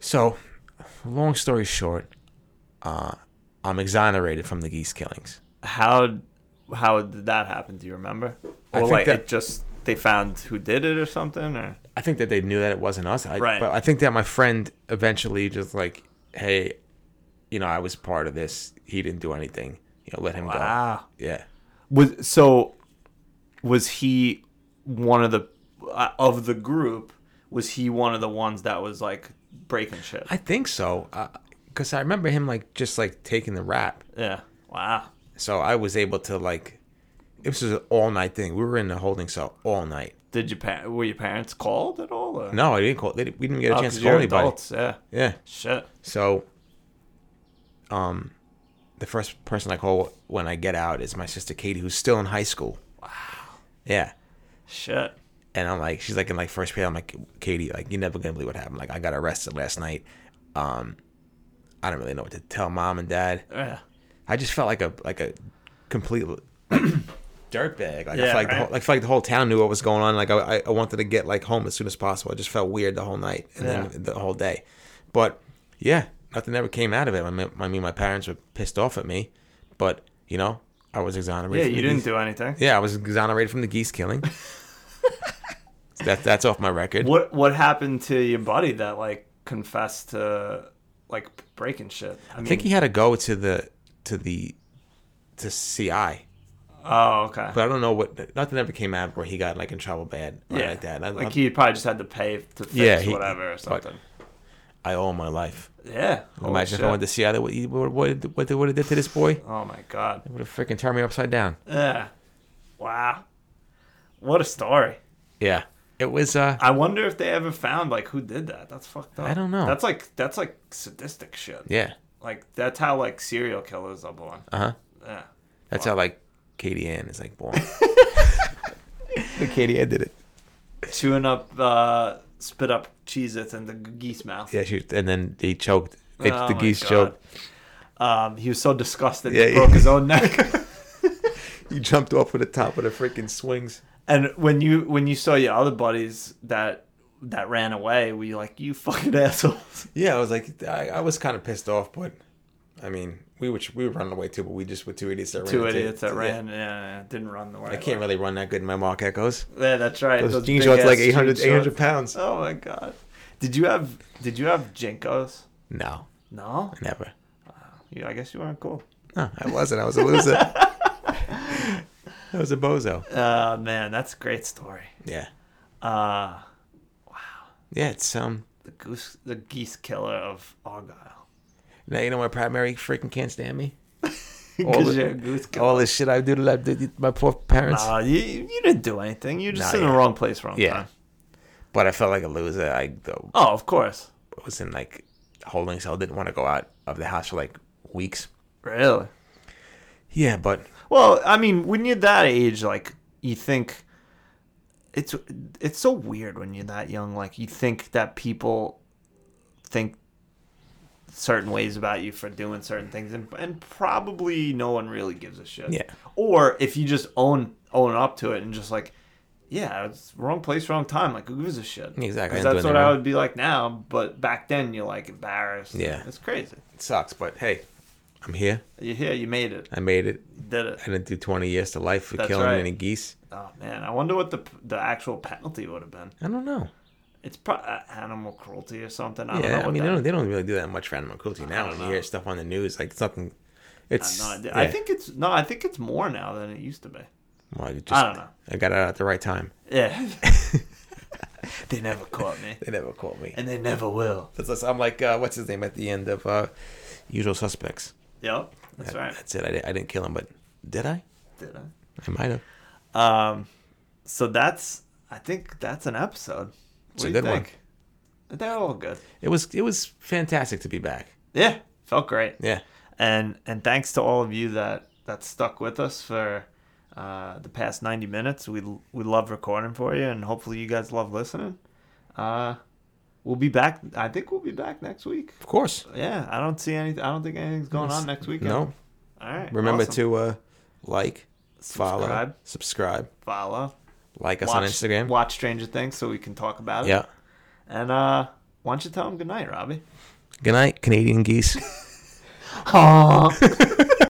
Speaker 2: So, long story short, uh, I'm exonerated from the geese killings.
Speaker 3: How how did that happen? Do you remember?
Speaker 2: I
Speaker 3: Or
Speaker 2: think
Speaker 3: like
Speaker 2: that-
Speaker 3: it just they found who did it or something or
Speaker 2: I think that they knew that it wasn't us. I,
Speaker 3: Right.
Speaker 2: But I think that my friend eventually just like, hey, you know, I was part of this. He didn't do anything. You know, let him
Speaker 3: wow.
Speaker 2: go. Yeah.
Speaker 3: Was so? Was he one of the uh, of the group? Was he one of the ones that was like breaking shit?
Speaker 2: I think so. Because I remember him like just like taking the rap.
Speaker 3: yeah. Wow.
Speaker 2: So I was able to like, this was an all night thing. We were in the holding cell all night.
Speaker 3: Did your par- were your parents called at all? Or?
Speaker 2: No, I didn't call. They, didn't- we didn't get a
Speaker 3: Oh,
Speaker 2: chance
Speaker 3: 'cause
Speaker 2: to call
Speaker 3: you're
Speaker 2: anybody.
Speaker 3: adults. Yeah.
Speaker 2: Yeah.
Speaker 3: Shit.
Speaker 2: So, um, the first person I call when I get out is my sister Katie, who's still in high school. Wow. Yeah.
Speaker 3: Shit.
Speaker 2: And I'm like, she's like in like first period. I'm like, Katie, like you're never gonna believe what happened. Like I got arrested last night. Um, I don't really know what to tell mom and dad.
Speaker 3: Yeah.
Speaker 2: I just felt like a like a complete <clears throat> dirtbag. Like I
Speaker 3: Yeah,
Speaker 2: felt like the
Speaker 3: right.
Speaker 2: whole, like I felt like the whole town knew what was going on. Like I I- I wanted to get like home as soon as possible. I just felt weird the whole night and
Speaker 3: Yeah.
Speaker 2: then the whole day. But yeah, nothing ever came out of it. I mean, I mean, my parents were pissed off at me, but you know, I was
Speaker 3: Yeah.
Speaker 2: exonerated. from
Speaker 3: You
Speaker 2: the
Speaker 3: didn't
Speaker 2: geese-
Speaker 3: do anything.
Speaker 2: Yeah, I was exonerated from the geese
Speaker 3: <laughs>
Speaker 2: killing. that that's off my record.
Speaker 3: What What happened to your buddy that like confessed to like breaking shit? I mean.
Speaker 2: I think he had to go to the to the to CI,
Speaker 3: oh, okay.
Speaker 2: but I don't know what. Nothing ever came out where he got like in trouble bad or
Speaker 3: yeah.
Speaker 2: like that. I,
Speaker 3: like
Speaker 2: I,
Speaker 3: he probably just had to pay to fix
Speaker 2: Yeah, he-
Speaker 3: whatever or something.
Speaker 2: I owe him my life.
Speaker 3: Yeah. Holy
Speaker 2: Imagine if
Speaker 3: Oh, shit.
Speaker 2: I went to CI, that what he- what what what they would have did to this boy? They
Speaker 3: Oh my god.
Speaker 2: would have freaking turned me upside down.
Speaker 3: Yeah. Wow. What a story.
Speaker 2: Yeah, it was. uh
Speaker 3: I wonder if they ever found like who did that. That's fucked up.
Speaker 2: I don't know.
Speaker 3: That's like that's like sadistic shit.
Speaker 2: Yeah,
Speaker 3: Like that's how like serial killers are born.
Speaker 2: uh huh.
Speaker 3: Yeah.
Speaker 2: That's how like Katie Ann is like
Speaker 3: <laughs>
Speaker 2: born. But Katie Ann did it.
Speaker 3: Chewing up uh spit up Cheez Its in the g- geese mouth.
Speaker 2: Yeah, she and then they choked. They,
Speaker 3: Oh
Speaker 2: the
Speaker 3: my
Speaker 2: geese
Speaker 3: God.
Speaker 2: choked.
Speaker 3: Um he was so disgusted
Speaker 2: Yeah,
Speaker 3: he
Speaker 2: yeah.
Speaker 3: broke his own neck. <laughs>
Speaker 2: He jumped off of the top of the freaking swings.
Speaker 3: and when you when you saw your other buddies that that ran away, were you like, you fucking <laughs> assholes?
Speaker 2: Yeah, I was like, I, I was kind of pissed off, but I mean, we were we were running away too, but we just were two idiots that ran.
Speaker 3: Two
Speaker 2: into-
Speaker 3: idiots that
Speaker 2: yeah.
Speaker 3: ran, yeah, yeah, didn't run the way.
Speaker 2: I can't really run that good in my mock echoes.
Speaker 3: Yeah, that's right.
Speaker 2: Those
Speaker 3: Those
Speaker 2: jean
Speaker 3: big
Speaker 2: shorts
Speaker 3: ass
Speaker 2: like
Speaker 3: jean
Speaker 2: 800, 800
Speaker 3: shorts.
Speaker 2: pounds.
Speaker 3: Oh my god. Did you have Did you have jinkos?
Speaker 2: No,
Speaker 3: No.
Speaker 2: never.
Speaker 3: Yeah, I guess you weren't cool.
Speaker 2: No, I wasn't. I was a loser. I was a bozo.
Speaker 3: Uh man, that's a great story.
Speaker 2: Yeah,
Speaker 3: Uh
Speaker 2: yeah. It's um.
Speaker 3: the goose, the geese killer of Argyle.
Speaker 2: <laughs> Now you know why Proud Mary freaking can't stand me. All the-
Speaker 3: Because you're a goose killer.
Speaker 2: All this shit I do to like, to my poor parents.
Speaker 3: Nah, you, you didn't do anything. You're just
Speaker 2: Nah,
Speaker 3: in the
Speaker 2: yeah.
Speaker 3: wrong place, wrong
Speaker 2: Yeah.
Speaker 3: time.
Speaker 2: But I felt like a loser. I uh,
Speaker 3: Oh, of course.
Speaker 2: was in like holding cell. Didn't want to go out of the house for like weeks.
Speaker 3: Really?
Speaker 2: Yeah, but
Speaker 3: Well, I mean, when you're that age, like you think it's it's so weird when you're that young. Like you think that people think certain ways about you for doing certain things, and and probably no one really gives a shit.
Speaker 2: Yeah.
Speaker 3: Or if you just own own up to it and just like. Yeah, it's wrong place, wrong time. Like, who gives a shit?
Speaker 2: Exactly, I
Speaker 3: 'Cause
Speaker 2: didn't do
Speaker 3: That's what
Speaker 2: anything
Speaker 3: I
Speaker 2: wrong.
Speaker 3: would be like now, but back then you're like embarrassed.
Speaker 2: Yeah.
Speaker 3: It's crazy.
Speaker 2: it sucks. But hey, I'm here.
Speaker 3: You're here, you made it.
Speaker 2: I made it.
Speaker 3: You did it.
Speaker 2: I didn't do 20 years to life for
Speaker 3: That's
Speaker 2: killing
Speaker 3: right.
Speaker 2: many geese.
Speaker 3: Oh man, I wonder what the the actual penalty would have been.
Speaker 2: I don't know.
Speaker 3: It's probably animal cruelty or something. I don't
Speaker 2: Yeah,
Speaker 3: know.
Speaker 2: I
Speaker 3: What
Speaker 2: mean,
Speaker 3: that,
Speaker 2: they don't, they don't really do that much for animal cruelty now.
Speaker 3: don't
Speaker 2: When you
Speaker 3: know.
Speaker 2: hear stuff on the news, like something, it's.
Speaker 3: I'm not-
Speaker 2: yeah.
Speaker 3: I think it's no. I think it's more now than it used to be.
Speaker 2: Well, you just,
Speaker 3: I don't know.
Speaker 2: I got out at the right time.
Speaker 3: Yeah.
Speaker 2: <laughs>
Speaker 3: they never caught me,
Speaker 2: They never caught me.
Speaker 3: and they never will.
Speaker 2: It's like- I'm like, uh, what's his name at the end of uh, Usual Suspects?
Speaker 3: Yep, that's right.
Speaker 2: That's it. I, di- I didn't kill him, but did I?
Speaker 3: Did
Speaker 2: I might have.
Speaker 3: I? Um, so that's. I think that's an episode.
Speaker 2: It's a good one.
Speaker 3: one. They're all good.
Speaker 2: It was it was fantastic to be back.
Speaker 3: Yeah, felt great.
Speaker 2: Yeah.
Speaker 3: and and thanks to all of you that that stuck with us for uh, the past 90 minutes we we love recording for you and hopefully you guys love listening uh, we'll be back i think we'll be back next week
Speaker 2: Of course.
Speaker 3: yeah i don't see any i don't think anything's going on next weekend
Speaker 2: No.
Speaker 3: all right
Speaker 2: Remember
Speaker 3: awesome.
Speaker 2: to uh, like, follow, subscribe,
Speaker 3: Subscribe. follow
Speaker 2: like us on Instagram.
Speaker 3: watch stranger things so we can talk about it
Speaker 2: Yeah.
Speaker 3: and uh why don't you tell them good night robbie <laughs>
Speaker 2: Good night, Canadian geese.
Speaker 3: Honk.